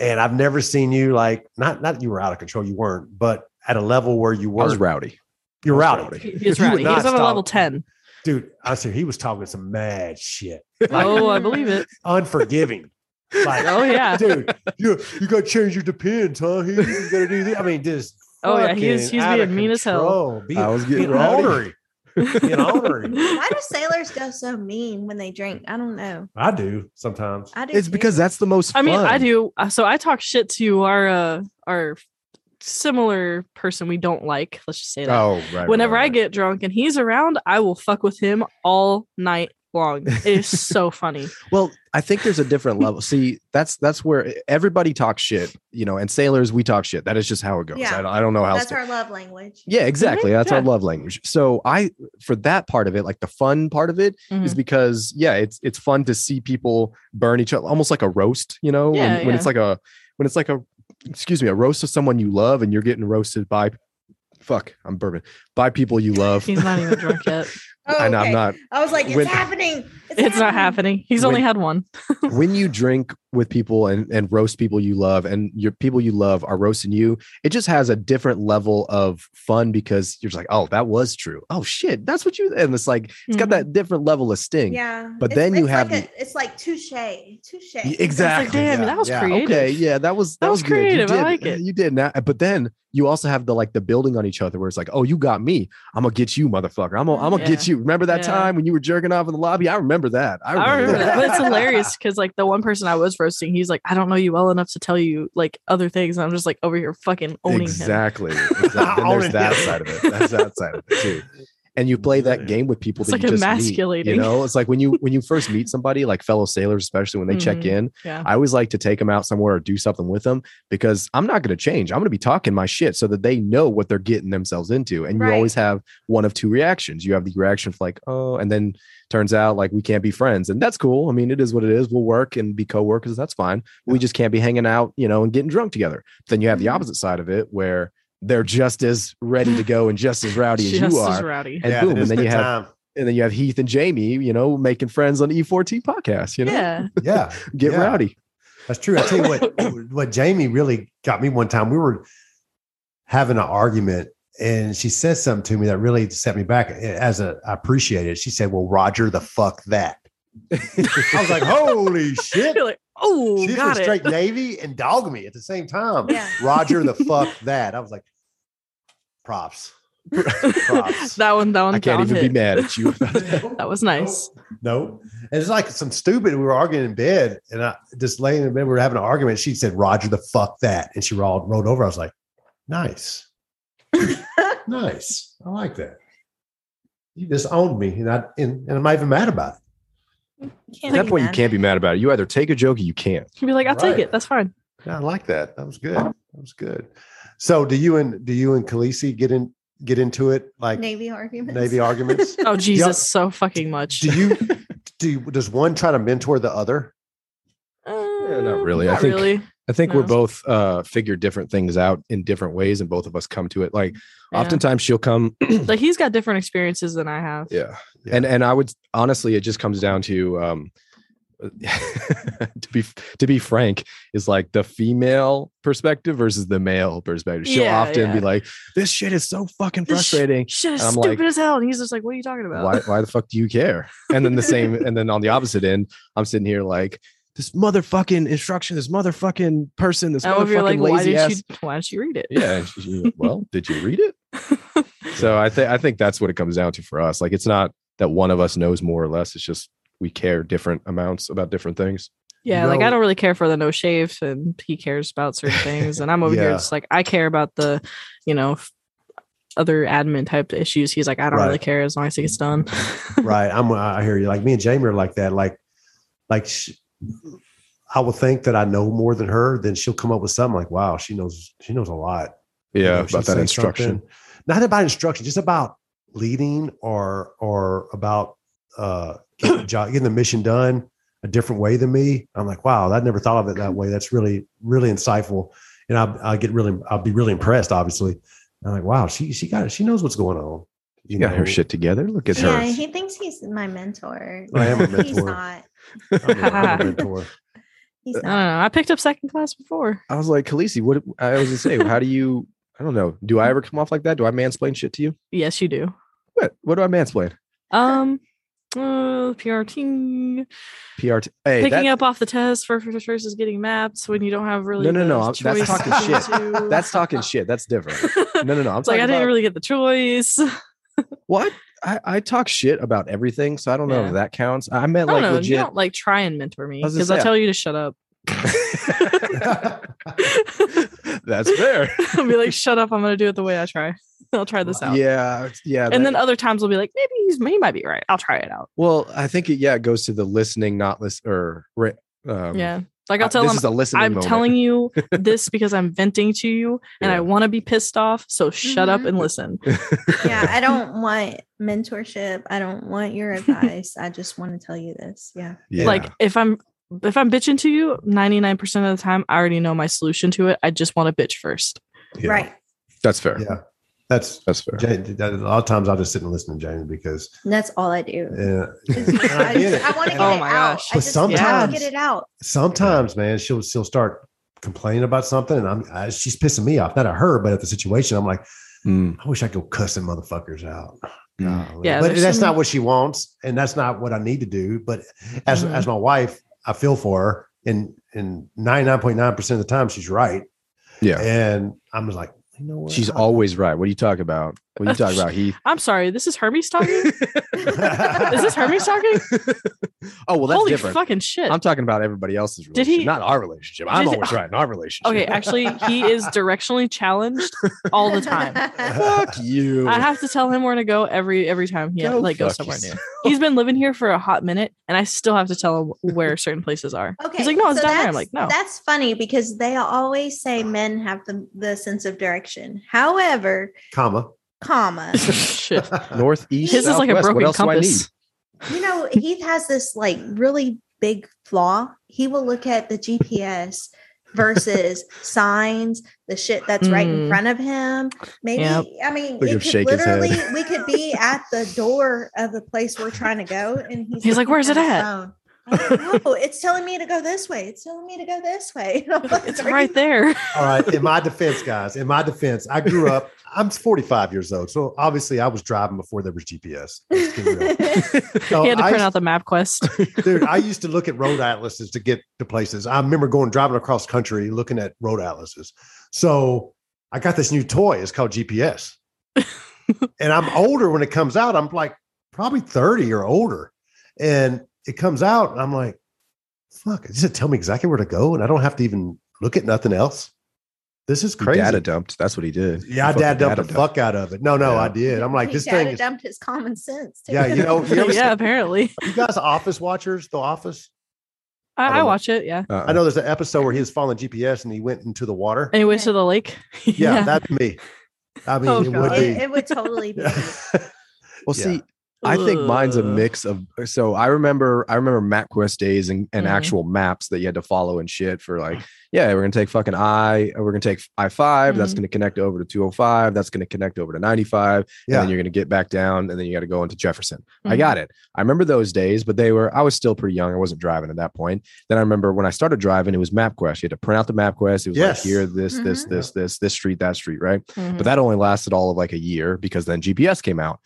Speaker 1: and I've never seen you like not not you were out of control. You weren't, but at a level where you
Speaker 4: I was
Speaker 1: were.
Speaker 4: rowdy.
Speaker 1: You're
Speaker 4: I was
Speaker 1: rowdy,
Speaker 4: rowdy.
Speaker 2: He's
Speaker 1: You would
Speaker 2: rowdy. He's
Speaker 1: not
Speaker 2: on a
Speaker 1: stop.
Speaker 2: level ten.
Speaker 1: dude. I said he was talking some mad shit,
Speaker 2: oh, I believe it.
Speaker 1: unforgiving. Like,
Speaker 2: Oh yeah.
Speaker 1: dude, you you got to change your depends, huh? You, you got to do this. I mean, just
Speaker 2: Oh, yeah, he is-
Speaker 1: fucking
Speaker 2: he's
Speaker 1: out
Speaker 2: being
Speaker 1: of
Speaker 2: mean as hell.
Speaker 1: control. Being,
Speaker 4: I was getting
Speaker 1: being
Speaker 4: rowdy.
Speaker 1: ornery, being ornery.
Speaker 3: Why do sailors go so mean when they drink? I don't know.
Speaker 1: I do sometimes.
Speaker 3: I do.
Speaker 4: It's
Speaker 3: too.
Speaker 4: because that's the most.
Speaker 2: I mean,
Speaker 4: fun.
Speaker 2: I do. uh, So I talk shit to our uh, our similar person we don't like. Let's just say that.
Speaker 4: Oh, right. right,
Speaker 2: Whenever
Speaker 4: right,
Speaker 2: I
Speaker 4: right.
Speaker 2: get drunk and he's around, I will fuck with him all night long. It is so funny.
Speaker 4: Well, I think there's a different level. See, that's that's where everybody talks shit, you know, and sailors we talk shit. That is just how it goes.
Speaker 3: Yeah.
Speaker 4: I, don't, I don't know how. else
Speaker 3: that's
Speaker 4: to-
Speaker 3: our love language.
Speaker 4: yeah, exactly. That's our
Speaker 2: Mhm, Yeah.
Speaker 4: love language. So I, for that part of it, like the fun part of it, is
Speaker 2: Mhm.
Speaker 4: because yeah, it's it's fun to see people burn each other, almost like a roast, you know, when,
Speaker 2: Yeah,
Speaker 4: when
Speaker 2: yeah.
Speaker 4: it's like a when it's like a excuse me, a roast of someone you love, and you're getting roasted by, fuck, I'm bourbon by people you love.
Speaker 2: He's not even drunk yet.
Speaker 3: Oh,
Speaker 4: and I'm
Speaker 3: okay.
Speaker 4: not
Speaker 3: I was like, it's
Speaker 4: When-
Speaker 3: happening. It's,
Speaker 2: It's not happening. He's only
Speaker 4: When-
Speaker 2: had one.
Speaker 4: when you drink with people and, and roast people you love and your people you love are roasting you it just has a different level of fun because you're just like oh that was true oh shit that's what you and it's like it's got
Speaker 2: Mhm.
Speaker 4: that different level of sting
Speaker 3: Yeah.
Speaker 4: But
Speaker 3: It's-
Speaker 4: then you
Speaker 3: it's
Speaker 4: have
Speaker 3: like a, it's like touche, touche.
Speaker 4: Y-
Speaker 2: It's
Speaker 4: exactly
Speaker 2: like, damn,
Speaker 1: yeah,
Speaker 2: that was
Speaker 4: yeah,
Speaker 2: creative.
Speaker 4: okay yeah that was that,
Speaker 2: That was
Speaker 4: good. You
Speaker 2: creative. I
Speaker 4: did-
Speaker 2: like it.
Speaker 4: you did that but then you also have the like the building on each other where it's like oh you got me i'm gonna get you motherfucker i'm gonna, I'm gonna get you remember that
Speaker 2: Mm-hmm. Yeah.
Speaker 4: time when you were jerking off in the lobby i remember that i remember,
Speaker 2: I remember that.
Speaker 4: that.
Speaker 2: But it's hilarious because like the one person I was roasting, he's like, I don't know you well enough to tell you like other things. And I'm just like over here fucking owning him.
Speaker 4: exactly. exactly. Then
Speaker 1: Owning
Speaker 4: there's that
Speaker 1: him.
Speaker 4: side of it. That's that side of it too. And you play that
Speaker 1: Yeah.
Speaker 4: game with people
Speaker 2: It's
Speaker 4: that
Speaker 2: like
Speaker 4: you just
Speaker 2: emasculating.
Speaker 4: Meet, you know, it's like when you when you first meet somebody, like fellow sailors, especially when they check
Speaker 2: Mhm.
Speaker 4: in.
Speaker 2: Yeah.
Speaker 4: I always like to take them out somewhere or do something with them because I'm not going to change. I'm going to be talking my shit so that they know what they're getting themselves into. And
Speaker 3: Right.
Speaker 4: you always have one of two reactions. You have the reaction of like, oh, and then turns out like we can't be friends, and that's cool. I mean, it is what it is. We'll work and be coworkers. That's fine. We just can't be hanging out, you know, and getting drunk together then you have the
Speaker 2: Mm-hmm.
Speaker 3: Mhm.
Speaker 4: opposite side of it where they're just as ready to go and just as rowdy as
Speaker 2: Just
Speaker 4: you
Speaker 2: as
Speaker 4: are.
Speaker 2: rowdy.
Speaker 4: And
Speaker 1: Yeah,
Speaker 4: boom,
Speaker 1: it is
Speaker 4: and then
Speaker 1: good
Speaker 4: you have
Speaker 1: time.
Speaker 4: and then you have Heath and Jamie, you know, making friends on E14 podcast, you know,
Speaker 2: Yeah.
Speaker 1: yeah,
Speaker 4: get
Speaker 1: yeah.
Speaker 4: rowdy.
Speaker 1: That's true. I tell you what, what Jamie really got me one time. We were having an argument, and she said something to me that really set me back. As a, I appreciate it. She said, "Well, Roger, the fuck that." I was like, "Holy shit!"
Speaker 2: You're like, oh,
Speaker 1: She's
Speaker 2: got
Speaker 1: from
Speaker 2: it.
Speaker 1: straight Navy and dog me at the same time.
Speaker 3: Yeah.
Speaker 1: Roger, the fuck that. I was like, props. Props.
Speaker 2: that one, that one,
Speaker 4: I can't
Speaker 2: that one
Speaker 4: even
Speaker 2: hit.
Speaker 4: be mad at you. about that.
Speaker 2: That was nice.
Speaker 1: No. And it's like some stupid. We were arguing in bed and I just laying in bed. We were having an argument. She said, Roger, the fuck that. And she rolled, rolled over. I was like, nice. nice. I like that. You just owned me. And, I, and, and I'm not even mad about it.
Speaker 4: At that point, you can't be mad about it. You either take a joke or you can't.
Speaker 2: You'd be like, I'll take
Speaker 1: Right.
Speaker 2: it. That's fine.
Speaker 1: Yeah, I like that. That was good. That was good. So do you and do you and Khaleesi get in get into it like
Speaker 3: Navy arguments.
Speaker 1: Navy arguments?
Speaker 2: Oh, Jesus, so fucking much.
Speaker 1: do you do you, does one try to mentor the other
Speaker 2: Uh,
Speaker 4: not really. I
Speaker 2: Not
Speaker 4: think-
Speaker 2: really.
Speaker 4: I think we're
Speaker 2: No.
Speaker 4: both uh figure different things out in different ways, and both of us come to it. Like
Speaker 2: Yeah.
Speaker 4: oftentimes she'll come
Speaker 2: Like he's got different experiences than I have.
Speaker 4: yeah.
Speaker 1: Yeah.
Speaker 4: and and i would honestly it just comes down to um to be to be frank is like the female perspective versus the male perspective she'll
Speaker 2: Yeah,
Speaker 4: often be
Speaker 2: yeah.
Speaker 4: like this shit is so fucking
Speaker 2: This sh-
Speaker 4: frustrating
Speaker 2: Shit is
Speaker 4: And I'm
Speaker 2: stupid
Speaker 4: like,
Speaker 2: as hell. And he's just like, what are you talking about?
Speaker 4: why, why the fuck do you care and then the same and then on the opposite end i'm sitting here like this motherfucking instruction, this motherfucking person, this
Speaker 2: Now, if you're like,
Speaker 4: motherfucking
Speaker 2: why
Speaker 4: lazy
Speaker 2: did
Speaker 4: ass.
Speaker 2: she? Why did she read it?
Speaker 4: Yeah. and she- she- well, did you read it? So I think I think that's what it comes down to for us. Like it's not that one of us knows more or less. It's just we care different amounts about different things.
Speaker 2: Yeah, like
Speaker 1: No.
Speaker 2: I don't really care for the no shave, and he cares about certain things, and I'm over here
Speaker 1: Yeah.
Speaker 2: just like I care about the, you know, f- other admin type issues. He's like, I don't really
Speaker 1: Right.
Speaker 2: care as long as it gets done.
Speaker 1: right. I'm. I hear you. Like me and Jamie are like that. Like, like sh I will think that I know more than her. Then she'll come up with something like, "Wow, she knows. She knows a lot." You know,
Speaker 4: Yeah,
Speaker 1: she'll
Speaker 4: about that
Speaker 1: say
Speaker 4: instruction.
Speaker 1: something- Not about instruction, just about leading or or about uh getting the job- getting the mission done a different way than me. I'm like, wow, I never thought of it that way. That's really really insightful, and I I get really I'll be really impressed. Obviously, I'm like, wow, she she got it. She knows what's going on. You
Speaker 4: You got
Speaker 1: know?
Speaker 4: her shit together. Look at
Speaker 6: yeah,
Speaker 4: her.
Speaker 6: he thinks he's my mentor.
Speaker 1: I am a
Speaker 6: He's
Speaker 1: mentor. Uh,
Speaker 6: not.
Speaker 1: I'm a- I'm a mentor.
Speaker 6: He's
Speaker 2: I
Speaker 6: not.
Speaker 2: don't know. I picked up second class before.
Speaker 4: I was like, Khaleesi, what I was gonna say, how do you I don't know. Do I ever come off like that? Do I mansplain shit to you?
Speaker 2: Yes, you do.
Speaker 4: What what do I mansplain?
Speaker 2: Um, uh, PRT
Speaker 4: PRT. Hey,
Speaker 2: picking
Speaker 4: that-
Speaker 2: up off the test for for- versus getting maps when you don't have really
Speaker 4: No, no,
Speaker 2: the
Speaker 4: no, I'm- that's
Speaker 2: choice
Speaker 4: talking
Speaker 2: between
Speaker 4: shit.
Speaker 2: the two.
Speaker 4: that's talking shit. That's different.
Speaker 2: it's
Speaker 4: No, no, no. I'm
Speaker 2: like
Speaker 4: talking
Speaker 2: I didn't
Speaker 4: about-
Speaker 2: really get the choice.
Speaker 4: What? I, I talk shit about everything, so I don't know
Speaker 2: Yeah.
Speaker 4: if that counts. I meant
Speaker 2: I don't
Speaker 4: like
Speaker 2: know. You
Speaker 4: legit.
Speaker 2: don't like try and mentor me
Speaker 4: I was gonna
Speaker 2: because I
Speaker 4: say, I-
Speaker 2: tell you to shut up.
Speaker 4: That's fair.
Speaker 2: I'll be like, shut up. I'm going to do it the way I try. I'll try this out.
Speaker 4: Yeah, yeah.
Speaker 2: And
Speaker 4: that-
Speaker 2: then other times we'll be like, maybe he's, he might be right. I'll try it out.
Speaker 4: well, I think it, yeah, it goes to the listening, not listen or re- um,
Speaker 2: yeah. Like I'll
Speaker 4: uh,
Speaker 2: tell
Speaker 4: this
Speaker 2: him,
Speaker 4: is a listening.
Speaker 2: I'm
Speaker 4: moment.
Speaker 2: telling you this because I'm venting to you and
Speaker 4: Yeah.
Speaker 2: I want to be pissed off. So shut up
Speaker 6: Mhm.
Speaker 2: and listen.
Speaker 6: yeah, I don't want mentorship. I don't want your advice. I just want to tell you this. Yeah.
Speaker 4: Yeah.
Speaker 2: Like if I'm, if I'm bitching to you 99% of the time, I already know my solution to it. I just want to bitch first.
Speaker 1: Yeah.
Speaker 6: Right.
Speaker 4: that's fair.
Speaker 1: Yeah, that's
Speaker 4: That's fair.
Speaker 1: Ja- that- a lot of times I'll just sit and listen to Jamie because
Speaker 6: And that's all I do.
Speaker 1: uh,
Speaker 6: It's just-
Speaker 1: and I
Speaker 6: I,
Speaker 1: get
Speaker 6: just-
Speaker 1: it.
Speaker 6: I want to get
Speaker 2: Oh
Speaker 6: it
Speaker 2: my
Speaker 6: out.
Speaker 2: gosh.
Speaker 6: I
Speaker 1: But
Speaker 6: just I wanna
Speaker 1: sometimes-
Speaker 6: get it out.
Speaker 1: sometimes, man, she'll she'll start complaining about something, and I'm I, she's pissing me off, not at her, but at the situation. I'm like,
Speaker 4: Mm,
Speaker 1: I wish I could go cussing motherfuckers out.
Speaker 4: mm.
Speaker 1: Golly.
Speaker 2: Yeah,
Speaker 1: but
Speaker 2: there's
Speaker 1: that's
Speaker 2: some-
Speaker 1: not what she wants, and that's not what I need to do. But as
Speaker 2: Mhm.
Speaker 1: as my wife, I feel for her, and and ninety nine point nine percent of the time, she's right.
Speaker 4: Yeah.
Speaker 1: and I'm just like, you know what?
Speaker 4: She's
Speaker 1: I-
Speaker 4: always right. What are you talking about? What are you talking about, Heath?
Speaker 2: I'm sorry. This is Hermes talking. is this Hermes talking?
Speaker 4: oh well, that's
Speaker 2: Holy
Speaker 4: different.
Speaker 2: fucking shit.
Speaker 4: I'm talking about everybody else's
Speaker 2: Did
Speaker 4: relationship,
Speaker 2: he-
Speaker 4: not our relationship. I'm
Speaker 2: Did-
Speaker 4: always right in our relationship.
Speaker 2: Okay, actually, he is directionally challenged all the time.
Speaker 4: Fuck you.
Speaker 2: I have to tell him where to go every every time he
Speaker 4: Go
Speaker 2: like goes
Speaker 4: fuck
Speaker 2: somewhere new.
Speaker 4: yourself.
Speaker 2: He's been living here for a hot minute, and I still have to tell him where certain places are.
Speaker 6: Okay.
Speaker 2: He's like, no, it's
Speaker 6: so
Speaker 2: down there. I'm
Speaker 6: that's-
Speaker 2: like, no.
Speaker 6: That's funny because they always say men have the, the sense of direction. However,
Speaker 1: comma.
Speaker 6: comma,
Speaker 2: Shit.
Speaker 4: North, east,
Speaker 2: His is like a
Speaker 4: southwest. What
Speaker 2: broken
Speaker 4: else do I need?
Speaker 2: compass.
Speaker 6: you know, Heath has this like really big flaw. He will look at the GPS versus signs, the shit that's right
Speaker 2: Mm.
Speaker 6: in front of him. Maybe
Speaker 2: Yep.
Speaker 6: I mean
Speaker 4: Look at him
Speaker 6: it could
Speaker 4: shake his head.
Speaker 6: literally we could be at the door of the place we're trying to go and he's,
Speaker 2: He's like,
Speaker 6: looking
Speaker 2: "Where's it
Speaker 6: his
Speaker 2: at?"
Speaker 6: phone. I don't know. it's telling me to go this way. It's telling me to go this way. And I'm like,
Speaker 2: It's
Speaker 6: "Are you
Speaker 2: right there.
Speaker 1: All right. In my defense, guys, in my defense, I grew up, I'm 45 years old. So obviously I was driving before there was GPS. Let's get real. So
Speaker 4: Oh,
Speaker 2: he had to
Speaker 1: I
Speaker 2: print out
Speaker 1: used-
Speaker 2: the map quest.
Speaker 1: dude, I used to look at road atlases to get to places. I remember going driving across country looking at road atlases. So I got this new toy. It's called GPS. and I'm older when it comes out. I'm like probably 30 or older. And it comes out and I'm like, fuck, does it tell me exactly where to go? And I don't have to even look at nothing else. This is
Speaker 4: He
Speaker 1: crazy.
Speaker 4: Data dumped. That's what he did.
Speaker 1: Yeah, I
Speaker 4: He fucking
Speaker 1: dad dumped the
Speaker 4: data
Speaker 1: fuck out of it. No, no,
Speaker 4: Yeah.
Speaker 1: I did. I'm like,
Speaker 6: He
Speaker 1: this thing
Speaker 6: data
Speaker 1: is,
Speaker 6: dumped his common sense. too.
Speaker 1: Yeah, you know- you ever-
Speaker 2: yeah, apparently.
Speaker 1: you guys office watchers, the office. I don't
Speaker 2: I, I
Speaker 1: know.
Speaker 2: watch it. Yeah.
Speaker 4: Uh-uh.
Speaker 1: I know there's an episode where he was following GPS and he went into the water.
Speaker 2: Anyway,
Speaker 6: Yeah.
Speaker 2: to the lake.
Speaker 1: Yeah, that's me. I mean,
Speaker 2: Oh,
Speaker 1: it
Speaker 2: God.
Speaker 1: would
Speaker 6: it,
Speaker 1: be.
Speaker 6: it would totally be.
Speaker 4: Well,
Speaker 1: Yeah.
Speaker 4: see, I think mine's a
Speaker 2: Ugh.
Speaker 4: mix of. uh, So I remember, I remember MapQuest days and, and
Speaker 2: Mhm.
Speaker 4: actual maps that you had to follow and shit for like, yeah, we're gonna take fucking I, uh, we're gonna take I 5 That's
Speaker 2: Mhm.
Speaker 4: gonna connect over to two hundred five. That's gonna connect over to ninety five. And
Speaker 1: Yeah.
Speaker 4: then you're gonna get back down, and then you got to go into Jefferson. I got it. I remember those days, but they were I was still pretty young. I wasn't driving at that point. Then I remember when I started driving, it was MapQuest. You had to print out the MapQuest. It was
Speaker 1: Yes.
Speaker 4: like here, this, this,
Speaker 6: Mhm. Mm-hmm.
Speaker 4: this, this, this street, that street, right? But that only lasted all of like a year because then GPS came out.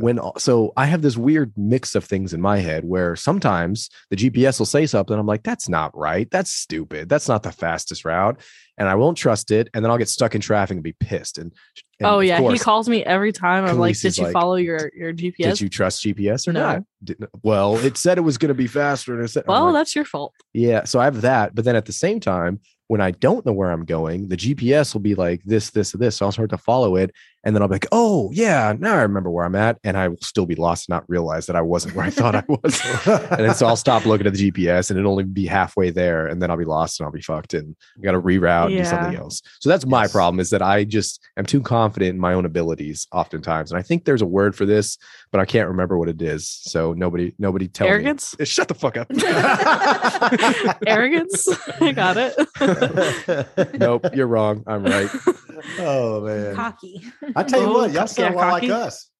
Speaker 4: when uh, so i have this weird mix of things in my head where sometimes the gps will say something i'm like that's not right that's stupid that's not the fastest route and i won't trust it and then i'll get stuck in traffic and be pissed and, and
Speaker 2: oh
Speaker 4: of
Speaker 2: yeah, he
Speaker 4: course,
Speaker 2: calls me every time. I'm like,
Speaker 4: Khalees
Speaker 2: did
Speaker 4: is
Speaker 2: you
Speaker 4: like,
Speaker 2: follow your your
Speaker 4: did
Speaker 2: GPS?
Speaker 4: you trust gps or
Speaker 2: No.
Speaker 4: not Didn't- well it said it was going to be faster and it said I'm
Speaker 2: well,
Speaker 4: like,
Speaker 2: that's your fault.
Speaker 4: yeah. So I have that. But then at the same time, when I don't know where I'm going, the GPS will be like this, this, and this. So I'll start to follow it. And then I'll be like, oh, yeah, now I remember where I'm at. And I will still be lost and not realize that I wasn't where I thought I was. and then so I'll stop looking at the GPS and it'll only be halfway there. And then I'll be lost and I'll be fucked and I got to reroute and do something
Speaker 2: Yeah.
Speaker 4: else. So that's my
Speaker 1: Yes.
Speaker 4: problem is that I just am too confident in my own abilities oftentimes. And I think there's a word for this, but I can't remember what it is. So nobody, nobody tell me. Eh,
Speaker 2: Arrogance.
Speaker 4: Shut the fuck up.
Speaker 2: Arrogance. I got it.
Speaker 4: nope, you're wrong. I'm right.
Speaker 1: oh man,
Speaker 6: Cocky.
Speaker 1: I tell you
Speaker 2: Oh,
Speaker 1: what,
Speaker 2: yeah,
Speaker 1: y'all sound a lot like
Speaker 2: cocky.
Speaker 1: us.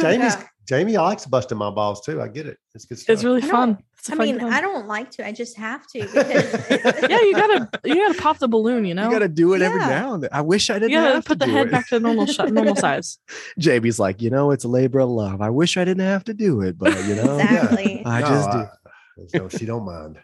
Speaker 1: Jamie's Jamie likes busting my balls too. I get it. It's good stuff.
Speaker 2: it's really
Speaker 6: I don't-
Speaker 2: fun. It's a
Speaker 6: I
Speaker 2: fun
Speaker 6: mean,
Speaker 2: time.
Speaker 6: I don't like to. I just have to because
Speaker 2: Yeah, you gotta you gotta pop the balloon. You know,
Speaker 4: You gotta do it every
Speaker 6: Yeah.
Speaker 4: now and then. I wish I didn't
Speaker 2: You gotta
Speaker 4: have
Speaker 2: put the
Speaker 4: to do
Speaker 2: head
Speaker 4: it.
Speaker 2: back to normal sh- normal size.
Speaker 4: Jamie's like, you know, it's a labor of love. I wish I didn't have to do it, but you know,
Speaker 6: exactly.
Speaker 4: I just do.
Speaker 1: do. No, she don't mind.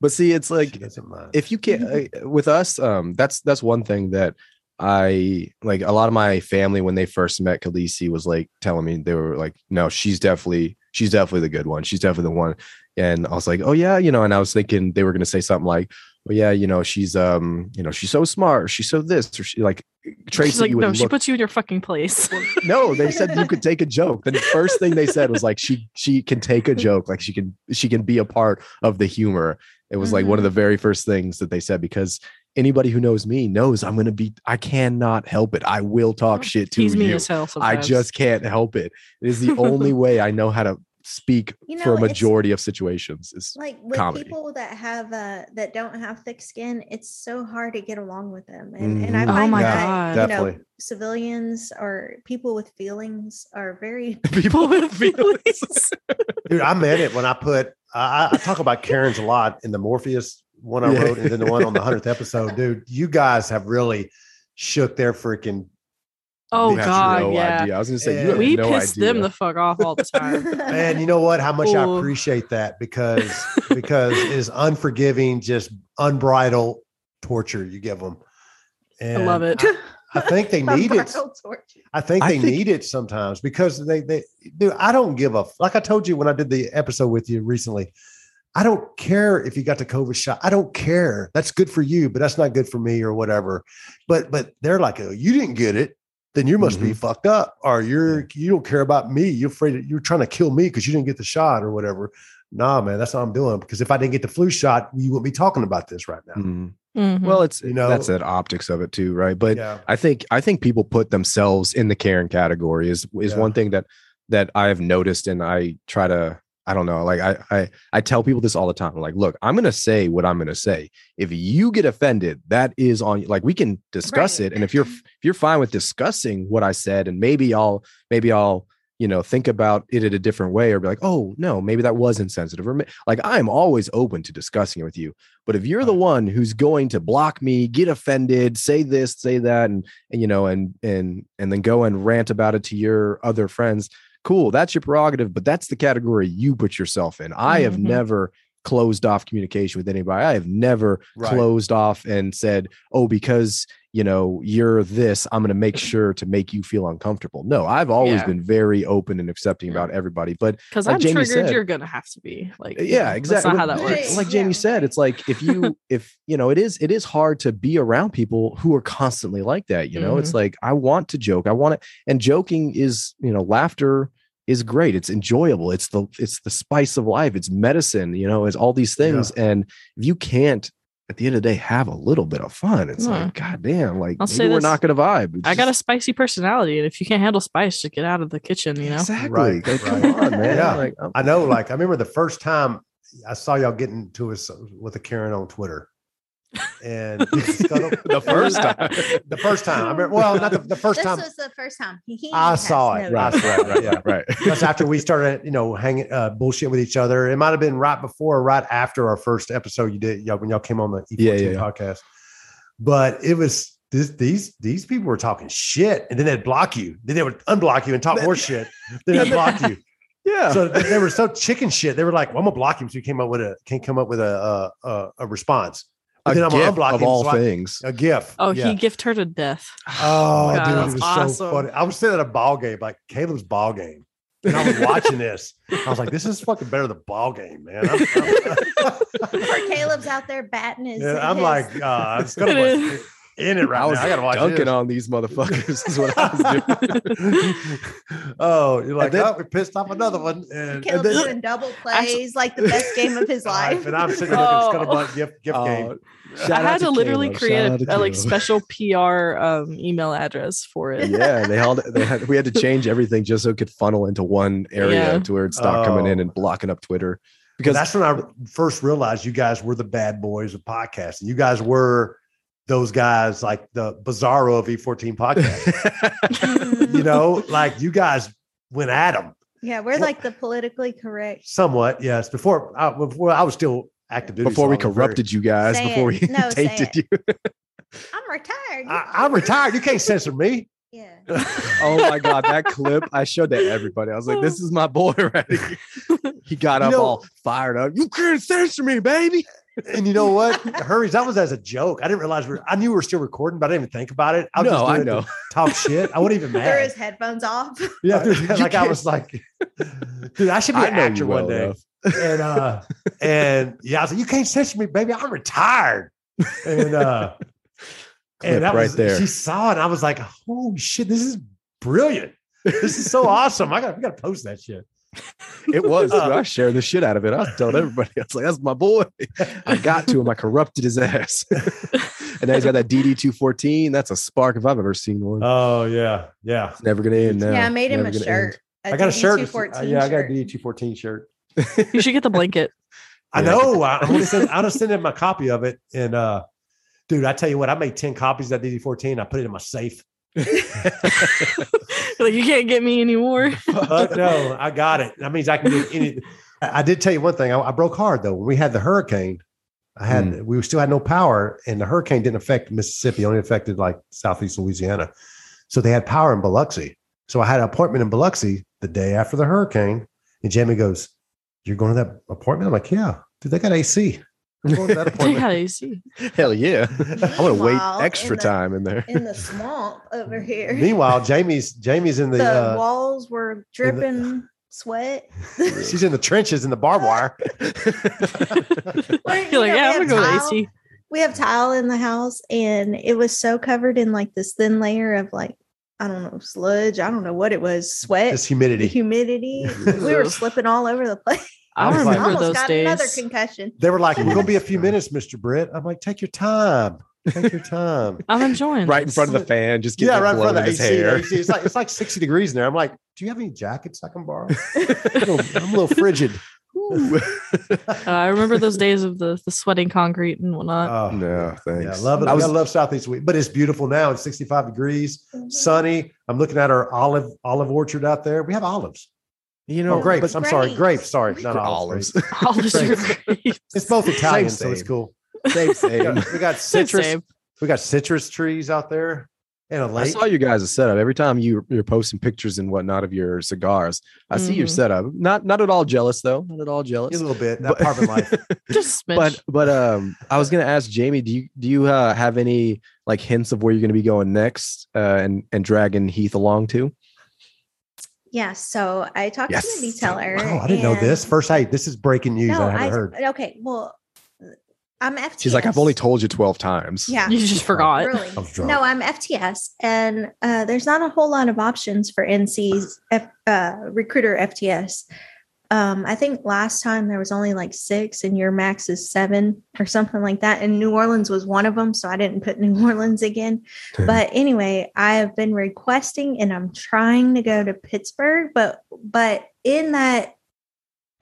Speaker 4: But see, it's like
Speaker 1: she doesn't mind.
Speaker 4: if you can't
Speaker 2: Mm-hmm.
Speaker 4: uh, with us um that's that's one thing that i like a lot of my family when they first met Khaleesi was like telling me they were like no she's definitely she's definitely the good one she's definitely the one and i was like oh yeah you know and i was thinking they were going to say something like well yeah you know she's um you know she's so smart or she's so this or she like traits
Speaker 2: She's
Speaker 4: that
Speaker 2: like,
Speaker 4: you would
Speaker 2: no, she
Speaker 4: look
Speaker 2: puts you in your fucking place.
Speaker 4: no, they said you could take a joke. The first thing they said was like she she can take a joke, like she can she can be a part of the humor. It was like
Speaker 2: Mm-hmm.
Speaker 4: one of the very first things that they said because anybody who knows me knows I'm gonna be I cannot help it. I will talk shit to
Speaker 2: Oh, He's mean
Speaker 4: you.
Speaker 2: as hell.
Speaker 4: I
Speaker 2: Sometimes.
Speaker 4: just can't help it. It is the only way I know how to speak
Speaker 6: You
Speaker 4: for
Speaker 6: know,
Speaker 4: a
Speaker 6: it's-
Speaker 4: majority of situations. Is
Speaker 6: like with
Speaker 4: comedy.
Speaker 6: people that have uh that don't have thick skin it's so hard to get along with them and, and i
Speaker 4: Mhm. Oh
Speaker 6: find
Speaker 2: my
Speaker 6: that
Speaker 2: God.
Speaker 6: you know
Speaker 1: Definitely.
Speaker 6: civilians or people with feelings are very
Speaker 2: people with feelings.
Speaker 1: Dude, I meant it when I put. I, I- I talk about Karens a lot in the Morpheus one I
Speaker 4: Yeah.
Speaker 1: wrote, and then the one on the hundredth episode. Dude, you guys have really shook their freaking.
Speaker 2: oh
Speaker 4: you have
Speaker 2: god,
Speaker 4: no
Speaker 2: yeah.
Speaker 4: idea. I was gonna say you
Speaker 1: Yeah.
Speaker 4: have
Speaker 2: We
Speaker 4: no
Speaker 2: piss
Speaker 4: idea.
Speaker 2: them the fuck off all the time.
Speaker 1: And you know what? How much
Speaker 2: Ooh.
Speaker 1: I appreciate that because because it is unforgiving, just unbridled torture you give them.
Speaker 2: I love it.
Speaker 1: I think they need it.
Speaker 6: Unbridled torture.
Speaker 1: I think
Speaker 4: I
Speaker 1: they
Speaker 4: think-
Speaker 1: need it sometimes because they they do. I don't give a f- like I told you when I did the episode with you recently. I don't care if you got the COVID shot. I don't care. That's good for you, but that's not good for me or whatever. But but they're like, oh, you didn't get it, then you must
Speaker 4: Mm-hmm.
Speaker 1: be fucked up, or you're you don't care about me. You're afraid that you're trying to kill me because you didn't get the shot or whatever. Nah, man, that's what I'm doing. Because if I didn't get the flu shot, you wouldn't be talking about this right now.
Speaker 4: Mhm.
Speaker 2: Mhm.
Speaker 4: Well, it's
Speaker 1: You
Speaker 4: you
Speaker 1: know-
Speaker 4: know that's that optics of it too, right? But
Speaker 1: yeah.
Speaker 4: I think I think people put themselves in the Karen category is is
Speaker 1: Yeah.
Speaker 4: one thing that that I have noticed and I try to I don't know like I I I tell people this all the time I'm like look I'm going to say what I'm going to say if you get offended that is on like we can discuss
Speaker 6: Right.
Speaker 4: it and if you're if you're fine with discussing what I said and maybe I'll maybe I'll you know think about it in a different way or be like oh no maybe that was insensitive or ma- like I'm always open to discussing it with you but if you're the
Speaker 1: Right.
Speaker 4: one who's going to block me get offended say this say that and and you know and and and then go and rant about it to your other friends cool that's your prerogative but that's the category you put yourself in i have
Speaker 2: Mhm.
Speaker 4: never closed off communication with anybody i have never
Speaker 1: Right.
Speaker 4: closed off and said oh because you know you're this i'm going to make sure to make you feel uncomfortable no i've always
Speaker 2: Yeah.
Speaker 4: been very open and accepting
Speaker 2: Yeah.
Speaker 4: about everybody but
Speaker 2: because
Speaker 4: like
Speaker 2: I'm
Speaker 4: Jamie
Speaker 2: triggered,
Speaker 4: said-
Speaker 2: you're gonna have to be like, you know,
Speaker 4: yeah exactly
Speaker 2: That's not how that
Speaker 4: Well,
Speaker 2: works.
Speaker 4: like jamie
Speaker 6: Yeah.
Speaker 4: said it's like if you if you know it is it is hard to be around people who are constantly like that you know it's like i want to joke i want to and joking is you know laughter is great it's enjoyable it's the it's the spice of life it's medicine you know it's all these things and if you can't at the end of the day have a little bit of fun it's
Speaker 2: Yeah.
Speaker 4: like god damn like
Speaker 2: I'll
Speaker 4: maybe
Speaker 2: say
Speaker 4: we're
Speaker 2: this.
Speaker 4: not gonna vibe It's
Speaker 2: I got a
Speaker 4: just-
Speaker 2: spicy personality, and if you can't handle spice, just get out of the kitchen. You know,
Speaker 4: exactly
Speaker 1: Right,
Speaker 4: like, come
Speaker 1: right.
Speaker 4: on man
Speaker 1: Yeah.
Speaker 4: like um I'm-
Speaker 1: I know. Like I remember the first time I saw y'all getting to us with a Karen on Twitter, and the the first time. I remember. Well, not the, the first
Speaker 6: this
Speaker 1: time.
Speaker 6: was the first time he
Speaker 1: I
Speaker 6: has
Speaker 1: saw it.
Speaker 6: noticed.
Speaker 1: I saw it.
Speaker 4: right
Speaker 1: Yeah.
Speaker 4: right right
Speaker 1: That's after we started, you know, hanging uh, bullshit with each other. It might have been right before, or right after our first episode you did, y'all, when y'all came on the E14
Speaker 4: Yeah, yeah, yeah.
Speaker 1: podcast. But it was this, these these people were talking shit, and then they'd block you. Then they would unblock you and talk more shit. Then they'd block you.
Speaker 4: Yeah.
Speaker 1: So they, they were so chicken shit. They were like, well, "I'm gonna block him," so you came up with a can't come up with a a, a, a response.
Speaker 4: a
Speaker 1: But then I'm gonna
Speaker 4: gift
Speaker 1: unblock
Speaker 4: of
Speaker 1: him,
Speaker 4: all
Speaker 1: so I-
Speaker 4: things.
Speaker 1: A gif.
Speaker 2: Oh,
Speaker 1: yeah.
Speaker 2: he gift her to death.
Speaker 1: Oh,
Speaker 2: God,
Speaker 1: dude, it
Speaker 2: that's
Speaker 1: was so
Speaker 2: awesome.
Speaker 1: funny. I was sitting at a ball game, like Caleb's ball game, and I was watching this. I was like, "This is fucking better than ball game, man." I'm, I'm-
Speaker 6: Poor Caleb's out there batting his.
Speaker 1: Yeah, I'm
Speaker 6: his-
Speaker 1: like, uh, it's
Speaker 2: It
Speaker 1: gonna
Speaker 2: is.
Speaker 1: be in it right
Speaker 4: I was
Speaker 1: now. I gotta watch
Speaker 4: dunking
Speaker 1: this.
Speaker 4: on these motherfuckers. Is what I was doing.
Speaker 1: oh, you're like,
Speaker 4: then-
Speaker 1: oh, we pissed off another one, and, and
Speaker 6: Caleb's
Speaker 1: then-
Speaker 6: doing double plays, like the best game of his life.
Speaker 1: and I'm sitting there looking
Speaker 2: Oh.
Speaker 1: at Scuttle Butt gift, gift
Speaker 4: Oh,
Speaker 1: game.
Speaker 4: shout
Speaker 2: I
Speaker 4: out
Speaker 2: had to, literally
Speaker 4: Caleb. Shout out
Speaker 2: create
Speaker 4: to
Speaker 2: a, like
Speaker 4: Caleb.
Speaker 2: special PR um, email address for it.
Speaker 4: yeah, they all they had, we had to change everything just so it could funnel into one area
Speaker 2: Yeah.
Speaker 4: to where it stopped coming in
Speaker 1: Oh.
Speaker 4: and blocking up Twitter
Speaker 1: Because
Speaker 4: because
Speaker 1: that's when I first realized you guys were the bad boys of podcasting. You guys were those guys like the Bizarro of E14 podcast. you know, like you guys went at them
Speaker 6: yeah, we're like the politically correct.
Speaker 1: somewhat. Yes, before I, before I was still active duty.
Speaker 4: before we
Speaker 1: so I was very-
Speaker 4: corrupted you guys,
Speaker 6: Say
Speaker 4: before we
Speaker 6: it. No, say
Speaker 4: tainted
Speaker 6: it.
Speaker 4: you.
Speaker 6: I'm retired. You-
Speaker 1: I, I'm retired. You can't censor me.
Speaker 6: yeah.
Speaker 4: Oh my god, that clip I showed to everybody. I was like, "This is my boy right here." He got
Speaker 1: You
Speaker 4: up
Speaker 1: know-
Speaker 4: all fired up. You can't censor me, baby.
Speaker 1: And you know what? Hurries. That was as a joke. I didn't realize we. Were, I knew we were still recording, but I didn't even think about it. I was
Speaker 4: no,
Speaker 1: just
Speaker 4: I
Speaker 1: doing it
Speaker 4: know.
Speaker 1: to talk shit. I wasn't even
Speaker 6: Threw
Speaker 1: mad.
Speaker 6: his headphones off.
Speaker 1: Yeah, dude,
Speaker 4: You
Speaker 1: like I
Speaker 4: can't-
Speaker 1: was like, dude, I should be
Speaker 4: I
Speaker 1: an
Speaker 4: know you
Speaker 1: actor one
Speaker 4: well
Speaker 1: day.
Speaker 4: enough.
Speaker 1: and uh and yeah, I was like, you can't censor me, baby. I'm retired. And uh
Speaker 4: Clip
Speaker 1: and that
Speaker 4: right
Speaker 1: was
Speaker 4: there.
Speaker 1: she saw it. and I was like, holy shit, this is brilliant. This is so awesome. I got we gotta post that shit.
Speaker 4: It was.
Speaker 1: Uh,
Speaker 4: I shared the shit out of it. I told everybody. I was like, "That's my boy." I got to him. I corrupted his ass, and now he's got that DD two fourteen. That's a spark if I've ever seen one.
Speaker 1: Oh yeah, yeah.
Speaker 4: it's never gonna end. Now.
Speaker 6: yeah, I made him
Speaker 4: Never
Speaker 6: a
Speaker 4: gonna
Speaker 6: shirt.
Speaker 1: I got a shirt.
Speaker 6: DD214
Speaker 1: Uh, yeah, I got a
Speaker 6: shirt.
Speaker 1: D214 shirt.
Speaker 2: You should get the blanket.
Speaker 1: I
Speaker 4: Yeah.
Speaker 1: know. I, I'm gonna send I'm gonna send him a copy of it. And uh dude, I tell you what, I made 10 copies of that DD14. I put it in my safe.
Speaker 2: like you can't get me anymore.
Speaker 1: Fuck no, I got it. That means I can do any. I I did tell you one thing. I, I broke hard though. When we had the hurricane, I had we still had no power, and the hurricane didn't affect Mississippi. It Only affected like southeast Louisiana. So they had power in Biloxi. So I had an appointment in Biloxi the day after the hurricane, and Jamie goes, "You're going to that appointment?" I'm like, "Yeah, dude, they got AC." I'm going to that
Speaker 2: Take
Speaker 1: appointment.
Speaker 2: out AC.
Speaker 4: end. Hell yeah! I want to wait
Speaker 6: Meanwhile,
Speaker 4: extra
Speaker 6: in the-
Speaker 4: time in there.
Speaker 6: in the swamp over here.
Speaker 1: Meanwhile, Jamie's Jamie's in the,
Speaker 6: the
Speaker 1: uh,
Speaker 6: walls were
Speaker 1: in the-
Speaker 6: dripping sweat.
Speaker 1: she's in the trenches in the barbed wire.
Speaker 6: Well, you
Speaker 2: You're like, yeah,
Speaker 6: know, we
Speaker 2: I'm gonna
Speaker 6: have
Speaker 2: go
Speaker 6: tile-
Speaker 2: with AC.
Speaker 6: We have tile in the house, and it was so covered in like this thin layer of like I don't know sludge. I don't know what it was. Sweat,
Speaker 1: It's humidity.
Speaker 6: humidity. we were
Speaker 2: Oof.
Speaker 6: slipping all over the place.
Speaker 1: I
Speaker 2: I
Speaker 1: was like-
Speaker 2: remember
Speaker 6: almost
Speaker 2: those
Speaker 6: got another
Speaker 2: days.
Speaker 6: concussion.
Speaker 1: They were like, "We're gonna be a few minutes, Mister Britt." I'm like, "Take your time, take your time."
Speaker 2: I'm enjoying.
Speaker 4: right in
Speaker 2: this.
Speaker 4: front of the fan, just getting
Speaker 1: yeah,
Speaker 4: yeah,
Speaker 1: right in front of the
Speaker 4: his
Speaker 1: AC,
Speaker 4: hair.
Speaker 1: AC. It's like it's like 60 degrees in there. I'm like, "Do you have any jackets I can borrow?" I'm, a little, I'm a little frigid.
Speaker 4: Ooh.
Speaker 2: Uh, I remember those days of the the sweating concrete and
Speaker 4: Uh,
Speaker 2: whatnot.
Speaker 1: Oh,
Speaker 4: no,
Speaker 1: Yeah, I
Speaker 4: thanks.
Speaker 1: love it.
Speaker 4: I
Speaker 1: I,
Speaker 4: was
Speaker 1: love Southeast Week, but it's beautiful now. It's 65 degrees, sunny. I'm looking at our olive olive orchard out there. We have olives.
Speaker 4: you
Speaker 1: No
Speaker 4: know
Speaker 1: grapes.
Speaker 4: but-
Speaker 1: I'm sorry, grapes.
Speaker 6: Grapes.
Speaker 1: Sorry, not olives.
Speaker 4: olives.
Speaker 1: grapes.
Speaker 2: All the sugar-
Speaker 1: It's both Italian, so it's
Speaker 4: same.
Speaker 1: cool.
Speaker 4: same,
Speaker 1: We
Speaker 4: same.
Speaker 1: got, we got citrus.
Speaker 2: Same.
Speaker 1: We got citrus trees out there and a
Speaker 4: I
Speaker 1: lake.
Speaker 4: saw you guys' setup. Every time you you're posting pictures and whatnot of your cigars, I see your
Speaker 6: Mm-hmm.
Speaker 2: Mhm.
Speaker 4: setup. Not not at all jealous though. Not at all
Speaker 1: a
Speaker 4: jealous.
Speaker 1: little bit that
Speaker 4: But-
Speaker 1: apartment life.
Speaker 2: Just a smidge.
Speaker 4: But but um, I was gonna ask Jamie, do you do you uh, have any like hints of where you're gonna be going next, uh, and and dragging Heath along to?
Speaker 6: Yeah, so I talked
Speaker 4: Yes.
Speaker 6: to the retailer.
Speaker 1: Oh, I didn't know this.
Speaker 6: and-
Speaker 1: First, hey, this is breaking news.
Speaker 6: No,
Speaker 1: I haven't
Speaker 6: I
Speaker 1: heard.
Speaker 6: okay. Well, I'm FTS.
Speaker 4: She's like, I've only told you twelve times.
Speaker 6: Yeah,
Speaker 2: you just forgot.
Speaker 6: Really?
Speaker 1: I was drunk.
Speaker 6: No, I'm FTS, and uh, there's not a whole lot of options for NC's F, uh, recruiter FTS. Um, I think last time there was only like six, and your max is seven or something like that. And New Orleans was one of them, so I didn't put New Orleans again. but anyway, I have been requesting, and I'm trying to go to Pittsburgh, but but in that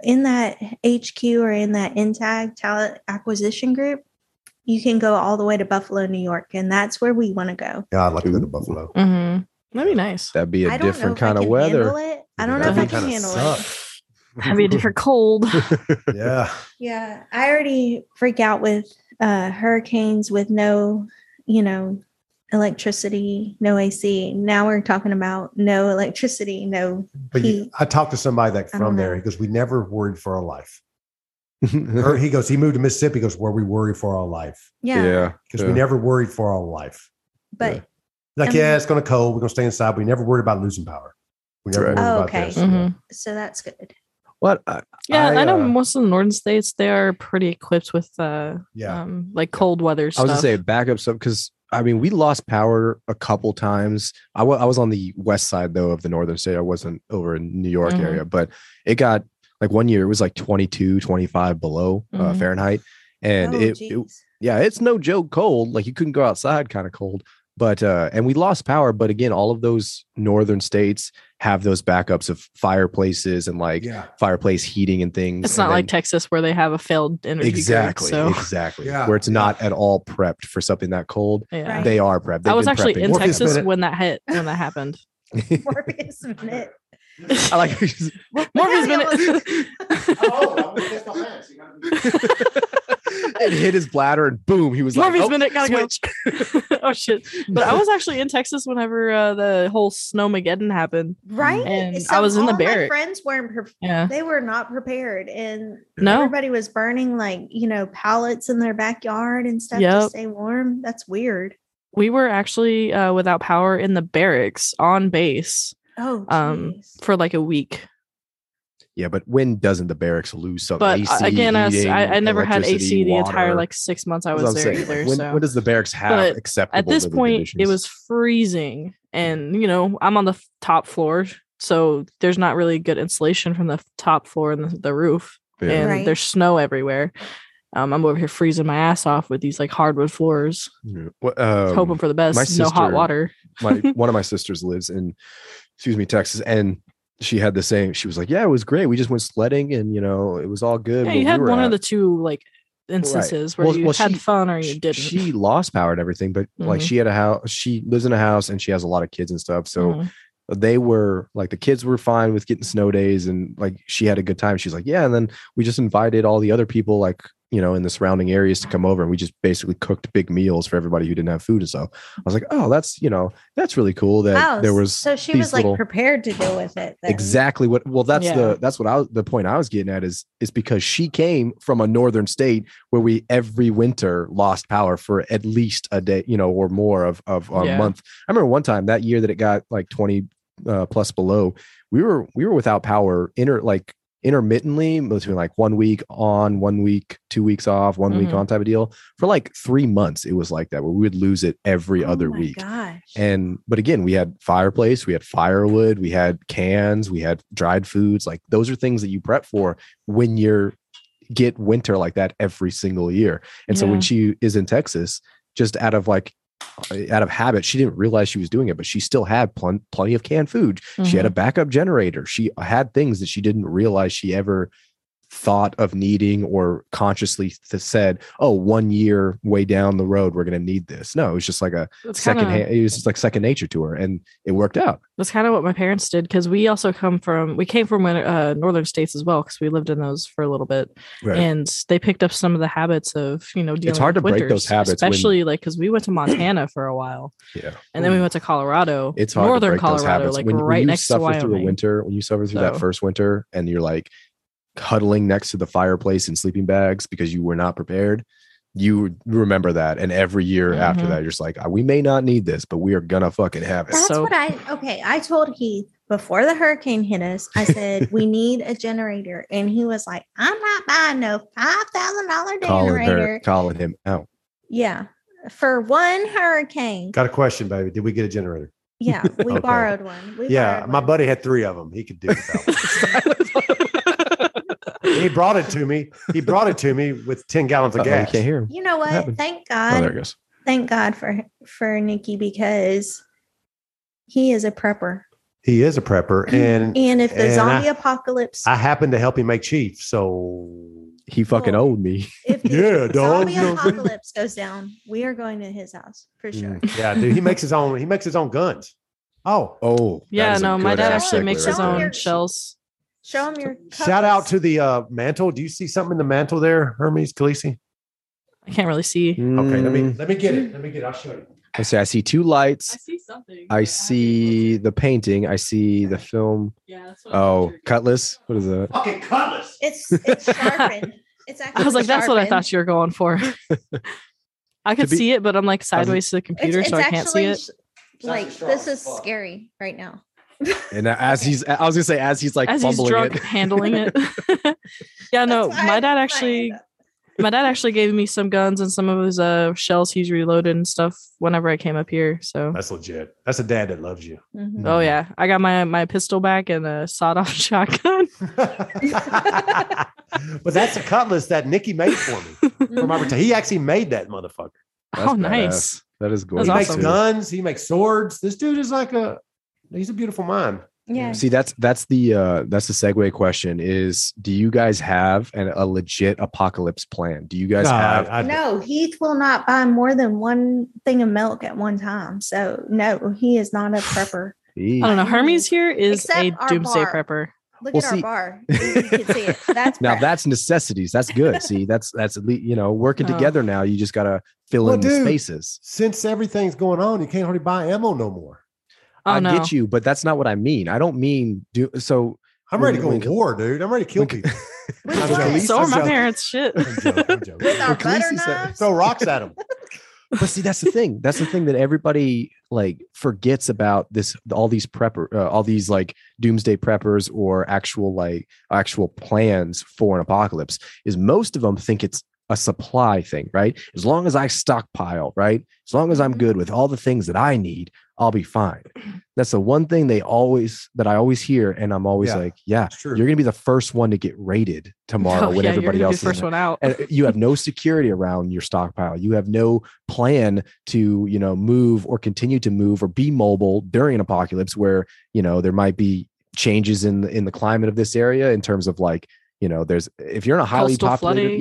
Speaker 6: in that HQ or in that intag talent acquisition group, you can go all the way to Buffalo, New York, and that's where we want to go.
Speaker 1: Yeah, I'd like to go to Buffalo.
Speaker 2: hmm That'd be nice.
Speaker 4: That'd be a
Speaker 6: I don't know
Speaker 4: different
Speaker 6: if I
Speaker 4: kind of
Speaker 6: can handle
Speaker 4: weather.
Speaker 6: it. I don't
Speaker 1: Yeah,
Speaker 6: know if I
Speaker 1: that
Speaker 6: can
Speaker 1: kinda
Speaker 6: handle it.
Speaker 1: sucks.
Speaker 2: That'd be a different cold.
Speaker 1: Yeah.
Speaker 6: Yeah, I already freak out with uh, hurricanes with no, you know, electricity, no AC. Now we're talking about no electricity, no.
Speaker 1: But you,
Speaker 6: He-
Speaker 1: I talked to somebody that
Speaker 6: I
Speaker 1: from
Speaker 6: don't
Speaker 1: there.
Speaker 6: know.
Speaker 1: He goes, "We never worried for our life." Or
Speaker 4: yeah.
Speaker 1: he goes, "He moved to Mississippi." He goes, "Where we worry for our life
Speaker 6: Yeah.
Speaker 1: because
Speaker 4: Yeah.
Speaker 1: we never worried for our life."
Speaker 6: But
Speaker 1: Like,
Speaker 6: I mean-
Speaker 1: yeah, it's gonna cold. We're gonna stay inside. We never worried about losing power. We never
Speaker 4: Right.
Speaker 1: worried
Speaker 6: Oh,
Speaker 1: about
Speaker 6: okay.
Speaker 1: this.
Speaker 2: Mhm.
Speaker 6: so that's good.
Speaker 4: What? I,
Speaker 2: Yeah, I,
Speaker 4: I,
Speaker 2: know
Speaker 4: uh,
Speaker 2: most of the northern states they are pretty equipped with uh,
Speaker 1: Yeah.
Speaker 2: um, like cold weather
Speaker 4: I
Speaker 2: stuff.
Speaker 4: was gonna say backup stuff because I mean we lost power a couple times. I wa- I was on the west side though of the northern state. I wasn't over in New York
Speaker 2: Mhm.
Speaker 4: area, but it got like one year it was like 22, 25 below uh,
Speaker 2: Mhm.
Speaker 4: Fahrenheit, and
Speaker 6: oh,
Speaker 4: it, it
Speaker 6: geez.
Speaker 4: yeah, it's no joke cold. Like you couldn't go outside kind of cold. But uh and we lost power, but again, all of those northern states have those backups of fireplaces and like
Speaker 1: Yeah.
Speaker 4: fireplace heating and things.
Speaker 2: it's
Speaker 4: and
Speaker 2: not like
Speaker 4: then-
Speaker 2: Texas where they have a failed energy grid,
Speaker 4: exactly,
Speaker 2: so
Speaker 4: exactly.
Speaker 1: Yeah,
Speaker 4: Where it's
Speaker 1: yeah.
Speaker 4: not at all prepped for something that cold.
Speaker 2: yeah.
Speaker 6: Right.
Speaker 4: They are prepped. They've
Speaker 2: I was
Speaker 4: been
Speaker 2: actually
Speaker 4: prepping.
Speaker 2: in
Speaker 1: Morpheus
Speaker 2: Texas
Speaker 1: minute.
Speaker 2: when that hit when that happened.
Speaker 6: Morpheus minute.
Speaker 4: I like.
Speaker 2: Morpheus
Speaker 6: Yeah,
Speaker 2: minute.
Speaker 4: it hit his bladder and boom, he was
Speaker 2: Morpheus
Speaker 4: like, "Oh,
Speaker 2: minute gotta go. oh shit! But I was actually in Texas whenever uh, the whole snowmageddon happened.
Speaker 6: Right.
Speaker 2: And I was in the
Speaker 6: all my
Speaker 2: barrack.
Speaker 6: friends weren't pre-
Speaker 2: Yeah.
Speaker 6: they were not prepared and
Speaker 2: No.
Speaker 6: everybody was burning like, you know, pallets in their backyard and stuff to
Speaker 2: Yep.
Speaker 6: stay warm. That's weird.
Speaker 2: We were actually uh, without power in the barracks on base
Speaker 6: Oh,
Speaker 2: Um,
Speaker 6: geez.
Speaker 2: for like a week.
Speaker 4: Yeah, but when doesn't the barracks lose something?
Speaker 2: But uh,
Speaker 4: AC,
Speaker 2: again, I, s-
Speaker 4: Oh, heating,
Speaker 2: I- I never had AC
Speaker 4: electricity,
Speaker 2: the entire
Speaker 4: water.
Speaker 2: like six months I
Speaker 4: That's
Speaker 2: was
Speaker 4: what I'm
Speaker 2: there
Speaker 4: saying.
Speaker 2: either.
Speaker 4: When,
Speaker 2: so
Speaker 4: when does the barracks have
Speaker 2: But
Speaker 4: acceptable
Speaker 2: at this
Speaker 4: living
Speaker 2: point, it
Speaker 4: conditions?
Speaker 2: was freezing, and you know I'm on the f- top floor, so there's not really good insulation from the f- top floor and the, the roof,
Speaker 4: Yeah.
Speaker 2: and
Speaker 6: Right.
Speaker 2: there's snow everywhere. Um, I'm over here freezing my ass off with these like hardwood floors,
Speaker 4: Yeah. What, um,
Speaker 2: hoping for the best.
Speaker 4: my
Speaker 2: no hot
Speaker 4: sister-
Speaker 2: water.
Speaker 4: my one of my sisters lives in excuse me texas and she had the same she was like yeah it was great we just went sledding and you know it was all
Speaker 2: Yeah,
Speaker 4: good where
Speaker 2: you
Speaker 4: we
Speaker 2: had
Speaker 4: were
Speaker 2: one of the
Speaker 4: at."
Speaker 2: two like instances where
Speaker 4: Well-
Speaker 2: you
Speaker 4: well,
Speaker 2: had
Speaker 4: she-
Speaker 2: fun or you
Speaker 4: Sh-
Speaker 2: didn't.
Speaker 4: she lost power and everything but like
Speaker 2: Mhm.
Speaker 4: she had a house she lives in a house and she has a lot of kids and stuff so
Speaker 2: Mhm.
Speaker 4: they were like the kids were fine with getting snow days and like she had a good time she's like yeah and then we just invited all the other people like you know in the surrounding areas to come over and we just basically cooked big meals for everybody who didn't have food and so i was like oh that's you know that's really cool that
Speaker 6: Oh,
Speaker 4: there was
Speaker 6: so she
Speaker 4: these
Speaker 6: was like
Speaker 4: little-
Speaker 6: prepared to deal with it. then.
Speaker 4: exactly what well that's
Speaker 2: Yeah.
Speaker 4: the that's what i was the point i was getting at is is because she came from a northern state where we every winter lost power for at least a day you know or more of of a
Speaker 2: Yeah.
Speaker 4: month i remember one time that year that it got like 20 uh, plus below we were we were without power inter like intermittently between like one week on one week two weeks off one week
Speaker 2: Mhm.
Speaker 4: on type of deal for like three months it was like that where we would lose it every
Speaker 6: Oh
Speaker 4: other
Speaker 6: my
Speaker 4: week
Speaker 6: Gosh.
Speaker 4: and but again, we had fireplace, we had firewood, we had cans, we had dried foods. Like those are things that you prep for when you're get winter like that every single year. And so
Speaker 2: Yeah.
Speaker 4: when she is in Texas, just out of like uh, out of habit, she didn't realize she was doing it, but she still had plen- plenty of canned food. She had a backup generator. She had things that she didn't realize she ever thought of needing or consciously th- said, "Oh, one year way down the road, we're going to need this." No, it was just like a
Speaker 2: That's
Speaker 4: second
Speaker 2: kinda-
Speaker 4: hand, it was just like second nature to her and it worked out
Speaker 2: that's kind of what my parents did because we also come from we came from uh, northern states as well because we lived in those for a little bit
Speaker 4: Right.
Speaker 2: and they picked up some of the habits of you know dealing
Speaker 4: hard
Speaker 2: with
Speaker 4: to break those
Speaker 2: winters,
Speaker 4: habits when-
Speaker 2: especially like because we went to montana for a while
Speaker 4: yeah
Speaker 2: and then we went to colorado
Speaker 4: it's hard
Speaker 2: northern
Speaker 4: to break those
Speaker 2: colorado
Speaker 4: habits.
Speaker 2: like
Speaker 4: when, when
Speaker 2: right
Speaker 4: you
Speaker 2: next to
Speaker 4: suffer
Speaker 2: wyoming
Speaker 4: through a winter when you suffer through that
Speaker 2: So-
Speaker 4: first winter and you're like huddling next to the fireplace in sleeping bags because you were not prepared you remember that and every year after
Speaker 2: Mhm.
Speaker 4: that you're just like "Ah, we may not need this but we are gonna fucking have it
Speaker 6: That's
Speaker 2: So-
Speaker 6: what I okay. I told Heath before the hurricane hit us. I said we need a generator, and he was like, "I'm not buying no five thousand dollar
Speaker 4: calling her
Speaker 6: generator."
Speaker 4: calling him out
Speaker 6: Yeah, for one hurricane.
Speaker 1: Got a question, baby? Did we get a generator?
Speaker 6: Yeah, we
Speaker 1: Okay.
Speaker 6: borrowed one. We
Speaker 1: yeah,
Speaker 6: borrowed
Speaker 1: my
Speaker 6: one.
Speaker 1: buddy had three of them. He could do it. he brought it to me. He brought it to me with ten gallons of
Speaker 4: Uh-oh, you
Speaker 1: gas.
Speaker 4: can't hear him
Speaker 6: You know what?
Speaker 4: happened?
Speaker 6: Thank
Speaker 4: oh
Speaker 6: God.
Speaker 4: there it goes
Speaker 6: Thank God for for Nikki because he is a prepper.
Speaker 1: He is a prepper, and
Speaker 6: And if the
Speaker 1: And I-
Speaker 6: zombie apocalypse,
Speaker 1: I happened to help him make chief. So
Speaker 4: he fucking
Speaker 6: Well,
Speaker 4: owed me
Speaker 6: if the
Speaker 1: yeah, dog.
Speaker 6: zombie
Speaker 1: you know what I'm saying? Mm.
Speaker 6: apocalypse goes down, we are going to his house for sure.
Speaker 1: Yeah, dude, he makes his own. He makes his own guns. Oh,
Speaker 4: oh that
Speaker 2: yeah
Speaker 4: is a
Speaker 2: no my
Speaker 4: good
Speaker 2: dad
Speaker 4: ass
Speaker 2: actually
Speaker 4: segue
Speaker 2: makes
Speaker 4: right
Speaker 2: his
Speaker 4: there.
Speaker 2: own
Speaker 6: there.
Speaker 2: shells
Speaker 6: Show him your
Speaker 1: shout out
Speaker 6: cutlass.
Speaker 1: to the uh, mantle. Do you see something in the mantle there, Hermes Khaleesi?
Speaker 2: i can't really see
Speaker 1: Okay, let me
Speaker 4: Mm,
Speaker 1: let me get it. Let me get. It. I'll show you.
Speaker 4: I say I see two lights.
Speaker 2: see something.
Speaker 4: I see the painting. I see the film.
Speaker 2: Yeah, that's what
Speaker 4: Oh, Cutlass. What is that?
Speaker 5: Fucking cutlass.
Speaker 6: It's it's sharpened. It's actually
Speaker 2: I was like, that's what I
Speaker 6: sharpened.
Speaker 2: thought you were going for. I could
Speaker 4: be-
Speaker 2: see it, but I'm like sideways to the computer, so I can't see it.
Speaker 6: sh- Like
Speaker 5: Sounds
Speaker 6: this
Speaker 5: strong as
Speaker 6: is
Speaker 5: fuck.
Speaker 6: scary right now.
Speaker 4: And as he's, I was gonna say, as he's like
Speaker 2: As he's
Speaker 4: fumbling
Speaker 2: drunk,
Speaker 4: it.
Speaker 2: handling it. yeah, no,
Speaker 6: That's why
Speaker 2: my
Speaker 6: I
Speaker 2: dad
Speaker 6: put
Speaker 2: actually,
Speaker 6: hand up.
Speaker 2: my dad actually gave me some guns and some of his uh, shells he's reloaded and stuff whenever I came up here. So,
Speaker 1: That's legit. That's a dad that loves you.
Speaker 6: Mhm.
Speaker 2: oh
Speaker 4: Mm.
Speaker 2: yeah, I got my my pistol back and a sawed off shotgun.
Speaker 1: but that's a cutlass that Nikky made for me.
Speaker 6: Mm-hmm.
Speaker 1: From Robert T. He actually made that motherfucker.
Speaker 4: That's
Speaker 2: oh,
Speaker 4: badass.
Speaker 2: nice.
Speaker 4: That is
Speaker 1: He
Speaker 4: gorgeous.
Speaker 1: makes
Speaker 2: awesome.
Speaker 1: guns. He makes swords. This dude is like a. He's a beautiful mind.
Speaker 6: Yeah.
Speaker 4: See, that's that's the uh that's the segue question is do you guys have an, a legit apocalypse plan? Do you guys
Speaker 1: No, I-
Speaker 4: have
Speaker 1: I-
Speaker 6: No, Heath will not buy more than one thing of milk at one time. So no, he is not a prepper.
Speaker 4: Eek.
Speaker 2: I don't know. Hermes here is
Speaker 6: Except
Speaker 2: a
Speaker 6: our
Speaker 2: doomsday
Speaker 6: bar.
Speaker 2: prepper.
Speaker 6: Look
Speaker 4: Well,
Speaker 6: at
Speaker 4: see-
Speaker 6: our bar. You can see it. That's
Speaker 4: now
Speaker 6: prep.
Speaker 4: that's necessities. That's good. See, that's that's at least you know, working
Speaker 2: Oh.
Speaker 4: together now. You just gotta fill
Speaker 1: Well,
Speaker 4: in the
Speaker 1: dude,
Speaker 4: spaces.
Speaker 1: Since everything's going on, you can't hardly buy ammo no more.
Speaker 2: Oh
Speaker 4: I
Speaker 2: no,
Speaker 4: get you, but that's not what I mean. I don't mean do so
Speaker 1: I'm ready to go
Speaker 4: When-
Speaker 1: to war, dude. I'm ready to kill
Speaker 4: when-
Speaker 1: people.
Speaker 6: With
Speaker 1: I'm
Speaker 6: what?
Speaker 1: joking.
Speaker 2: so are
Speaker 1: I'm
Speaker 2: my
Speaker 1: joking.
Speaker 2: parents. Shit.
Speaker 1: I'm joking. I'm joking.
Speaker 6: With
Speaker 4: Well,
Speaker 6: our butter
Speaker 4: Khaleesi said-
Speaker 6: knives.
Speaker 1: Throw rocks at him.
Speaker 4: but see that's the thing that's the thing that everybody like forgets about this all these prepper uh, all these like doomsday preppers or actual like actual plans for an apocalypse is most of them think it's a supply thing right as long as i stockpile right as long as i'm
Speaker 2: Mm-hmm.
Speaker 4: good with all the things that i need i'll be fine that's the one thing they always that i always hear and i'm always
Speaker 1: Yeah.
Speaker 4: like yeah
Speaker 1: It's true.
Speaker 4: you're gonna be the first one to get raided
Speaker 2: Oh,
Speaker 4: tomorrow when
Speaker 2: yeah, you're
Speaker 4: everybody
Speaker 2: gonna be
Speaker 4: else
Speaker 2: the
Speaker 4: is
Speaker 2: first one out.
Speaker 4: and uh, you have no security around your stockpile you have no plan to you know move or continue to move or be mobile during an apocalypse where you know there might be changes in the, in the climate of this area in terms of like you know there's if you're in a highly
Speaker 2: Coastal
Speaker 4: populated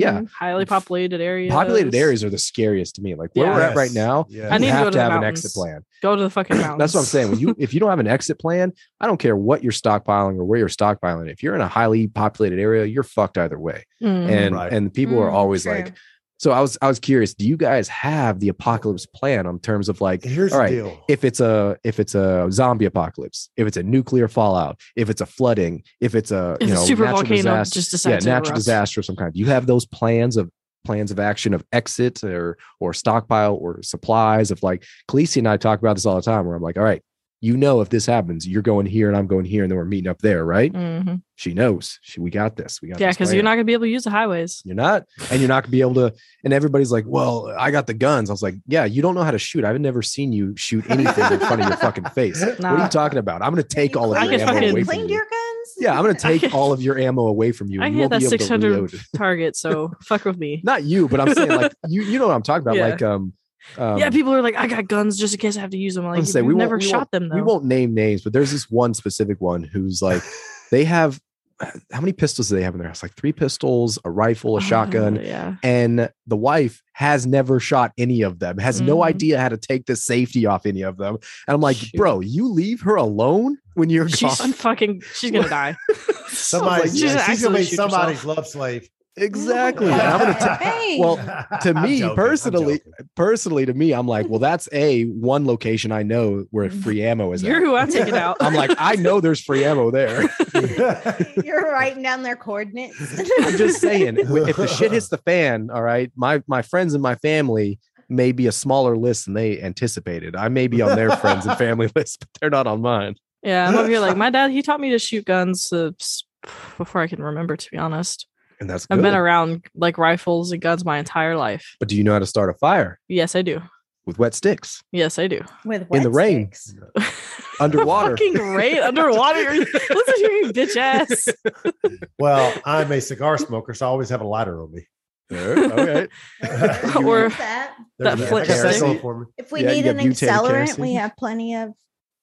Speaker 2: flooding,
Speaker 4: yeah
Speaker 2: highly populated areas.
Speaker 4: populated areas are the scariest to me like where we're at right
Speaker 1: Yes.
Speaker 4: now
Speaker 1: Yes.
Speaker 2: I
Speaker 4: you
Speaker 2: need to go
Speaker 4: have
Speaker 2: to
Speaker 4: to
Speaker 2: the
Speaker 4: have an
Speaker 2: mountains.
Speaker 4: exit plan
Speaker 2: Go to the fucking mountains.
Speaker 4: that's what i'm saying when you if you don't have an exit plan i don't care what you're stockpiling or where you're stockpiling if you're in a highly populated area you're fucked either way
Speaker 2: Mm.
Speaker 4: and
Speaker 1: Right.
Speaker 4: and people are
Speaker 6: Mm,
Speaker 4: always
Speaker 6: true.
Speaker 4: like so i was i was curious do you guys have the apocalypse plan on terms of like
Speaker 1: Here's
Speaker 4: all right,
Speaker 1: the deal.
Speaker 4: if it's a if it's a zombie apocalypse if it's a nuclear fallout if it's a flooding if it's a
Speaker 2: If
Speaker 4: you
Speaker 2: a
Speaker 4: know
Speaker 2: super
Speaker 4: natural
Speaker 2: volcano
Speaker 4: disaster
Speaker 2: just
Speaker 4: yeah
Speaker 2: decides to
Speaker 4: natural
Speaker 2: erupt.
Speaker 4: disaster of some kind do you have those plans of plans of action of exit or or stockpile or supplies of like Khaleesi and I talk about this all the time where I'm like all right you know if this happens you're going here and I'm going here and then we're meeting up there right
Speaker 2: Mhm.
Speaker 4: she knows she, we got this we got
Speaker 2: Yeah,
Speaker 4: this
Speaker 2: because you're
Speaker 4: plan.
Speaker 2: not gonna be able to use the highways.
Speaker 4: You're not, and you're not gonna be able to. And everybody's like, "Well, I got the guns." I was like, "Yeah, you don't know how to shoot. I've never seen you shoot anything in front of your fucking face. What are
Speaker 2: Nah.
Speaker 4: you talking about? I'm gonna take all of
Speaker 2: I
Speaker 4: your
Speaker 2: can
Speaker 4: ammo
Speaker 2: fucking-
Speaker 4: away
Speaker 6: you
Speaker 4: from
Speaker 6: cleaned
Speaker 4: you.
Speaker 6: your guns.
Speaker 4: Yeah, I'm gonna take
Speaker 2: can-
Speaker 4: all of your ammo away from you.
Speaker 2: I
Speaker 4: and
Speaker 2: can hit that
Speaker 4: be able to
Speaker 2: 600
Speaker 4: reload.
Speaker 2: target, so fuck with me.
Speaker 4: Not you, but I'm saying like you. You know what I'm talking about?
Speaker 2: Yeah.
Speaker 4: Like um, um,
Speaker 2: yeah, people are like, I got guns just in case I have to use them. I'm
Speaker 4: I'm
Speaker 2: Like,
Speaker 4: saying,
Speaker 2: we
Speaker 4: we won't-
Speaker 2: never
Speaker 4: we
Speaker 2: shot them though.
Speaker 4: we won't name names, but there's this one specific one who's like, they have how many pistols do they have in their house? Like three pistols, a rifle, a shotgun,
Speaker 2: Oh, yeah.
Speaker 4: and the wife has never shot any of them has no
Speaker 2: Mhm.
Speaker 4: idea how to take the safety off any of them and i'm like
Speaker 2: Shoot.
Speaker 4: bro you leave her alone when you're
Speaker 2: She's
Speaker 4: gone
Speaker 2: fucking. She's gonna die.
Speaker 1: somebody,
Speaker 2: She's
Speaker 1: yeah,
Speaker 2: gonna
Speaker 1: she's gonna
Speaker 2: accidentally
Speaker 1: be
Speaker 2: shoot
Speaker 1: somebody's
Speaker 2: herself.
Speaker 1: love slave.
Speaker 4: exactly And i'm gonna
Speaker 6: ta-
Speaker 4: t-
Speaker 6: Hey.
Speaker 4: well, to
Speaker 1: I'm
Speaker 4: me
Speaker 1: joking, I'm
Speaker 4: personally-
Speaker 1: joking.
Speaker 4: personally to me i'm like well that's a one location i know where free ammo is at.
Speaker 2: Mm-hmm. You're who I'm taking out.
Speaker 4: i'm like i know there's free ammo there
Speaker 6: You're writing down their coordinates.
Speaker 4: i'm just saying if the shit hits the fan all right my my friends and my family may be a smaller list than they anticipated i may be on their friends and family list but they're not on mine
Speaker 2: Yeah, I'm over here like my dad. He taught me to shoot guns uh, s- before I can remember. To be honest,
Speaker 4: and that's
Speaker 2: I've
Speaker 4: good.
Speaker 2: been around like rifles and guns my entire life.
Speaker 4: But do you know how to start a fire
Speaker 2: Yes, I do.
Speaker 4: with wet sticks
Speaker 2: Yes, I do.
Speaker 6: With
Speaker 4: In the
Speaker 6: wet
Speaker 4: rain.
Speaker 6: sticks.
Speaker 4: underwater?
Speaker 2: Fucking great underwater. Listen to you, bitch ass.
Speaker 1: well, I'm a cigar smoker, so I always have a lighter on me.
Speaker 4: okay.
Speaker 6: If we
Speaker 2: Or-
Speaker 6: use that,
Speaker 1: There's
Speaker 2: That
Speaker 1: I
Speaker 2: flint
Speaker 1: got that
Speaker 2: stick.
Speaker 1: going for me.
Speaker 6: if we
Speaker 4: Yeah, you
Speaker 6: need
Speaker 4: got
Speaker 6: an
Speaker 4: butane
Speaker 6: accelerant,
Speaker 4: kerosene.
Speaker 6: we have plenty of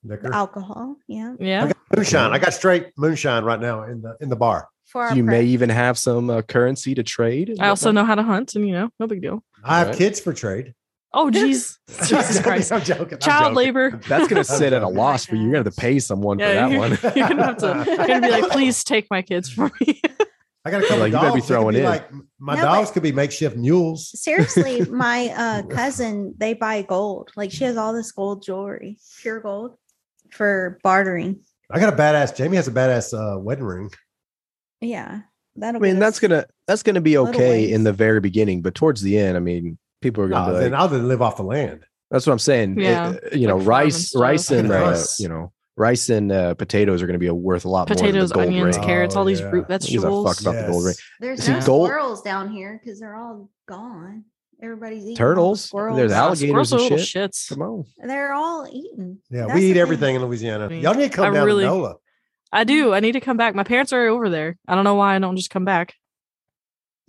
Speaker 1: Liquor.
Speaker 6: alcohol. Yeah.
Speaker 2: Yeah.
Speaker 1: Moonshine. I got straight moonshine right now in the in the bar.
Speaker 6: For our
Speaker 4: You may
Speaker 6: prep.
Speaker 4: even have some uh, currency to trade. and
Speaker 2: I also
Speaker 4: whatnot.
Speaker 2: know how to hunt, and you know, no big deal.
Speaker 1: I have
Speaker 4: Right.
Speaker 1: kids for trade.
Speaker 2: Oh, jeez. Jesus Christ.
Speaker 1: I'm joking. I'm
Speaker 2: Child
Speaker 1: joking.
Speaker 2: labor.
Speaker 4: that's going to
Speaker 1: I'm
Speaker 4: sit at a
Speaker 1: joking.
Speaker 4: loss for you. You're going to have to pay someone
Speaker 2: Yeah,
Speaker 4: for that
Speaker 2: you're,
Speaker 4: one.
Speaker 2: you're gonna have to. You're gonna be like, please take my kids for me.
Speaker 1: I got a couple of dogs.
Speaker 4: Like, you better be
Speaker 1: They could
Speaker 4: throwing in.
Speaker 1: like My
Speaker 6: No,
Speaker 1: dogs
Speaker 6: but-
Speaker 1: could be makeshift mules.
Speaker 6: Seriously, my uh, cousin, they buy gold. Like she has all this gold jewelry, pure gold for bartering.
Speaker 1: I got a badass. Jamie has a badass uh, wedding ring.
Speaker 6: Yeah.
Speaker 4: I
Speaker 6: That'll
Speaker 4: mean, that's gonna that's gonna be
Speaker 6: Little
Speaker 4: okay in
Speaker 6: ways.
Speaker 4: the very beginning, but towards the end, I mean, people are gonna
Speaker 1: Ah,
Speaker 4: be like,
Speaker 1: then I'll then live off the land.
Speaker 4: That's what I'm saying.
Speaker 2: Yeah.
Speaker 4: Uh, you
Speaker 2: Like farm
Speaker 4: know,
Speaker 2: and
Speaker 4: rice,
Speaker 2: stuff.
Speaker 4: rice, and uh,
Speaker 1: Rice.
Speaker 4: you know, rice and uh, potatoes are going to be a worth a lot
Speaker 2: Potatoes,
Speaker 4: more. than the gold
Speaker 2: onions,
Speaker 4: ring.
Speaker 2: carrots,
Speaker 1: Oh,
Speaker 2: all these
Speaker 1: yeah.
Speaker 2: root
Speaker 4: These are
Speaker 2: vegetables.
Speaker 4: fucked About up. the gold ring.
Speaker 3: There's
Speaker 2: See,
Speaker 3: no
Speaker 4: gold-
Speaker 3: squirrels down here because they're all gone. Everybody's eating all the
Speaker 4: Turtles?
Speaker 3: squirrels.
Speaker 4: There's
Speaker 2: Ah,
Speaker 4: alligators
Speaker 2: squirrels
Speaker 4: and
Speaker 2: are little
Speaker 4: shit.
Speaker 2: shits.
Speaker 4: Come on,
Speaker 6: They're all eaten.
Speaker 1: Yeah,
Speaker 6: That's
Speaker 1: we
Speaker 6: the
Speaker 1: eat
Speaker 6: thing.
Speaker 1: everything in Louisiana.
Speaker 2: I mean,
Speaker 1: Y'all need to come
Speaker 2: I
Speaker 1: down
Speaker 2: really-
Speaker 1: to NOLA.
Speaker 2: I do. I need to come back. My parents are over there. I don't know why I don't just come back.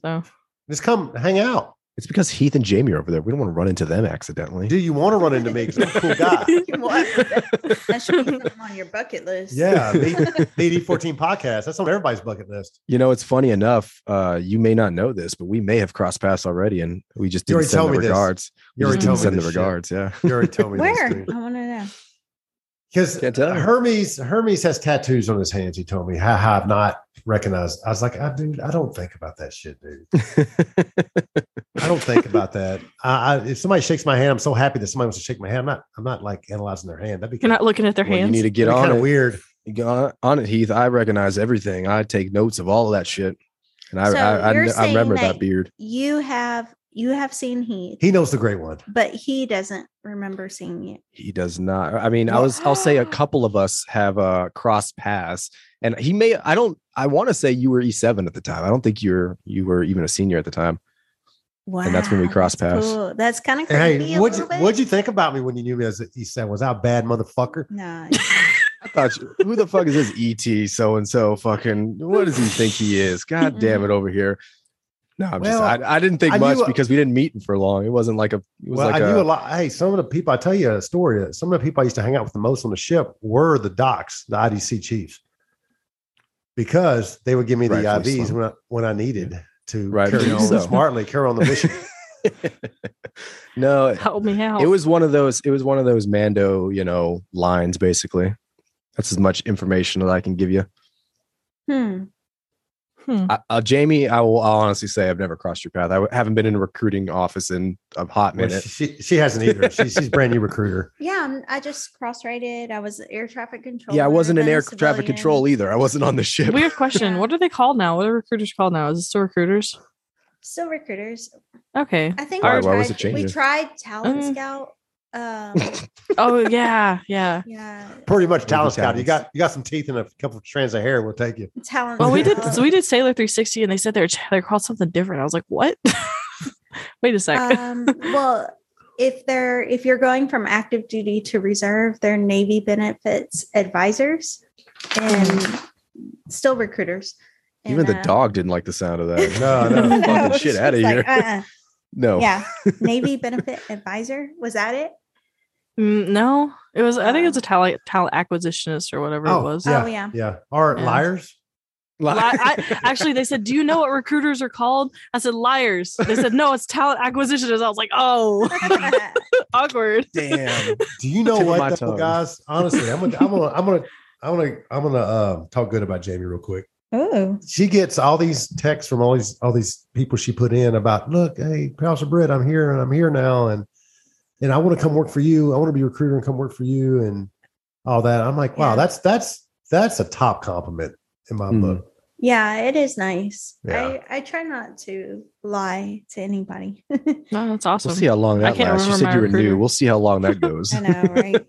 Speaker 2: So
Speaker 1: Just come hang out.
Speaker 4: it's because Heath and Jamie are over there. We don't want to run into them accidentally.
Speaker 1: Do you want to run into me? 'Cause I'm a cool guy.
Speaker 6: What? That, that should be something on your bucket list.
Speaker 1: Yeah, the DD14 podcast. That's on everybody's bucket list.
Speaker 4: You know, it's funny enough. Uh, you may not know this, but we may have crossed paths already, and we just
Speaker 1: You
Speaker 4: didn't
Speaker 1: already
Speaker 4: send
Speaker 1: told
Speaker 4: the
Speaker 1: me this.
Speaker 4: regards.
Speaker 1: You
Speaker 4: we
Speaker 1: already
Speaker 4: just didn't
Speaker 1: told me
Speaker 4: send the
Speaker 1: this shit.
Speaker 4: regards. Yeah,
Speaker 1: You already told me
Speaker 6: Where?
Speaker 1: this.
Speaker 6: I want to know.
Speaker 1: Because
Speaker 4: Can't tell.
Speaker 1: Hermes Hermes has tattoos on his hands. He told me, "Ha ha, I've not recognized." I was like, "I dude, I don't think about that shit, dude. I don't think about that. I, I, if somebody shakes my hand, I'm so happy that somebody wants to shake my hand. I'm not. I'm not like analyzing their hand. That'd be
Speaker 2: you're
Speaker 1: kind
Speaker 2: not looking at their
Speaker 4: Well, you
Speaker 2: hands.
Speaker 4: need to get
Speaker 1: of
Speaker 4: on it.
Speaker 1: weird.
Speaker 4: Get on- on it, Heath. I recognize everything. I take notes of all of that shit, and I
Speaker 6: So
Speaker 4: I, I,
Speaker 6: you're
Speaker 4: kn- I remember
Speaker 6: saying
Speaker 4: that
Speaker 6: that-
Speaker 4: beard.
Speaker 6: You have you have seen Heath,
Speaker 1: He knows the great one.
Speaker 6: but he doesn't remember seeing you.
Speaker 4: He does not. I mean, I was. I'll say a couple of us have uh, crossed paths, and he may. I don't. I want to say you were E seven at the time. I don't think you're. You were even a senior at the time.
Speaker 6: Wow.
Speaker 4: that's when we crossed
Speaker 6: Ah, that's
Speaker 4: paths.
Speaker 6: cool. That's kind of
Speaker 1: And
Speaker 6: creepy.
Speaker 1: hey,
Speaker 6: a
Speaker 1: what'd you,
Speaker 6: little bit.
Speaker 1: what'd you think about me when you knew me as he said was I a bad motherfucker?
Speaker 6: Nah.
Speaker 4: I thought, you- who the fuck is this ET so and so? Fucking, what does he think he is? God damn it, over here. No, I'm
Speaker 1: Well,
Speaker 4: just. I, I didn't think
Speaker 1: I
Speaker 4: much
Speaker 1: knew-
Speaker 4: because we didn't meet for long. It wasn't like a. It was
Speaker 1: Well,
Speaker 4: like
Speaker 1: I knew
Speaker 4: a,
Speaker 1: a lot. Hey, some of the people I tell you a story. Some of the people I used to hang out with the most on the ship were the docs, the IDC chiefs, because they would give me the
Speaker 4: Rightfully
Speaker 1: IVs
Speaker 4: so.
Speaker 1: when I, when I needed to
Speaker 4: Rightfully
Speaker 1: carry on
Speaker 4: so.
Speaker 1: smartly, carry on the mission.
Speaker 4: no,
Speaker 2: Help me out.
Speaker 1: Oh.
Speaker 4: it was one of those it was one of those mando you know lines basically that's as much information that i can give you
Speaker 6: hmm.
Speaker 2: Hmm.
Speaker 4: I, uh, jamie i will I'll honestly say i've never crossed your path i w- haven't been in a recruiting office in a hot
Speaker 1: Well,
Speaker 4: minute
Speaker 1: she, she hasn't either. She, she's a brand new recruiter.
Speaker 6: Yeah, I'm- i just cross-rated. I was air traffic control.
Speaker 4: yeah i wasn't in air traffic control e either i wasn't on the ship
Speaker 2: Weird question. What are they called now? What are recruiters called now? Is it still recruiters?
Speaker 6: Still recruiters.
Speaker 2: Okay.
Speaker 6: I think
Speaker 4: Why-
Speaker 6: we
Speaker 4: why was
Speaker 6: tried-
Speaker 4: it
Speaker 6: We
Speaker 4: changing?
Speaker 6: tried talent
Speaker 2: Mm.
Speaker 6: scout. Um,
Speaker 2: Oh yeah, yeah.
Speaker 6: yeah,
Speaker 1: Pretty much
Speaker 4: the
Speaker 1: talent scout. You
Speaker 4: talents.
Speaker 1: got you got some teeth and a couple of strands of hair. We'll take you.
Speaker 6: talent.
Speaker 2: Well, Oh, we did
Speaker 6: scout.
Speaker 2: we did Sailor 360, and they said they're they're called something different. I was like, what? Wait a second.
Speaker 6: um, well, if they're if you're going from active duty to reserve, they're Navy benefits advisors and
Speaker 2: Hmm.
Speaker 6: still recruiters. And,
Speaker 4: even the
Speaker 6: uh,
Speaker 4: dog didn't like the sound of that
Speaker 1: No, no.
Speaker 4: Get the fucking
Speaker 6: it's
Speaker 4: shit out of
Speaker 6: just
Speaker 4: here Oh.
Speaker 6: like, uh-uh.
Speaker 4: no
Speaker 6: Yeah, Navy benefit advisor was that it?
Speaker 2: Mm, no, it was. I think it was
Speaker 6: Uh,
Speaker 2: a talent talent acquisitionist or whatever
Speaker 1: Oh,
Speaker 2: it was.
Speaker 1: Yeah.
Speaker 6: Oh yeah.
Speaker 1: Yeah. Or
Speaker 2: Yeah.
Speaker 1: liars.
Speaker 4: Li-
Speaker 2: Li- I, actually, they said, "Do you know what recruiters are called?" I said, "Liars." They said, "No, it's talent acquisitionists." I was like, "Oh, awkward."
Speaker 4: damn
Speaker 1: Do you know
Speaker 4: Tip of my
Speaker 1: what, though,
Speaker 4: tongue.
Speaker 1: guys? Honestly, I'm gonna I'm gonna I'm gonna I'm gonna I'm gonna um, talk good about Jamie real quick.
Speaker 6: oh,
Speaker 1: she gets all these texts from all these all these people she put in about look hey Pastor Britt I'm here and I'm here now and and I want to come work for you I want to be a recruiter and come work for you and all that I'm like wow
Speaker 6: Yeah.
Speaker 1: that's that's that's a top compliment in my
Speaker 4: Mm.
Speaker 1: book
Speaker 6: yeah, it is nice.
Speaker 1: Yeah.
Speaker 6: I I try not to lie to anybody.
Speaker 2: No, that's awesome.
Speaker 4: we'll see how long
Speaker 2: I
Speaker 4: that
Speaker 2: can't
Speaker 4: lasts you
Speaker 2: remember my
Speaker 4: said you were new
Speaker 2: recruiter.
Speaker 4: we'll see how long that goes
Speaker 6: I know, right?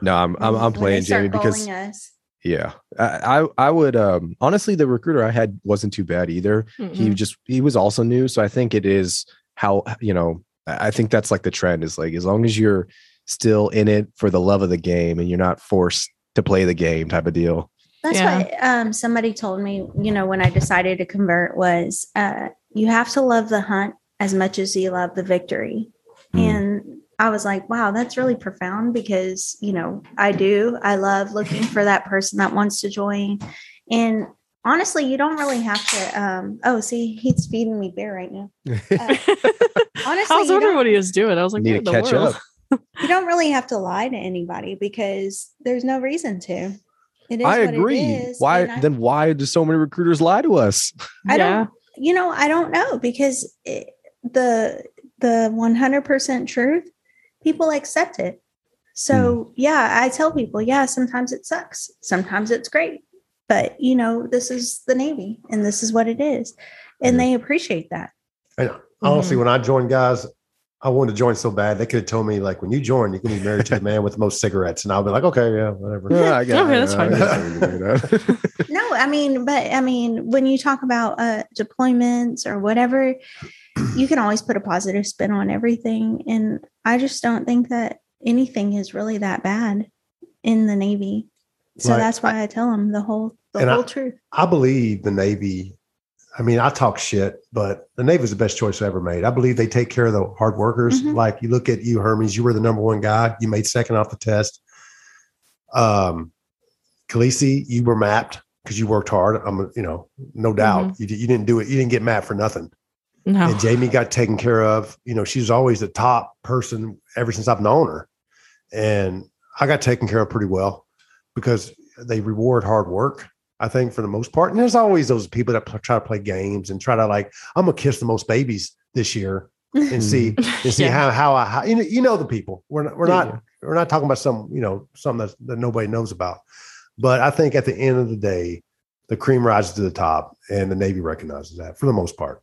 Speaker 4: no i'm i'm,
Speaker 6: When
Speaker 4: I'm
Speaker 6: they
Speaker 4: playing
Speaker 6: start
Speaker 4: jamie because
Speaker 6: calling us.
Speaker 4: Yeah, I I, I would um, honestly the recruiter I had wasn't too bad either. He
Speaker 6: Mm-hmm.
Speaker 2: Mm-mm.
Speaker 4: just he was also new, so I think it is how you know I I think that's like the trend is like as long as you're still in it for the love of the game and you're not forced to play the game type of deal.
Speaker 6: That's
Speaker 2: Yeah.
Speaker 6: what um, somebody told me, you know, when I decided to convert was uh, you have to love the hunt as much as you love the victory.
Speaker 4: Mm.
Speaker 6: And I was like, wow, that's really profound because, you know, I do. I love looking for that person that wants to join. And honestly, you don't really have to. Um, oh, see, he's feeding me beer right now. Uh, honestly,
Speaker 2: I was
Speaker 6: you
Speaker 2: wondering
Speaker 6: don't-
Speaker 2: what he was doing. I was like,
Speaker 4: Need to
Speaker 2: "What in the
Speaker 4: catch
Speaker 2: world?"
Speaker 4: up.
Speaker 6: you don't really have to lie to anybody because there's no reason to. It is
Speaker 4: I
Speaker 6: what it
Speaker 4: agree.
Speaker 6: is,
Speaker 4: why
Speaker 6: and I-
Speaker 4: then? Why do so many recruiters lie to us?
Speaker 2: Yeah.
Speaker 6: I don't you know, I don't know because it, the the 100% truth, people accept it. So,
Speaker 4: Hmm.
Speaker 6: yeah, I tell people, yeah, sometimes it sucks. Sometimes it's great. But, you know, this is the Navy and this is what it is. And
Speaker 4: Hmm.
Speaker 1: Mhm.
Speaker 6: they appreciate that.
Speaker 1: Honestly, when I joined, guys, I wanted to join so bad they could have told me like, when you join, you can be married to the man with the most cigarettes, and I'll be like, okay, yeah, whatever.
Speaker 4: Yeah, I got
Speaker 2: Okay,
Speaker 4: it.
Speaker 2: that's
Speaker 4: I
Speaker 2: fine.
Speaker 4: guess I can do that.
Speaker 6: No, I mean, but I mean, when you talk about uh, deployments or whatever, you can always put a positive spin on everything. And I just don't think that anything is really that bad in the Navy. So
Speaker 1: Like,
Speaker 6: that's why I tell them the whole the
Speaker 1: And I-
Speaker 6: whole truth.
Speaker 1: I believe the Navy. I mean, I talk shit, but the Navy is the best choice I ever made. I believe they take care of the hard workers.
Speaker 6: Mhm.
Speaker 1: Like you look at you, Hermes, you were the number one guy. You made second off the test. Um, Khaleesi, you were mapped because you worked hard. I'm, you know, no doubt you, di- you didn't do it. You didn't get mapped for nothing.
Speaker 2: No.
Speaker 4: Oh.
Speaker 1: And Jamie got taken care of. You know, she was always the top person ever since I've known her. And I got taken care of pretty well because they reward hard work, I think, for the most part. And there's always those people that pl- try to play games and try to like, I'm gonna kiss the most babies this year and see and see
Speaker 2: Yeah.
Speaker 1: how how I how, you know you know the people. We're not, we're
Speaker 4: Yeah,
Speaker 1: not
Speaker 4: yeah.
Speaker 1: we're not talking about some you know something that's, that nobody knows about. But I think at the end of the day, the cream rises to the top, and the Navy recognizes that for the most part.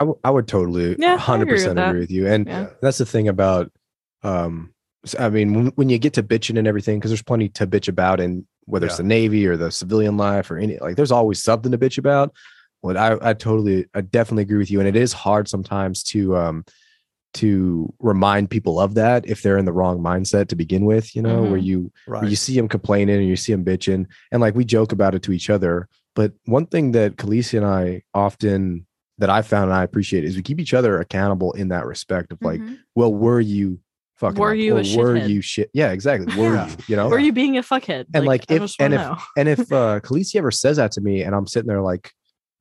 Speaker 4: I, w- I would totally
Speaker 2: Yeah, I agree
Speaker 4: 100%
Speaker 2: with
Speaker 4: agree,
Speaker 2: that.
Speaker 4: with you. And
Speaker 2: Yeah.
Speaker 4: that's the thing about, um, s- I mean, when, when you get to bitching and everything, because there's plenty to bitch about, and whether it's
Speaker 1: Yeah.
Speaker 4: the Navy or the civilian life or any, like, there's always something to bitch about. Well, I, I totally, I definitely agree with you. And it is hard sometimes to, um, to remind people of that if they're in the wrong mindset to begin with, you know, where
Speaker 2: Mhm.
Speaker 4: you
Speaker 1: Right.
Speaker 4: where you see them complaining and you see them bitching and like we joke about it to each other but one thing that Khaleesi and i often that i found and i appreciate is we keep each other accountable in that respect of like
Speaker 6: Mhm.
Speaker 4: well were you fucking
Speaker 2: Mm-hmm. Were
Speaker 4: up?
Speaker 2: you
Speaker 4: Or
Speaker 2: a
Speaker 4: were
Speaker 2: shithead?
Speaker 4: you shit yeah exactly were
Speaker 1: Yeah.
Speaker 4: you you know
Speaker 2: Were you being a fuckhead?
Speaker 4: And, like,
Speaker 2: I
Speaker 4: if-
Speaker 2: just wanna
Speaker 4: and if- and if uh Khaleesi ever says that to me and i'm sitting there like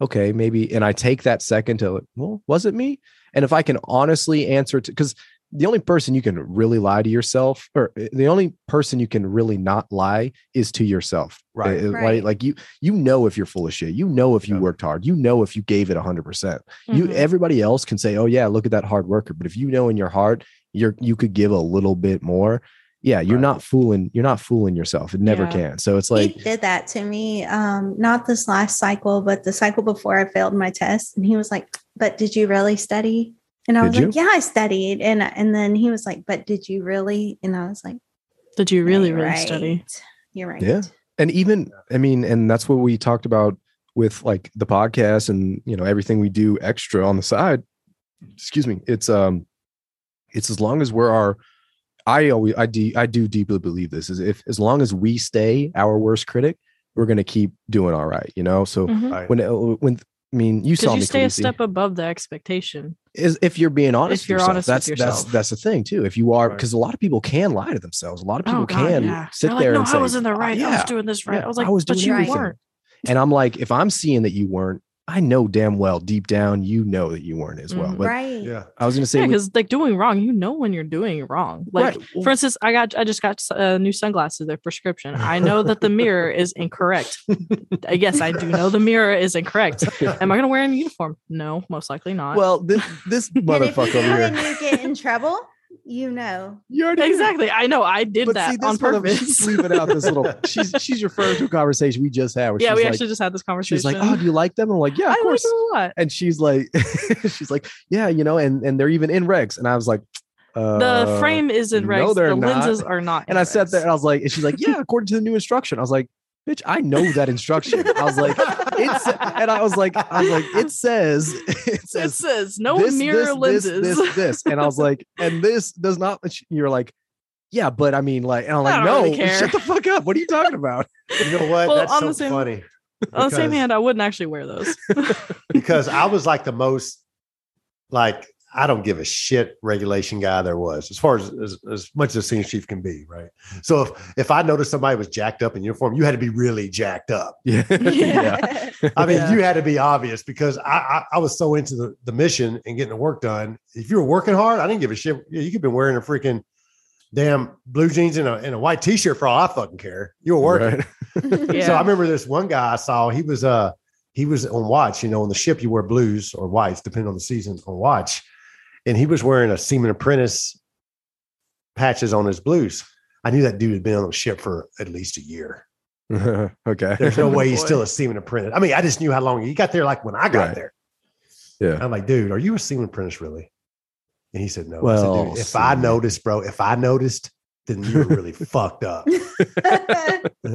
Speaker 4: okay maybe and i take that second to like well was it me and if i can honestly answer to because the only person you can really lie to yourself or uh, the only person you can really not lie is to yourself
Speaker 1: Right.
Speaker 4: Uh, uh,
Speaker 6: Right.
Speaker 4: like, like you you know if you're full of shit you know if you
Speaker 1: Yeah.
Speaker 4: worked hard you know if you gave it 100% percent you
Speaker 2: Mhm.
Speaker 4: everybody else can say oh yeah look at that hard worker but if you know in your heart you're you could give a little bit more yeah you're
Speaker 1: Right.
Speaker 4: not fooling you're not fooling yourself it never
Speaker 2: Yeah.
Speaker 4: can so it's like
Speaker 6: he did that to me. Um, not this last cycle, but the cycle before I failed my test. And he was like, "But did you really study?" And I
Speaker 4: Did
Speaker 6: was like, "Yeah, I studied." And and then he was like, "But did you really?" And I was like,
Speaker 2: Did you really,
Speaker 6: "You're
Speaker 2: really
Speaker 6: right.
Speaker 2: study?
Speaker 6: You're right.
Speaker 4: Yeah. and even i mean and that's what we talked about with like the podcast and you know everything we do extra on the side excuse me it's um it's as long as we're our i always i do i do deeply believe this is if as long as we stay our worst critic we're going to keep doing all right you know so
Speaker 2: Mhm.
Speaker 1: Mm-hmm. Right.
Speaker 4: when uh, when i mean you saw
Speaker 2: Because you
Speaker 4: me
Speaker 2: stay a
Speaker 4: Khaleesi.
Speaker 2: step above the expectation.
Speaker 4: is if you're being honest,
Speaker 2: you're
Speaker 4: with yourself.
Speaker 2: honest with
Speaker 4: that's
Speaker 2: yourself.
Speaker 4: that's that's the thing too. If you are,
Speaker 1: Right.
Speaker 4: because a lot of people can lie to themselves. A lot of people
Speaker 2: Oh, God,
Speaker 4: can
Speaker 2: yeah.
Speaker 4: sit
Speaker 2: They're like,
Speaker 4: there
Speaker 2: no,
Speaker 4: and say,
Speaker 2: I was in the right. I was
Speaker 4: "Yeah,
Speaker 2: doing this right.
Speaker 4: yeah,
Speaker 2: I was like,
Speaker 4: I was
Speaker 2: but
Speaker 4: doing
Speaker 2: you
Speaker 4: everything."
Speaker 2: weren't.
Speaker 4: And I'm like, if I'm seeing that you weren't, I know damn well deep down you know that you weren't as well.
Speaker 2: Mhm.
Speaker 4: But
Speaker 6: right.
Speaker 1: yeah.
Speaker 4: I was gonna say,
Speaker 2: Yeah,
Speaker 4: we-
Speaker 2: because like doing wrong, you know when you're doing wrong. Like
Speaker 4: right, well,
Speaker 2: for instance, I got I just got uh, new sunglasses. They're prescription. I know that the mirror is incorrect. Uh, yes, I do know the mirror is incorrect. Am I going to wear a uniform? No, most likely not.
Speaker 4: well, this, this
Speaker 6: And if you
Speaker 4: motherfucker
Speaker 6: do
Speaker 4: over
Speaker 6: and
Speaker 4: here.
Speaker 6: you get in trouble, you know.
Speaker 4: You already did.
Speaker 2: exactly. I know I did
Speaker 4: But
Speaker 2: that
Speaker 4: see, this
Speaker 2: on
Speaker 4: mother-
Speaker 2: purpose.
Speaker 4: She's leaving out this little. She's she's referring to a conversation we just had. Where
Speaker 2: yeah,
Speaker 4: she's
Speaker 2: we
Speaker 4: like,
Speaker 2: actually just had this conversation.
Speaker 4: She's like, oh, do you like them? I'm like, yeah, of
Speaker 2: I like
Speaker 4: course.
Speaker 2: them a lot.
Speaker 4: and she's like she's like yeah you know and and they're even in regs and i was like uh,
Speaker 2: The frame is in
Speaker 4: no,
Speaker 2: regs.
Speaker 4: they're
Speaker 2: the
Speaker 4: not.
Speaker 2: lenses are not. in
Speaker 4: and i sat
Speaker 2: regs.
Speaker 4: there and i was like and she's like yeah according to the new instruction i was like bitch i know that instruction i was like it's and i was like i was like it says it
Speaker 2: It
Speaker 4: says
Speaker 2: says no
Speaker 4: this,
Speaker 2: mirror
Speaker 4: this,
Speaker 2: lenses.
Speaker 4: this this this and i was like and this does not and she- you're like yeah but i mean like and i'm like
Speaker 2: I
Speaker 4: no
Speaker 2: don't really care."
Speaker 4: shut the fuck up what are you talking about
Speaker 1: You know what?
Speaker 2: Well,
Speaker 1: That's
Speaker 2: on
Speaker 1: so
Speaker 2: the same-
Speaker 1: funny
Speaker 2: On the same
Speaker 1: because-
Speaker 2: hand, I wouldn't actually wear those.
Speaker 1: because I was like the most, like, I don't give a shit regulation guy there was, as far as as, as much as a senior chief can be, right? So if if I noticed somebody was jacked up in uniform, you had to be really jacked up.
Speaker 4: yeah yeah
Speaker 1: I mean,
Speaker 2: Yeah.
Speaker 1: you had to be obvious because I, I I was so into the, the mission and getting the work done. If you were working hard, I didn't give a shit. You could have been wearing a freaking damn blue jeans and a, and a white t-shirt for all I fucking care. You were working.
Speaker 4: Right.
Speaker 2: yeah.
Speaker 1: So I remember this one guy I saw. He was uh he was on watch, you know, on the ship, you wear blues or whites, depending on the season on watch. And he was wearing a Seaman Apprentice patches on his blues. I knew that dude had been on the ship for at least a year.
Speaker 4: okay.
Speaker 1: There's no way he's
Speaker 2: Boy.
Speaker 1: still a Seaman Apprentice. I mean, I just knew how long he got there, like when I got
Speaker 4: Right.
Speaker 1: there.
Speaker 4: Yeah.
Speaker 1: I'm like, dude, are you a Seaman Apprentice really? And he said, no. I said,
Speaker 4: Well,
Speaker 1: dude, if I
Speaker 4: see.
Speaker 1: noticed, bro, if I noticed, then you're really fucked up.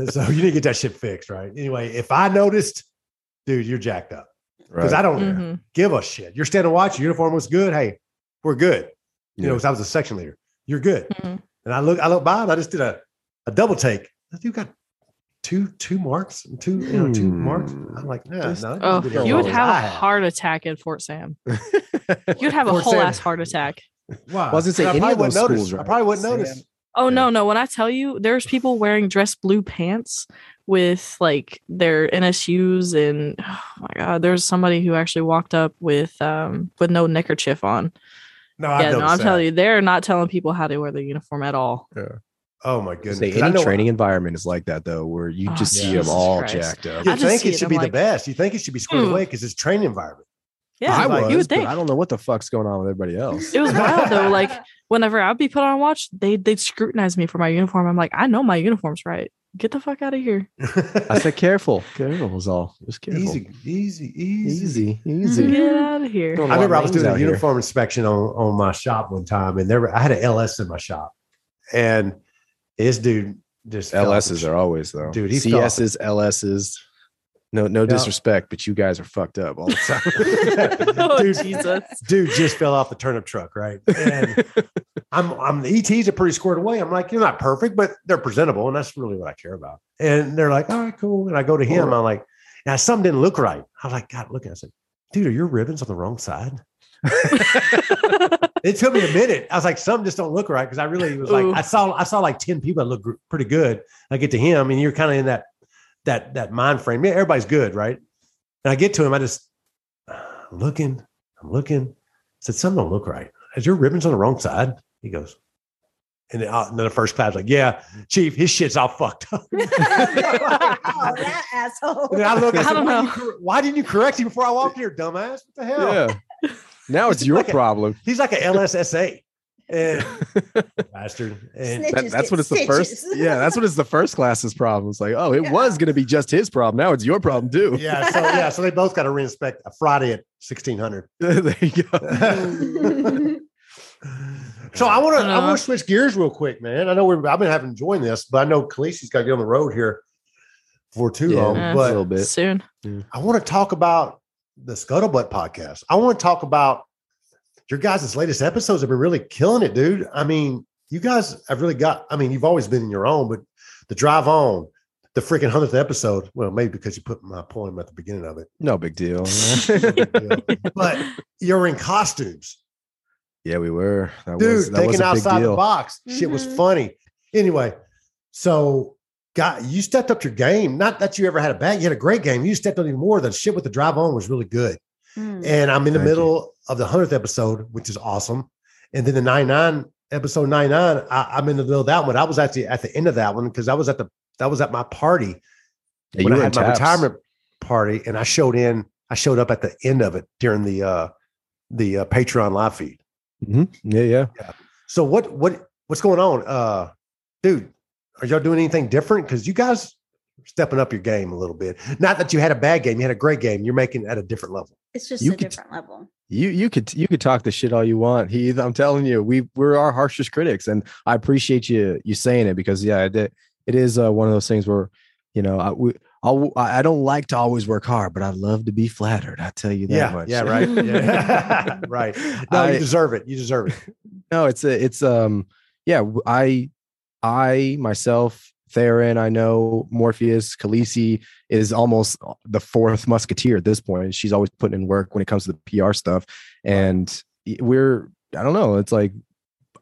Speaker 1: So you need to get that shit fixed, right? Anyway, if I noticed, dude, you're jacked up because
Speaker 4: Right.
Speaker 1: I don't
Speaker 2: Mhm.
Speaker 1: give a shit. You're standing watch. Your uniform was good. Hey, we're good. You know,
Speaker 4: Yeah.
Speaker 1: 'cause I was a section leader. You're good.
Speaker 2: Mhm.
Speaker 1: And I look, I look by, and I just did a, a double take. That dude got two two marks, two you know two marks.
Speaker 4: Hmm.
Speaker 1: I'm like, nah,
Speaker 4: Just-
Speaker 1: no,
Speaker 2: Oh,
Speaker 1: did
Speaker 4: Yeah,
Speaker 1: as
Speaker 2: you
Speaker 1: well
Speaker 2: would
Speaker 1: as
Speaker 2: have
Speaker 1: I
Speaker 2: a
Speaker 1: had.
Speaker 2: heart attack in Fort Sam. You'd have a
Speaker 1: Fort
Speaker 2: whole
Speaker 1: Sam.
Speaker 2: ass heart attack.
Speaker 1: Why?
Speaker 4: I was gonna say,
Speaker 1: And
Speaker 4: any
Speaker 1: probably
Speaker 4: of
Speaker 1: wouldn't
Speaker 4: those
Speaker 1: notice.
Speaker 4: schools,
Speaker 1: I
Speaker 4: right?
Speaker 1: probably wouldn't
Speaker 4: Sam.
Speaker 1: notice.
Speaker 2: Oh
Speaker 4: Yeah.
Speaker 2: no, no! When I tell you, there's people wearing dress blue pants with like their NSUs, and oh my god, there's somebody who actually walked up with um with no neckerchief on.
Speaker 1: No, I
Speaker 2: yeah, no, I'm telling you, they're not telling people how to wear their uniform at all.
Speaker 1: Oh my
Speaker 4: Say
Speaker 1: goodness! 'Cause I
Speaker 4: any
Speaker 1: know-
Speaker 4: training environment is like that though, where you
Speaker 2: Oh,
Speaker 4: just see
Speaker 2: Jesus
Speaker 4: them all
Speaker 2: Christ.
Speaker 4: jacked up.
Speaker 1: You
Speaker 2: I just
Speaker 1: think
Speaker 2: see
Speaker 1: it
Speaker 2: it,
Speaker 1: should
Speaker 2: I'm
Speaker 1: be the
Speaker 2: like-
Speaker 1: best. You think it should be squared
Speaker 2: Mm.
Speaker 1: away because it's training environment.
Speaker 2: Yeah,
Speaker 4: I
Speaker 1: like,
Speaker 4: was,
Speaker 2: you would think.
Speaker 4: but I don't know what the fuck's going on with everybody else.
Speaker 2: It was wild though. Like whenever I'd be put on watch, they they'd scrutinize me for my uniform. I'm like, I know my uniform's right. Get the fuck out of here.
Speaker 4: I said, "Careful, careful was all. Just careful,
Speaker 1: easy, easy, easy,
Speaker 4: easy, easy."
Speaker 2: Get out of here.
Speaker 4: Don't
Speaker 1: I remember I was
Speaker 4: Lanes
Speaker 1: doing a
Speaker 4: out here.
Speaker 1: uniform inspection on, on my shop one time, and there were, I had an LS in my shop, and this dude just fell off
Speaker 4: LSs
Speaker 1: the
Speaker 4: are always though.
Speaker 1: Dude, he fell off the-
Speaker 4: CSs, LSs. No, no disrespect, but you guys are fucked up all the time.
Speaker 2: oh
Speaker 1: Dude.
Speaker 2: Jesus.
Speaker 1: dude just fell off the turnip truck, right? And I'm I'm the ETs are pretty squared away. I'm like, you're not perfect, but they're presentable, and that's really what I care about. And they're like, all right, cool. And I go to him, I'm like, now something didn't look right. I was like, God, look, I said, dude, are your ribbons on the wrong side? It took me a minute. I was like, something just don't look right because I really was like,
Speaker 2: Ooh.
Speaker 1: I saw I saw like ten people that look gr- pretty good. I get to him, and you're kind of in that that that mind frame. Yeah, everybody's good, right? And I get to him, I just uh, I'm looking, I'm looking. I said, something don't look right. Is your ribbons on the wrong side? He goes, and then, uh, and then the first class like, yeah, chief, his shit's all fucked up.
Speaker 6: oh, that
Speaker 1: And then
Speaker 6: asshole.
Speaker 1: I look, I,
Speaker 2: I
Speaker 1: said,
Speaker 2: don't
Speaker 1: why,
Speaker 2: know.
Speaker 1: Didn't you, cor- why didn't you correct me before I walked here, dumbass? What the hell?
Speaker 4: yeah. Now it's your
Speaker 1: Like a-
Speaker 4: problem.
Speaker 1: He's like an LSSA. And bastard. And
Speaker 6: Snitch.
Speaker 4: That-
Speaker 6: Bitches
Speaker 4: that's what it's
Speaker 6: get
Speaker 4: the first.
Speaker 6: stitches.
Speaker 4: Yeah, that's what it's the first class's problem. It's like, oh, it
Speaker 6: Yeah.
Speaker 4: was going to be just his problem. Now it's your problem too.
Speaker 1: yeah, so yeah, so they both got to reinspect a Friday at sixteen hundred.
Speaker 4: there you
Speaker 6: Mm.
Speaker 4: go.
Speaker 1: So I want to I
Speaker 2: Uh-huh.
Speaker 1: want to switch gears real quick, man. I know we're I've been having enjoying this, but I know Khaleesi's got to get on the road here for too
Speaker 4: Yeah,
Speaker 1: long.
Speaker 2: Yeah.
Speaker 4: a
Speaker 1: But
Speaker 4: little bit.
Speaker 2: Soon.
Speaker 1: I want to talk about the Scuttlebutt podcast. I want to talk about your guys' latest episodes have been really killing it, dude. I mean, you guys have really got. I mean, you've always been in your own, but the drive on, the freaking hundredth episode. Well, maybe because you put my poem at the beginning of it,
Speaker 4: No big deal.
Speaker 1: but you're in costumes.
Speaker 4: yeah, we were. That was,
Speaker 1: dude
Speaker 4: that was
Speaker 1: thinking
Speaker 4: a big
Speaker 1: outside the
Speaker 4: deal.
Speaker 1: box shit was
Speaker 6: Mhm.
Speaker 1: funny anyway so God, you stepped up your game. Not that you ever had a bad, you had a great game. You stepped up even more. The shit with the drive on was really good.
Speaker 6: Hmm.
Speaker 1: And I'm in the
Speaker 4: Thank you.
Speaker 1: middle of the hundredth episode, which is awesome. And then the nine nine episode nine nine, I'm in the middle of that one. I was actually at the end of that one because I was at the that was at my party when
Speaker 4: Yeah, you
Speaker 1: I
Speaker 4: were in
Speaker 1: had my
Speaker 4: Taps.
Speaker 1: retirement party, and I showed in. I showed up at the end of it during the uh the uh, Patreon live feed.
Speaker 4: Mhm. Yeah, yeah.
Speaker 1: So what what what's going on, uh, dude? Are y'all doing anything different? Because you guys stepping up your game a little bit. Not that you had a bad game; you had a great game. You're making it at a different level.
Speaker 3: it's just
Speaker 4: You
Speaker 3: a
Speaker 4: could-
Speaker 3: different level.
Speaker 4: You you could you could talk the shit all you want. Heath, I'm telling you, we we're our harshest critics, and I appreciate you you saying it because yeah, it, it is uh, one of those things where you know I we, I'll, I I don't like to always work hard, but I love to be flattered. I tell you that
Speaker 1: yeah,
Speaker 4: much.
Speaker 1: yeah, right, yeah. right. No,
Speaker 4: I-
Speaker 1: you deserve it. You deserve it.
Speaker 4: no it's a, it's um yeah w- i i myself theron i know morpheus Khaleesi is almost uh, the fourth musketeer at this point she's always putting in work when it comes to the pr stuff and y- we're i don't know it's like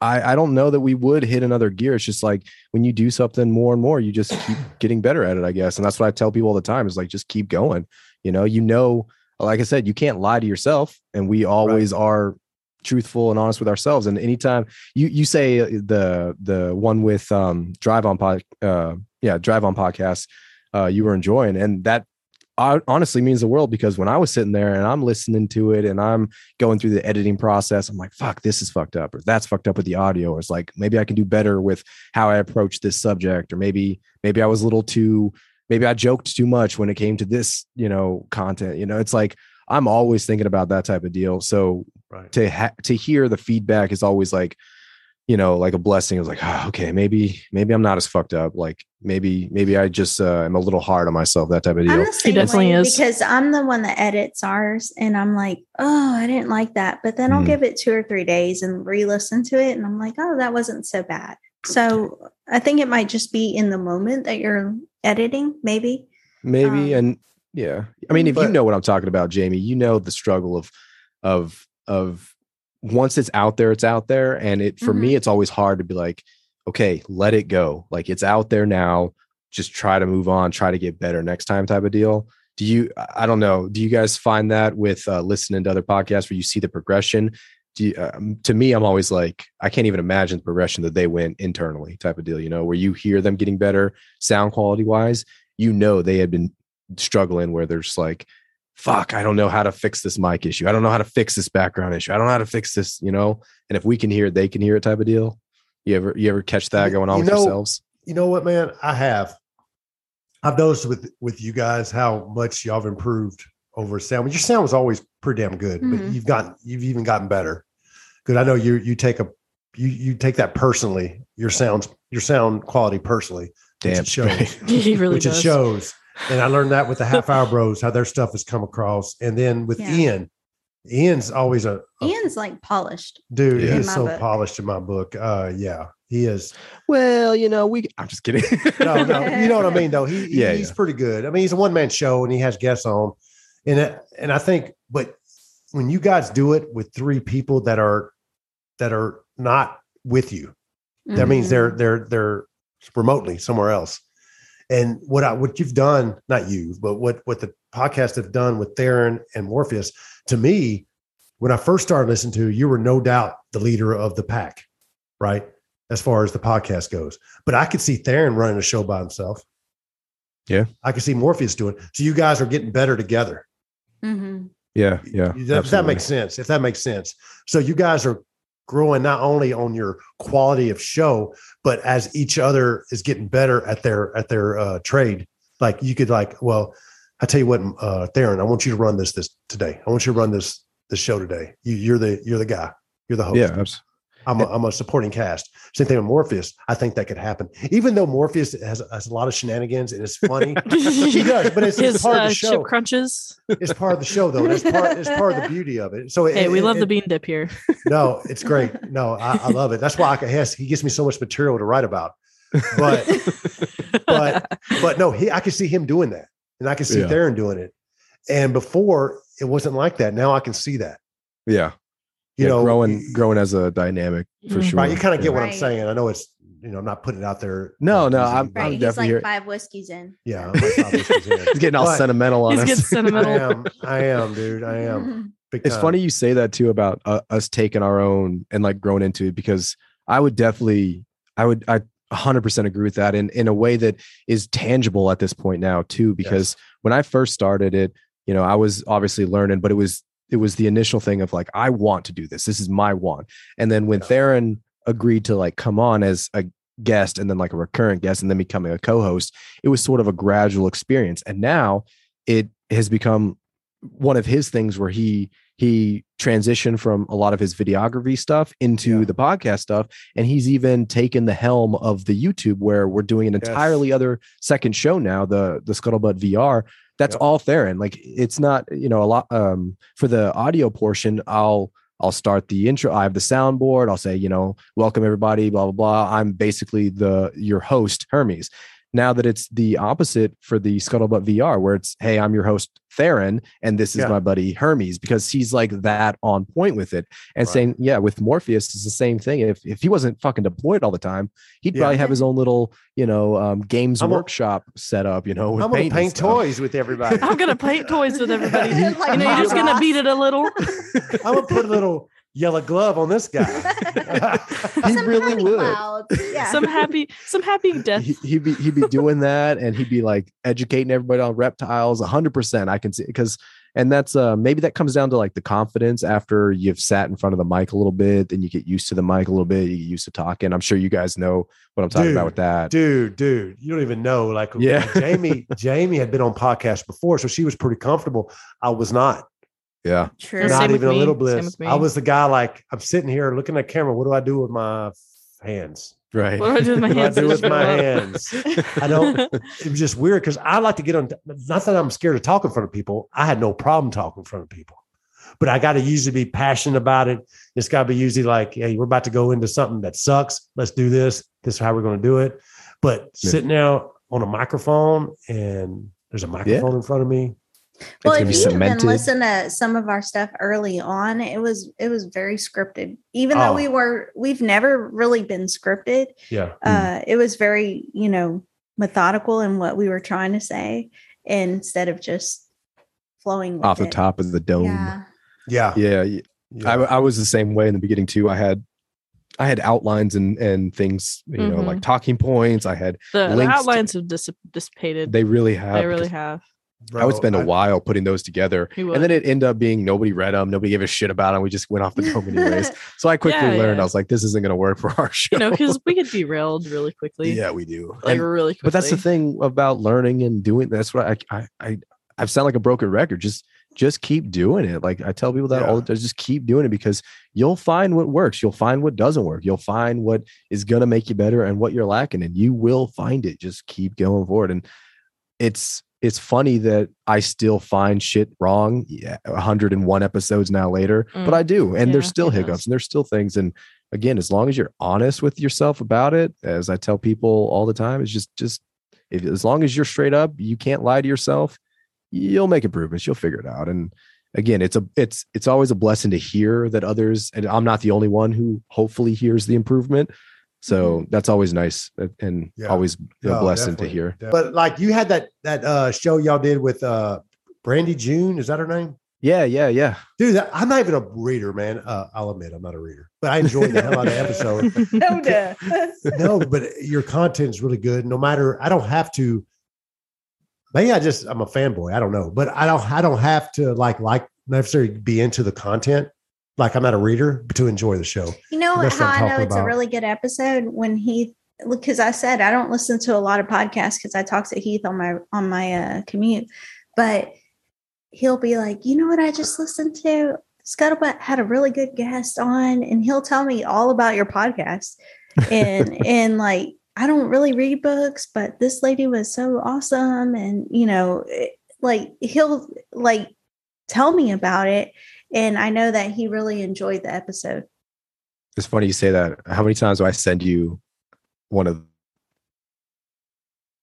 Speaker 4: I, I don't know that we would hit another gear. It's just like when you do something more and more, you just keep getting better at it, I guess. And that's what I tell people all the time is like, just keep going. You know, you know, like I said, you can't lie to yourself. And we always are truthful and honest with ourselves. And anytime you you say uh, the the one with um drive on pod uh yeah drive on podcast uh you were enjoying and that I, honestly means the world because when I was sitting there and I'm listening to it and I'm going through the editing process, I'm like, fuck, this is fucked up, or that's fucked up with the audio, or it's like maybe I can do better with how I approach this subject, or maybe maybe I was a little too, maybe I joked too much when it came to this, you know, content. You know, it's like I'm always thinking about that type of deal. So
Speaker 1: Right.
Speaker 4: to ha- to hear the feedback is always like you know like a blessing it was like "Ah, okay maybe maybe i'm not as fucked up like maybe maybe i just uh, am a little hard on myself that type of
Speaker 6: I'm
Speaker 4: deal
Speaker 6: the same
Speaker 2: definitely
Speaker 6: way
Speaker 2: is.
Speaker 6: because I'm the one that edits ours, and I'm like, oh, I didn't like that. But then I'll
Speaker 4: Mhm.
Speaker 6: give it two or three days and re-listen to it, and I'm like, oh, that wasn't so bad. So I think it might just be in the moment that you're editing, maybe.
Speaker 4: maybe
Speaker 6: um,
Speaker 4: and yeah i mean if you
Speaker 1: But-
Speaker 4: know what i'm talking about jamie you know the struggle of of of once it's out there it's out there and it for me it's always hard to be like okay let it go like it's out there now just try to move on try to get better next time type of deal do you I- i don't know do you guys find that with uh, listening to other podcasts where you see the progression do you, um, to me i'm always like i can't even imagine the progression that they went internally type of deal you know where you hear them getting better sound quality wise you know they had been struggling where they're just like fuck i don't know how to fix this mic issue i don't know how to fix this background issue i don't know how to fix this you know and if we can hear it they can hear it type of deal you ever you ever catch that
Speaker 1: You-
Speaker 4: going on
Speaker 1: you
Speaker 4: with
Speaker 1: know-
Speaker 4: yourselves
Speaker 1: you know what, man? I have. I've noticed with with you guys how much y'all have improved over sound. Your sound was always pretty damn good, but
Speaker 2: Mm-hmm.
Speaker 6: Mhm.
Speaker 1: you've gotten you've even gotten better. Good. I know you you take a you you take that personally. Your sounds your sound quality personally,
Speaker 4: damn
Speaker 1: it shows.
Speaker 2: he really
Speaker 1: which
Speaker 2: does.
Speaker 1: it shows. And I learned that with the half hour bros how their stuff has come across. And then with
Speaker 6: Yeah.
Speaker 1: Ian, Ian's always a, a
Speaker 6: Ian's like polished.
Speaker 1: dude.
Speaker 4: Yeah.
Speaker 1: He
Speaker 6: In
Speaker 1: is
Speaker 6: my
Speaker 1: so
Speaker 6: book.
Speaker 1: polished in my book. Uh, yeah, he is.
Speaker 4: well you know we i'm just kidding
Speaker 1: no, no. You know what I mean, though. He, he-
Speaker 4: Yeah,
Speaker 1: he's pretty good. I mean, he's a one man show and he has guests on, and it- and I think, but when you guys do it with three people that are that are not with you, that means
Speaker 6: Mhm.
Speaker 1: they're they're they're remotely somewhere else. And what I what you've done, not you, but what what the podcast have done with Theron and Morpheus, to me, when I first started listening to you, you were no doubt the leader of the pack, right? As far as the podcast goes. But I could see Theron running a show by himself.
Speaker 4: Yeah.
Speaker 1: I could see Morpheus doing. it. So you guys are getting better together.
Speaker 6: Mhm.
Speaker 4: yeah yeah
Speaker 1: If that, if that
Speaker 4: absolutely.
Speaker 1: makes sense. If that makes sense. So you guys are growing not only on your quality of show, but as each other is getting better at their at their uh, trade. Like you could like, well, I tell you what, uh, Theron, I want you to run this this today. I want you to run this this show today. You, you're the you're the guy. You're the host.
Speaker 4: yeah abs-
Speaker 1: I'm a, I'm a supporting cast. Same thing with Morpheus. I think that could happen, even though Morpheus has, has a lot of shenanigans and it's funny. He does, but it's- it's
Speaker 2: His,
Speaker 1: part of the
Speaker 2: uh,
Speaker 1: show.
Speaker 2: chip crunches.
Speaker 1: it's part of the show, though. and It's part it's part of the beauty of it. So
Speaker 2: Hey,
Speaker 1: it,
Speaker 2: we
Speaker 1: it-
Speaker 2: love the
Speaker 1: it-
Speaker 2: bean dip here.
Speaker 1: No, it's great. No, I, I love it. That's why I can, yes, he gives me so much material to write about. But but but no, he I can see him doing that, and I can see
Speaker 4: Yeah.
Speaker 1: Theron doing it. And before it wasn't like that. Now I can see that.
Speaker 4: yeah
Speaker 1: You
Speaker 4: yeah,
Speaker 1: know,
Speaker 4: growing growing as a dynamic for
Speaker 2: Mm.
Speaker 4: sure
Speaker 1: Right, you kind of
Speaker 4: Yeah.
Speaker 1: get what I'm
Speaker 6: Right.
Speaker 1: saying. I know it's you know I'm not putting it out there.
Speaker 4: No,
Speaker 1: uh,
Speaker 4: no,
Speaker 1: easy.
Speaker 4: I'm-
Speaker 6: Right.
Speaker 4: I'm-
Speaker 6: He's
Speaker 4: definitely
Speaker 6: like
Speaker 4: here-
Speaker 6: five whiskeys in.
Speaker 1: yeah. I'm like, oh, this is it.
Speaker 4: He's getting all
Speaker 1: But-
Speaker 4: sentimental on
Speaker 2: He's
Speaker 4: us.
Speaker 2: getting
Speaker 1: I
Speaker 2: sentimental.
Speaker 1: am. I am, dude. I am. Big
Speaker 4: It's
Speaker 1: time.
Speaker 4: funny you say that too about uh, us taking our own and like growing into it because I would definitely, I would, I 100% agree with that in, in a way that is tangible at this point now too. Because when I first started it, you know, I was obviously learning, but it was, it was the initial thing of like, I want to do this. This is my want. And then when
Speaker 1: Yeah.
Speaker 4: Theron agreed to like come on as a guest and then like a recurrent guest and then becoming a co host, it was sort of a gradual experience. And now it has become one of his things where he, he transitioned from a lot of his videography stuff into
Speaker 1: Yeah.
Speaker 4: the podcast stuff and he's even taken the helm of the youtube where we're doing an
Speaker 1: Yes.
Speaker 4: entirely other second show now the the scuttlebutt vr that's
Speaker 1: Yep.
Speaker 4: all theron like it's not you know a lot um for the audio portion i'll i'll start the intro i have the soundboard i'll say you know welcome everybody blah blah blah i'm basically the your host hermes now that it's the opposite for the scuttlebutt vr where it's hey i'm your host theron and this is
Speaker 1: Yeah.
Speaker 4: my buddy hermes because he's like that on point with it and
Speaker 1: Right.
Speaker 4: saying yeah with morpheus it's the same thing if if he wasn't fucking deployed all the time he'd
Speaker 1: Yeah.
Speaker 4: probably have his own little you know um games
Speaker 1: I'm a-
Speaker 4: workshop set up you know with
Speaker 1: I'm gonna
Speaker 4: paint and
Speaker 1: paint
Speaker 4: stuff.
Speaker 1: toys with everybody.
Speaker 2: I'm gonna paint toys with everybody.
Speaker 6: Like
Speaker 2: you know, you're just
Speaker 6: Bob
Speaker 2: gonna
Speaker 6: Ross.
Speaker 2: beat it a little.
Speaker 1: I'm gonna put a little yellow glove on this guy. he
Speaker 6: Some
Speaker 1: really
Speaker 6: happy
Speaker 1: would.
Speaker 6: clouds. Yeah.
Speaker 2: Some happy, some happy death.
Speaker 4: he, he'd be he'd be doing that and he'd be like educating everybody on reptiles 100% i can see because and that's uh maybe that comes down to like the confidence after you've sat in front of the mic a little bit then you get used to the mic a little bit you get used to talking i'm sure you guys know what i'm talking
Speaker 1: Dude,
Speaker 4: about with that
Speaker 1: Dude, dude, you don't even know. Like,
Speaker 4: Yeah.
Speaker 1: Jamie, Jamie had been on podcasts before, so she was pretty comfortable. I was not,
Speaker 4: yeah
Speaker 3: True.
Speaker 2: Same
Speaker 1: not
Speaker 2: with
Speaker 1: even a
Speaker 2: me.
Speaker 1: little
Speaker 2: Same
Speaker 1: bliss.
Speaker 2: with me.
Speaker 1: I was the guy like, I'm sitting here looking at camera. What do I do with my f- hands?
Speaker 4: right
Speaker 2: What do I do with my
Speaker 1: What do I
Speaker 2: hands?
Speaker 1: do with my hands? I
Speaker 2: Blow up.
Speaker 1: don't. It was just weird because I like to get on. Not that I'm scared to talk in front of people. I had no problem talking in front of people, but I got to usually be passionate about it. It's got to be usually like, hey, we're about to go into something that sucks. Let's do this. This is how we're going to do it. But
Speaker 4: Yeah.
Speaker 1: sitting out on a microphone and there's a microphone in front of me.
Speaker 6: Well,
Speaker 4: gonna
Speaker 6: if
Speaker 4: be
Speaker 6: you even
Speaker 4: cemented.
Speaker 6: listen to some of our stuff early on, it was it was very scripted. Even
Speaker 1: Oh.
Speaker 6: though we were we've never really been scripted,
Speaker 1: Yeah,
Speaker 6: uh, it was very you know methodical in what we were trying to say instead of just flowing with
Speaker 4: off the
Speaker 6: it.
Speaker 4: top of the dome yeah,
Speaker 6: Yeah,
Speaker 1: yeah.
Speaker 4: yeah. I, I was the same way in the beginning too i had i had outlines and and things you know
Speaker 2: Mhm.
Speaker 4: like talking points i had
Speaker 2: The, the
Speaker 4: Links to-
Speaker 2: outlines have dis- dissipated. They,
Speaker 4: they really have
Speaker 2: really
Speaker 4: because
Speaker 2: have.
Speaker 1: Bro,
Speaker 4: I would spend a
Speaker 1: I-
Speaker 4: while putting those together.
Speaker 2: He
Speaker 4: And
Speaker 2: would.
Speaker 4: then it ended up being nobody read them, nobody gave a shit about them. We just went off the dome anyways. So I quickly
Speaker 2: Yeah,
Speaker 4: learned
Speaker 2: yeah.
Speaker 4: I was like, this isn't going to work for our show.
Speaker 2: you know, because we get derailed really quickly.
Speaker 4: yeah, we do.
Speaker 2: Like
Speaker 4: And-
Speaker 2: really quickly.
Speaker 4: but that's the thing about learning and doing. That's what I I I I've sound like a broken record. Just just keep doing it. Like I tell people that all the time. Just keep doing it because you'll find what works. You'll find what doesn't work. You'll find what is going to make you better and what you're lacking, and you will find it. Just keep going forward. And it's it's funny that I still find shit wrong. Yeah, 101 episodes now later, but
Speaker 2: Mm.
Speaker 4: I do, and there's
Speaker 2: Yeah,
Speaker 4: still
Speaker 2: he does.
Speaker 4: hiccups, and there's still things, and again as long as you're honest with yourself about it as i tell people all the time it's just just if, as long as you're straight up you can't lie to yourself you'll make improvements you'll figure it out and again it's a it's it's always a blessing to hear that others and i'm not the only one who hopefully hears the improvement so that's always nice and- and
Speaker 1: Mm-hmm. Yeah.
Speaker 4: always a
Speaker 1: No,
Speaker 4: blessing
Speaker 1: definitely,
Speaker 4: to hear
Speaker 1: definitely. But like you had that that uh show y'all did with uh Brandy June, is that her name?
Speaker 4: yeah yeah yeah
Speaker 1: Dude, that- I'm not even a reader, man. Uh, I'll admit I'm not a reader, but I enjoyed the hell out of the episode.
Speaker 6: Soda.
Speaker 1: no, but your content's really good. No matter, I don't have to. Maybe I just I'm a fanboy. I don't know, but I don't I don't have to like like necessarily be into the content. Like I'm not a reader to enjoy the show.
Speaker 6: you know
Speaker 1: That's what
Speaker 6: how
Speaker 1: I'm
Speaker 6: I know
Speaker 1: talking
Speaker 6: it's a
Speaker 1: about.
Speaker 6: really good episode when Heath because I said I don't listen to a lot of podcasts because I talk to Heath on my on my uh, commute, but he'll be like, you know what I just listened to. Scuttlebutt had a really good guest on, and he'll tell me all about your podcast. And and like I don't really read books, but this lady was so awesome, and you know, it- like he'll like tell me about it, and I know that he really enjoyed the episode.
Speaker 4: it's funny you say that how many times do i send you one of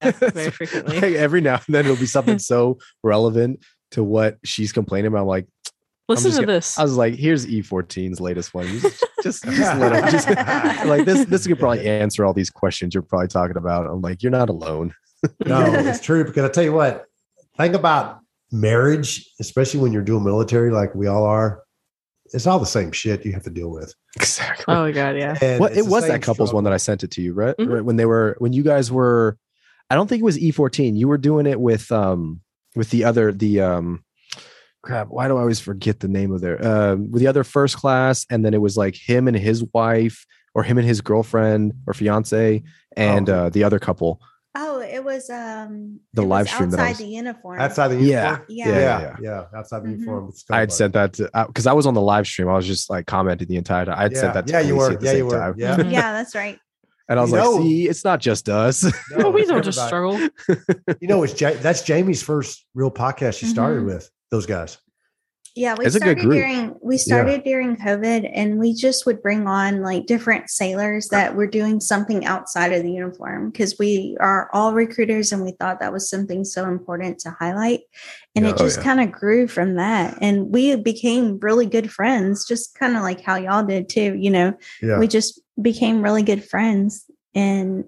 Speaker 2: Yeah, very frequently.
Speaker 4: Like, every now and then it'll be something so relevant to what she's complaining about. I'm like,
Speaker 2: Listen
Speaker 4: just
Speaker 2: to
Speaker 4: gonna-
Speaker 2: this.
Speaker 4: I was like, here's E14's latest one. You Just, just, just let him- just- like this. This could probably answer all these questions you're probably talking about. I'm like, you're not alone.
Speaker 1: No, it's true because I tell you what, think about marriage, especially when you're dual military, like we all are. It's all the same shit you have to deal with.
Speaker 4: Exactly.
Speaker 2: oh my god, yeah.
Speaker 1: And
Speaker 4: Well,
Speaker 1: it's
Speaker 4: it
Speaker 1: the
Speaker 4: was
Speaker 1: same
Speaker 4: that couple's
Speaker 1: struggle.
Speaker 4: one that I sent it to you, right?
Speaker 2: Mhm.
Speaker 4: right? When they were when you guys were, I don't think it was E14. You were doing it with um with the other the um crap. Why do I always forget the name of their um with the other first class, and then it was like him and his wife, or him and his girlfriend or fiance, and
Speaker 1: Oh.
Speaker 4: uh the other couple.
Speaker 6: Oh, it was um
Speaker 4: The
Speaker 6: it was
Speaker 4: live stream that I
Speaker 6: outside
Speaker 4: was-
Speaker 6: the uniform.
Speaker 1: outside the
Speaker 4: Yeah.
Speaker 1: uniform.
Speaker 6: yeah.
Speaker 1: yeah,
Speaker 6: yeah.
Speaker 1: yeah,
Speaker 4: yeah,
Speaker 1: outside
Speaker 2: Mm-hmm.
Speaker 1: the
Speaker 6: Mhm.
Speaker 1: uniform. It's
Speaker 4: I
Speaker 1: Scuttlebutt.
Speaker 4: had sent that to because I was on the live stream. I was just like commenting the entire time. I had
Speaker 1: yeah.
Speaker 4: sent that to
Speaker 1: yeah, you
Speaker 4: Khaleesi
Speaker 1: were,
Speaker 4: at the
Speaker 1: yeah,
Speaker 4: same
Speaker 1: you were,
Speaker 4: time.
Speaker 1: yeah.
Speaker 2: Mhm.
Speaker 6: that's right.
Speaker 4: and I was
Speaker 1: You
Speaker 4: like,
Speaker 1: know-
Speaker 4: see, it's not just us.
Speaker 1: No,
Speaker 2: Well, we don't
Speaker 1: it's
Speaker 2: just
Speaker 1: everybody.
Speaker 2: struggle.
Speaker 1: You know, it's ja- that's Jamie's first real podcast she started
Speaker 2: Mm-hmm.
Speaker 6: Mhm.
Speaker 1: with those guys.
Speaker 6: Yeah, we
Speaker 4: It's a good
Speaker 6: started
Speaker 4: group.
Speaker 6: during we started during COVID and we just would bring on like different sailors that were doing something outside of the uniform because we are all recruiters and we thought that was something so important to highlight. And
Speaker 4: Yeah.
Speaker 6: it
Speaker 4: Oh,
Speaker 6: just
Speaker 4: yeah.
Speaker 6: kind of grew from that. And we became really good friends, just kind of like how y'all did too, you know.
Speaker 1: Yeah,
Speaker 6: we just became really good friends and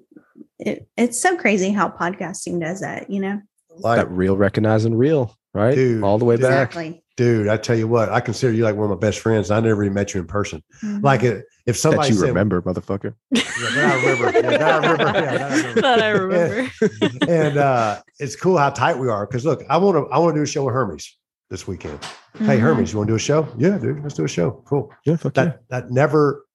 Speaker 6: it, it's so crazy how podcasting does that you know
Speaker 1: like
Speaker 4: that real recognizing real, right?
Speaker 1: Dude,
Speaker 4: All the way back.
Speaker 6: exactly
Speaker 1: dude, I tell you what, I consider you like one of my best friends. and I never even met you in person.
Speaker 2: Mm-hmm.
Speaker 1: Like it, if
Speaker 4: that
Speaker 1: somebody
Speaker 4: you
Speaker 1: said-
Speaker 4: remember, motherfucker.
Speaker 1: Yeah, that I remember. Yeah, that I remember. Yeah, that I remember.
Speaker 2: That I remember.
Speaker 1: and uh, it's cool how tight we are. Because look, I want to I want to do a show with Hermes this weekend.
Speaker 6: Mm-hmm.
Speaker 1: Hey
Speaker 2: Mm-hmm.
Speaker 1: Hermes, you want to do a show? Yeah, dude, let's do a show. Cool.
Speaker 4: Yeah, fuck
Speaker 1: That that never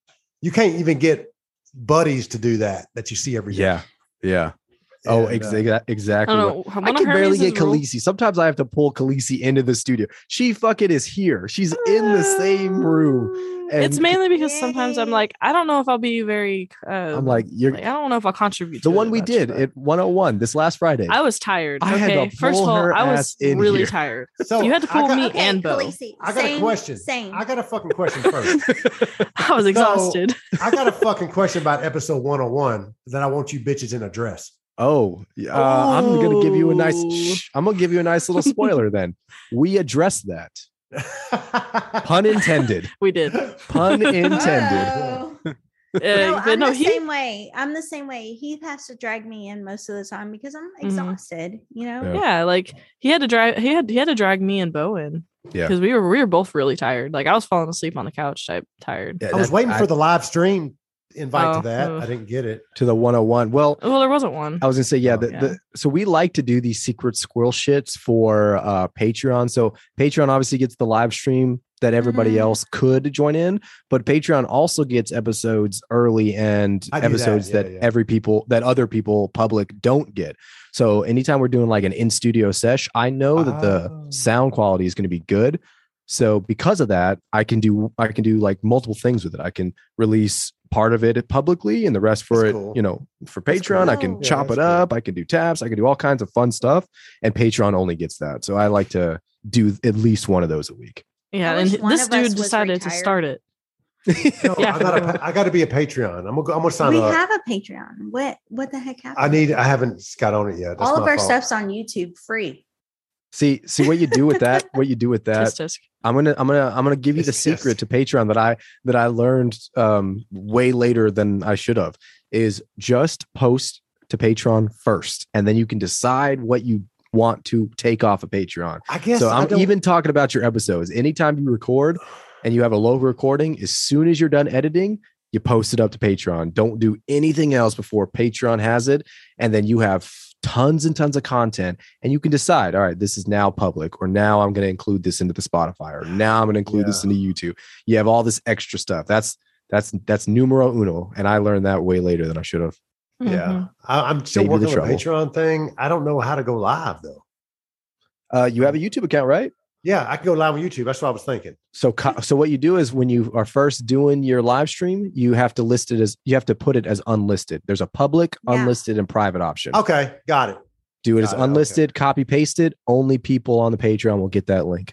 Speaker 1: you can't even get buddies to do that that you see every day.
Speaker 4: yeah. Yeah. Yeah. Oh,
Speaker 1: And, uh,
Speaker 4: exa-
Speaker 2: I
Speaker 4: exactly.
Speaker 2: don't
Speaker 4: right.
Speaker 2: know.
Speaker 4: I
Speaker 2: one of
Speaker 4: can barely
Speaker 2: Hermes'
Speaker 4: get
Speaker 2: rules-
Speaker 4: Khaleesi. Sometimes I have to pull Khaleesi into the studio. She fucking is here. She's in the
Speaker 6: Mm-hmm.
Speaker 4: same room.
Speaker 2: Uh, it's
Speaker 4: and-
Speaker 2: mainly because sometimes I'm
Speaker 6: Yay.
Speaker 2: like, I don't know if I'll be very. Uh,
Speaker 4: I'm like, you're
Speaker 2: like, I don't know if I'll contribute.
Speaker 4: the
Speaker 2: to it
Speaker 4: one we
Speaker 2: much,
Speaker 4: did
Speaker 2: but-
Speaker 4: at 101 this last Friday.
Speaker 2: I was tired.
Speaker 4: I had to
Speaker 2: okay, first of
Speaker 4: pull
Speaker 2: all,
Speaker 4: her
Speaker 2: I
Speaker 4: ass
Speaker 2: was
Speaker 4: in
Speaker 2: really
Speaker 4: here.
Speaker 2: tired.
Speaker 1: So
Speaker 2: You had to
Speaker 1: I
Speaker 2: pull
Speaker 1: got-
Speaker 2: me and Bo.
Speaker 1: I got a question.
Speaker 6: Same.
Speaker 1: I got a fucking question first.
Speaker 2: I was exhausted.
Speaker 1: I got a fucking question about episode 101 that I want you bitches in a dress.
Speaker 4: oh, yeah, uh, I'm gonna give you a nice.
Speaker 2: Oh.
Speaker 4: Shh, I'm gonna give you a nice little spoiler. then we addressed that. Pun intended.
Speaker 2: we did.
Speaker 4: Pun intended.
Speaker 6: Oh.
Speaker 2: Uh,
Speaker 6: No,
Speaker 2: but
Speaker 6: I'm
Speaker 2: no,
Speaker 6: the
Speaker 2: he
Speaker 6: same way. I'm the same way. He has to drag me in most of the time because I'm
Speaker 2: Mhm.
Speaker 6: exhausted. You know.
Speaker 4: Yeah.
Speaker 2: yeah like he had to drag he had he had to drag me and bo in
Speaker 4: Yeah.
Speaker 2: because we were we were both really tired like i was falling asleep on the couch type tired
Speaker 4: Yeah,
Speaker 1: I was
Speaker 4: that-
Speaker 1: waiting
Speaker 4: I-
Speaker 1: for the live stream invite
Speaker 2: Oh,
Speaker 1: to that.
Speaker 2: ugh.
Speaker 1: I didn't get it.
Speaker 4: to the 101. Well,
Speaker 2: well there wasn't one
Speaker 4: I was gonna say, yeah,
Speaker 1: Oh,
Speaker 4: the,
Speaker 2: yeah.
Speaker 4: the so we like to do these secret squirrel shits for uh Patreon. So Patreon obviously gets the live stream that everybody
Speaker 6: Mhm.
Speaker 4: else could join in, but Patreon also gets episodes early and
Speaker 1: I do that,
Speaker 4: episodes
Speaker 1: yeah,
Speaker 4: that
Speaker 1: yeah.
Speaker 4: every people that other people public don't get. So anytime we're doing like an in studio sesh, I know that
Speaker 1: Oh.
Speaker 4: the sound quality is going to be good. So because of that, I can do I can do like multiple things with it. I can release part of it publicly and the rest for
Speaker 1: That's
Speaker 4: it,
Speaker 1: cool.
Speaker 4: you know, for
Speaker 1: That's
Speaker 4: Patreon.
Speaker 1: cool.
Speaker 4: I can
Speaker 1: Oh. Yeah,
Speaker 4: chop
Speaker 1: that's
Speaker 4: it
Speaker 1: cool.
Speaker 4: up. I can do tabs. I can do all kinds of fun stuff. And Patreon only gets that. So I like to do at least one of those a week.
Speaker 2: yeah
Speaker 6: I
Speaker 2: and
Speaker 6: wish one
Speaker 2: this
Speaker 6: of us
Speaker 2: dude
Speaker 6: was
Speaker 2: decided to
Speaker 6: retired.
Speaker 2: start it
Speaker 1: No,
Speaker 2: Yeah.
Speaker 1: I gotta I gotta be a Patreon. I'm gonna go, I'm gonna sign
Speaker 6: we
Speaker 1: up.
Speaker 6: have a Patreon. What what the heck happened?
Speaker 1: I need I haven't got on it yet. That's
Speaker 6: all of
Speaker 1: my
Speaker 6: our
Speaker 1: fault.
Speaker 6: stuff's on YouTube free.
Speaker 4: See, see what you do with that. What you do with that.
Speaker 2: Just us.
Speaker 4: I'm gonna, I'm gonna, I'm gonna give you the
Speaker 1: It's just-
Speaker 4: secret to Patreon that I that I learned um, way later than I should have. Is just post to Patreon first, and then you can decide what you want to take off of Patreon.
Speaker 1: I guess
Speaker 4: so
Speaker 1: I
Speaker 4: I'm
Speaker 1: don't-
Speaker 4: even talking about your episodes. Anytime you record and you have a low recording, as soon as you're done editing, you post it up to Patreon. Don't do anything else before Patreon has it. And then you have tons and tons of content and you can decide, all right, this is now public, or now I'm going to include this into the Spotify, or now I'm going to include this into YouTube. You have all this extra stuff. That's that's that's numero uno. And I learned that way later than I should have.
Speaker 1: yeah.
Speaker 2: Mhm.
Speaker 1: I, I'm still
Speaker 4: Save you the
Speaker 1: working on the
Speaker 4: trouble.
Speaker 1: Patreon thing. I don't know how to go live though.
Speaker 4: Uh, you have a YouTube account, right?
Speaker 1: Yeah, I can go live on YouTube. That's what I was thinking.
Speaker 4: So, co- so what you do is when you are first doing your live stream, you have to list it as you have to put it as unlisted. There's a public,
Speaker 6: Yeah.
Speaker 4: unlisted, and private option.
Speaker 1: Okay, got it.
Speaker 4: do it as
Speaker 1: got it, okay.
Speaker 4: unlisted, copy paste it. Only people on the Patreon will get that link.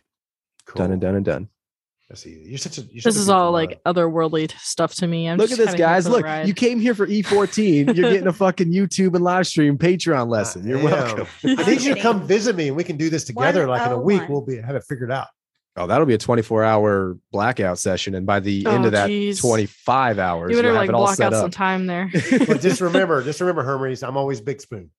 Speaker 1: Cool.
Speaker 4: Done and done and done.
Speaker 1: That's easy. You're such a. You're
Speaker 2: this
Speaker 1: such a
Speaker 2: is
Speaker 1: good
Speaker 2: all
Speaker 1: mind.
Speaker 2: like otherworldly t- stuff to me I'm
Speaker 4: Look at
Speaker 2: just
Speaker 4: this,
Speaker 2: kinda here
Speaker 4: guys.
Speaker 2: for the
Speaker 4: Look,
Speaker 2: ride.
Speaker 4: you came here for E14. You're getting a fucking YouTube and live stream Patreon lesson. You're
Speaker 1: Damn.
Speaker 4: welcome.
Speaker 1: I need you to come visit me, and we can do this together. Like in a week,
Speaker 6: 101.
Speaker 1: we'll be have it figured out.
Speaker 4: Oh, that'll be a 24 hour blackout session, and by the end
Speaker 2: Oh,
Speaker 4: of that
Speaker 2: geez.
Speaker 4: 25 hours,
Speaker 2: you
Speaker 4: you'll
Speaker 2: better
Speaker 4: have
Speaker 2: like
Speaker 4: it all
Speaker 2: block
Speaker 4: set
Speaker 2: out some
Speaker 4: up.
Speaker 2: time there
Speaker 1: But just remember, just remember, Hermes. I'm always big spoon.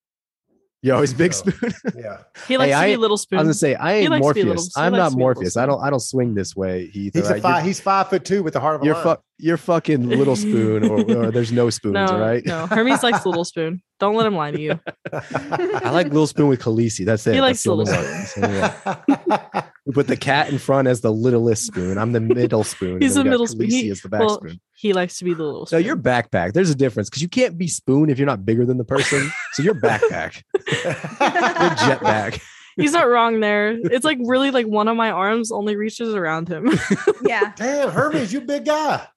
Speaker 4: Yo, it's Big
Speaker 1: So-
Speaker 4: Spoon.
Speaker 1: Yeah,
Speaker 2: he likes
Speaker 4: I-
Speaker 2: to be little spoon
Speaker 4: I was gonna say I ain't
Speaker 2: likes to be a little-
Speaker 4: Morpheus.
Speaker 2: he
Speaker 4: I'm
Speaker 2: likes
Speaker 4: not
Speaker 2: to be a little
Speaker 4: Morpheus. I don't. I don't swing this way. Heath.
Speaker 1: he's
Speaker 4: all
Speaker 1: a
Speaker 4: right?
Speaker 1: five. He's five foot two with the heart of a
Speaker 4: You're, you're,
Speaker 1: lion.
Speaker 4: fu- you're fucking little spoon, or, or there's no spoons.
Speaker 2: no
Speaker 4: all right.
Speaker 2: no hermes likes little spoon don't let him lie to you
Speaker 4: I like little spoon with Khaleesi. That's it.
Speaker 2: He likes
Speaker 4: That's the only
Speaker 2: Little
Speaker 4: one. That's the only one. We put the cat in front as the littlest spoon. I'm the middle spoon. and
Speaker 2: He's
Speaker 4: then
Speaker 2: the
Speaker 4: we got
Speaker 2: middle spoon.
Speaker 4: Khaleesi
Speaker 2: He-
Speaker 4: as the back
Speaker 2: well,
Speaker 4: spoon.
Speaker 2: he likes to be the little
Speaker 4: No,
Speaker 2: spoon
Speaker 4: your backpack. There's a difference because you can't be spoon if you're not bigger than the person. So your backpack, your jetpack.
Speaker 2: He's not wrong there. It's like really like one of my arms only reaches around him.
Speaker 6: Yeah.
Speaker 1: Damn, Hermes, you big guy.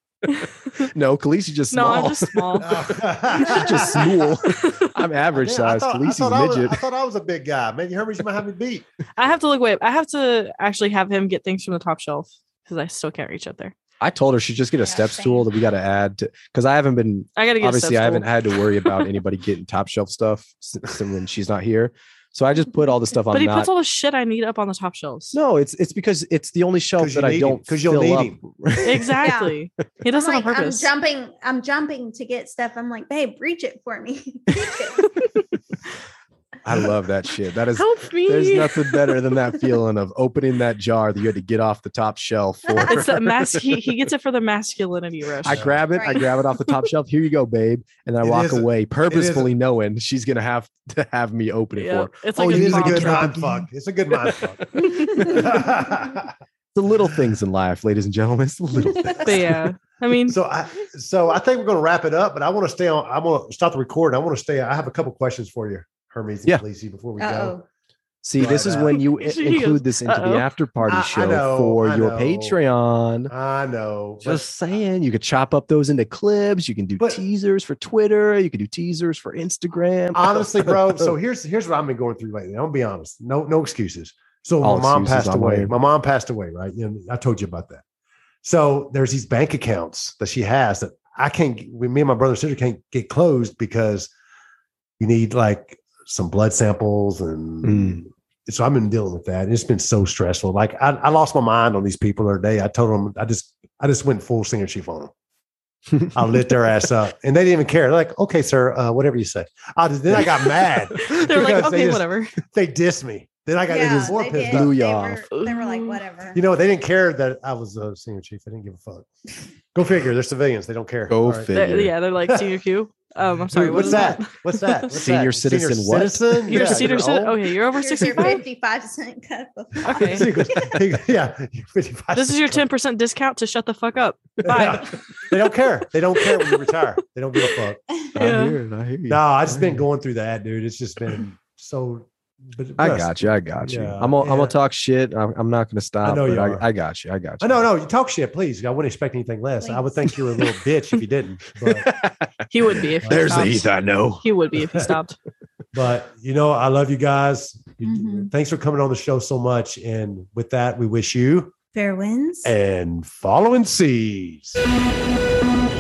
Speaker 4: No, Khaleesi just
Speaker 2: no,
Speaker 4: small.
Speaker 2: I'm just small.
Speaker 4: She's just small. I'm average
Speaker 1: Damn,
Speaker 4: size.
Speaker 1: I,
Speaker 4: Khaleesi's
Speaker 1: thought I, was,
Speaker 4: midget.
Speaker 1: I thought I was a big guy. Maybe Hermes, you might have me beat.
Speaker 2: I have to look way. I have to actually have him get things from the top shelf because I still can't reach up there.
Speaker 4: I told her she just get a
Speaker 6: Yeah,
Speaker 4: step
Speaker 6: same.
Speaker 4: stool that we got to add to because I haven't been
Speaker 2: I gotta get.
Speaker 4: obviously
Speaker 2: a
Speaker 4: I haven't
Speaker 2: Had,
Speaker 4: had to worry about anybody getting top shelf stuff since when she's not here. So I just put all the stuff
Speaker 2: but
Speaker 4: I'm
Speaker 2: he
Speaker 4: not.
Speaker 2: puts all the shit I need up on the top shelves.
Speaker 4: no, it's it's because it's the only shelf
Speaker 1: 'Cause you
Speaker 4: that I
Speaker 1: need
Speaker 4: don't
Speaker 1: him. 'Cause you'll
Speaker 4: fill
Speaker 1: need
Speaker 4: up.
Speaker 1: him.
Speaker 2: Exactly. He does
Speaker 6: I'm,
Speaker 2: it on
Speaker 6: like, I'm
Speaker 2: purpose.
Speaker 6: jumping. I'm jumping to get stuff. I'm like, babe, reach it for me. Reach it.
Speaker 4: I love that shit. That is
Speaker 2: Help me.
Speaker 4: there's nothing better than that feeling of opening that jar that you had to get off the top shelf for.
Speaker 2: It's that mas- he, he gets it for the masculinity rush.
Speaker 4: I grab it, I
Speaker 6: Right.
Speaker 4: grab it off the top shelf. Here you go, babe. And I
Speaker 1: It
Speaker 4: walk
Speaker 1: is a-
Speaker 4: away purposefully knowing she's gonna have to have me open it for.
Speaker 2: yeah,
Speaker 4: her.
Speaker 2: it's
Speaker 4: Oh,
Speaker 2: like
Speaker 1: it
Speaker 2: a,
Speaker 1: is a
Speaker 2: bomb
Speaker 1: good
Speaker 2: drop.
Speaker 1: mind fuck. It's a good mind fuck.
Speaker 4: The little things in life, ladies and gentlemen. It's the little things.
Speaker 2: But yeah, I mean,
Speaker 1: so I so I think we're gonna wrap it up, but I want to stay on. I want to stop the recording. I want to stay. I have a couple questions for you, Hermes and
Speaker 4: Yeah.
Speaker 1: Khaleesi, before we go.
Speaker 3: Oh,
Speaker 4: See,
Speaker 1: Right
Speaker 4: this is
Speaker 1: out.
Speaker 4: when you i-
Speaker 2: Jeez.
Speaker 4: include this into
Speaker 2: Uh-oh.
Speaker 4: the after party
Speaker 1: I- I
Speaker 4: show
Speaker 1: know,
Speaker 4: for
Speaker 1: I
Speaker 4: your
Speaker 1: know.
Speaker 4: Patreon.
Speaker 1: I know. but-
Speaker 4: Just saying, you could chop up those into clips. You can do
Speaker 1: But-
Speaker 4: teasers for Twitter. You can do teasers for Instagram.
Speaker 1: honestly, bro. So here's here's what I've been going through lately. I'm gonna be honest. No no excuses. So
Speaker 4: All
Speaker 1: my mom
Speaker 4: excuses
Speaker 1: passed
Speaker 4: on my
Speaker 1: away.
Speaker 4: end.
Speaker 1: My mom passed away, right? You know, I told you about that. So there's these bank accounts that she has that I can't. get- We, me and my brother and sister can't get closed because you need like some blood samples and.
Speaker 4: Mm.
Speaker 1: So I've been dealing with that. It's been so stressful. Like I, I lost my mind on these people the other day. I told them I just I just went full singer chief on them. I lit their ass up, and they didn't even care. They're like, "Okay, sir, uh, whatever you say." I just, then I got mad.
Speaker 2: they're like,
Speaker 1: because they
Speaker 2: okay,
Speaker 1: just-
Speaker 2: whatever.
Speaker 1: They dissed me. Then I got even more
Speaker 6: they
Speaker 1: pissed
Speaker 6: did.
Speaker 1: off.
Speaker 4: Blew you
Speaker 6: they,
Speaker 4: off.
Speaker 6: Were, they were like,
Speaker 2: Ooh.
Speaker 6: whatever.
Speaker 1: You know, they didn't care that I was a senior chief. They didn't give a fuck. Go figure. They're civilians. They don't care.
Speaker 4: Go
Speaker 1: All right.
Speaker 4: figure.
Speaker 2: They're- yeah, they're like senior Q. Um, I'm sorry,
Speaker 1: Dude,
Speaker 2: what
Speaker 1: what's
Speaker 2: is
Speaker 1: that?
Speaker 2: that?
Speaker 1: What's that? What's
Speaker 4: Senior
Speaker 1: that?
Speaker 4: citizen what?
Speaker 1: citizen?
Speaker 2: You're
Speaker 4: Yeah,
Speaker 2: a senior
Speaker 4: you're
Speaker 2: citizen.
Speaker 4: old.
Speaker 2: Okay, you're over
Speaker 6: Here's your
Speaker 2: 65.
Speaker 6: 55% cut before-
Speaker 2: Okay.
Speaker 1: Senior- yeah. you're 55.
Speaker 2: This is your 10% discount to shut the fuck up. Bye.
Speaker 1: Yeah. They don't care. They don't care when you retire. They don't give a fuck.
Speaker 2: Yeah.
Speaker 4: I hear it. I hear you.
Speaker 1: No, I just been
Speaker 4: Yeah.
Speaker 1: going through that, dude. It's just been so. But
Speaker 4: I
Speaker 1: yes.
Speaker 4: got you. I got you.
Speaker 1: Yeah.
Speaker 4: I'm gonna, I'm
Speaker 1: Yeah.
Speaker 4: gonna talk shit. I'm, I'm not gonna stop.
Speaker 1: know
Speaker 4: but
Speaker 1: you are.
Speaker 4: I, I got you. I got
Speaker 1: Oh,
Speaker 4: you.
Speaker 1: no, no, you talk shit, please. I wouldn't expect anything less. I would think you were a little bitch if you didn't. But
Speaker 2: He would be if he
Speaker 4: There's the
Speaker 2: stopped.
Speaker 4: Heath I know.
Speaker 2: He would be if he stopped.
Speaker 1: but you know, I love you guys. You-
Speaker 3: Mhm.
Speaker 1: Thanks for coming on the show so much. And with that, we wish you
Speaker 3: fair winds.
Speaker 1: and following seas.
Speaker 5: Thank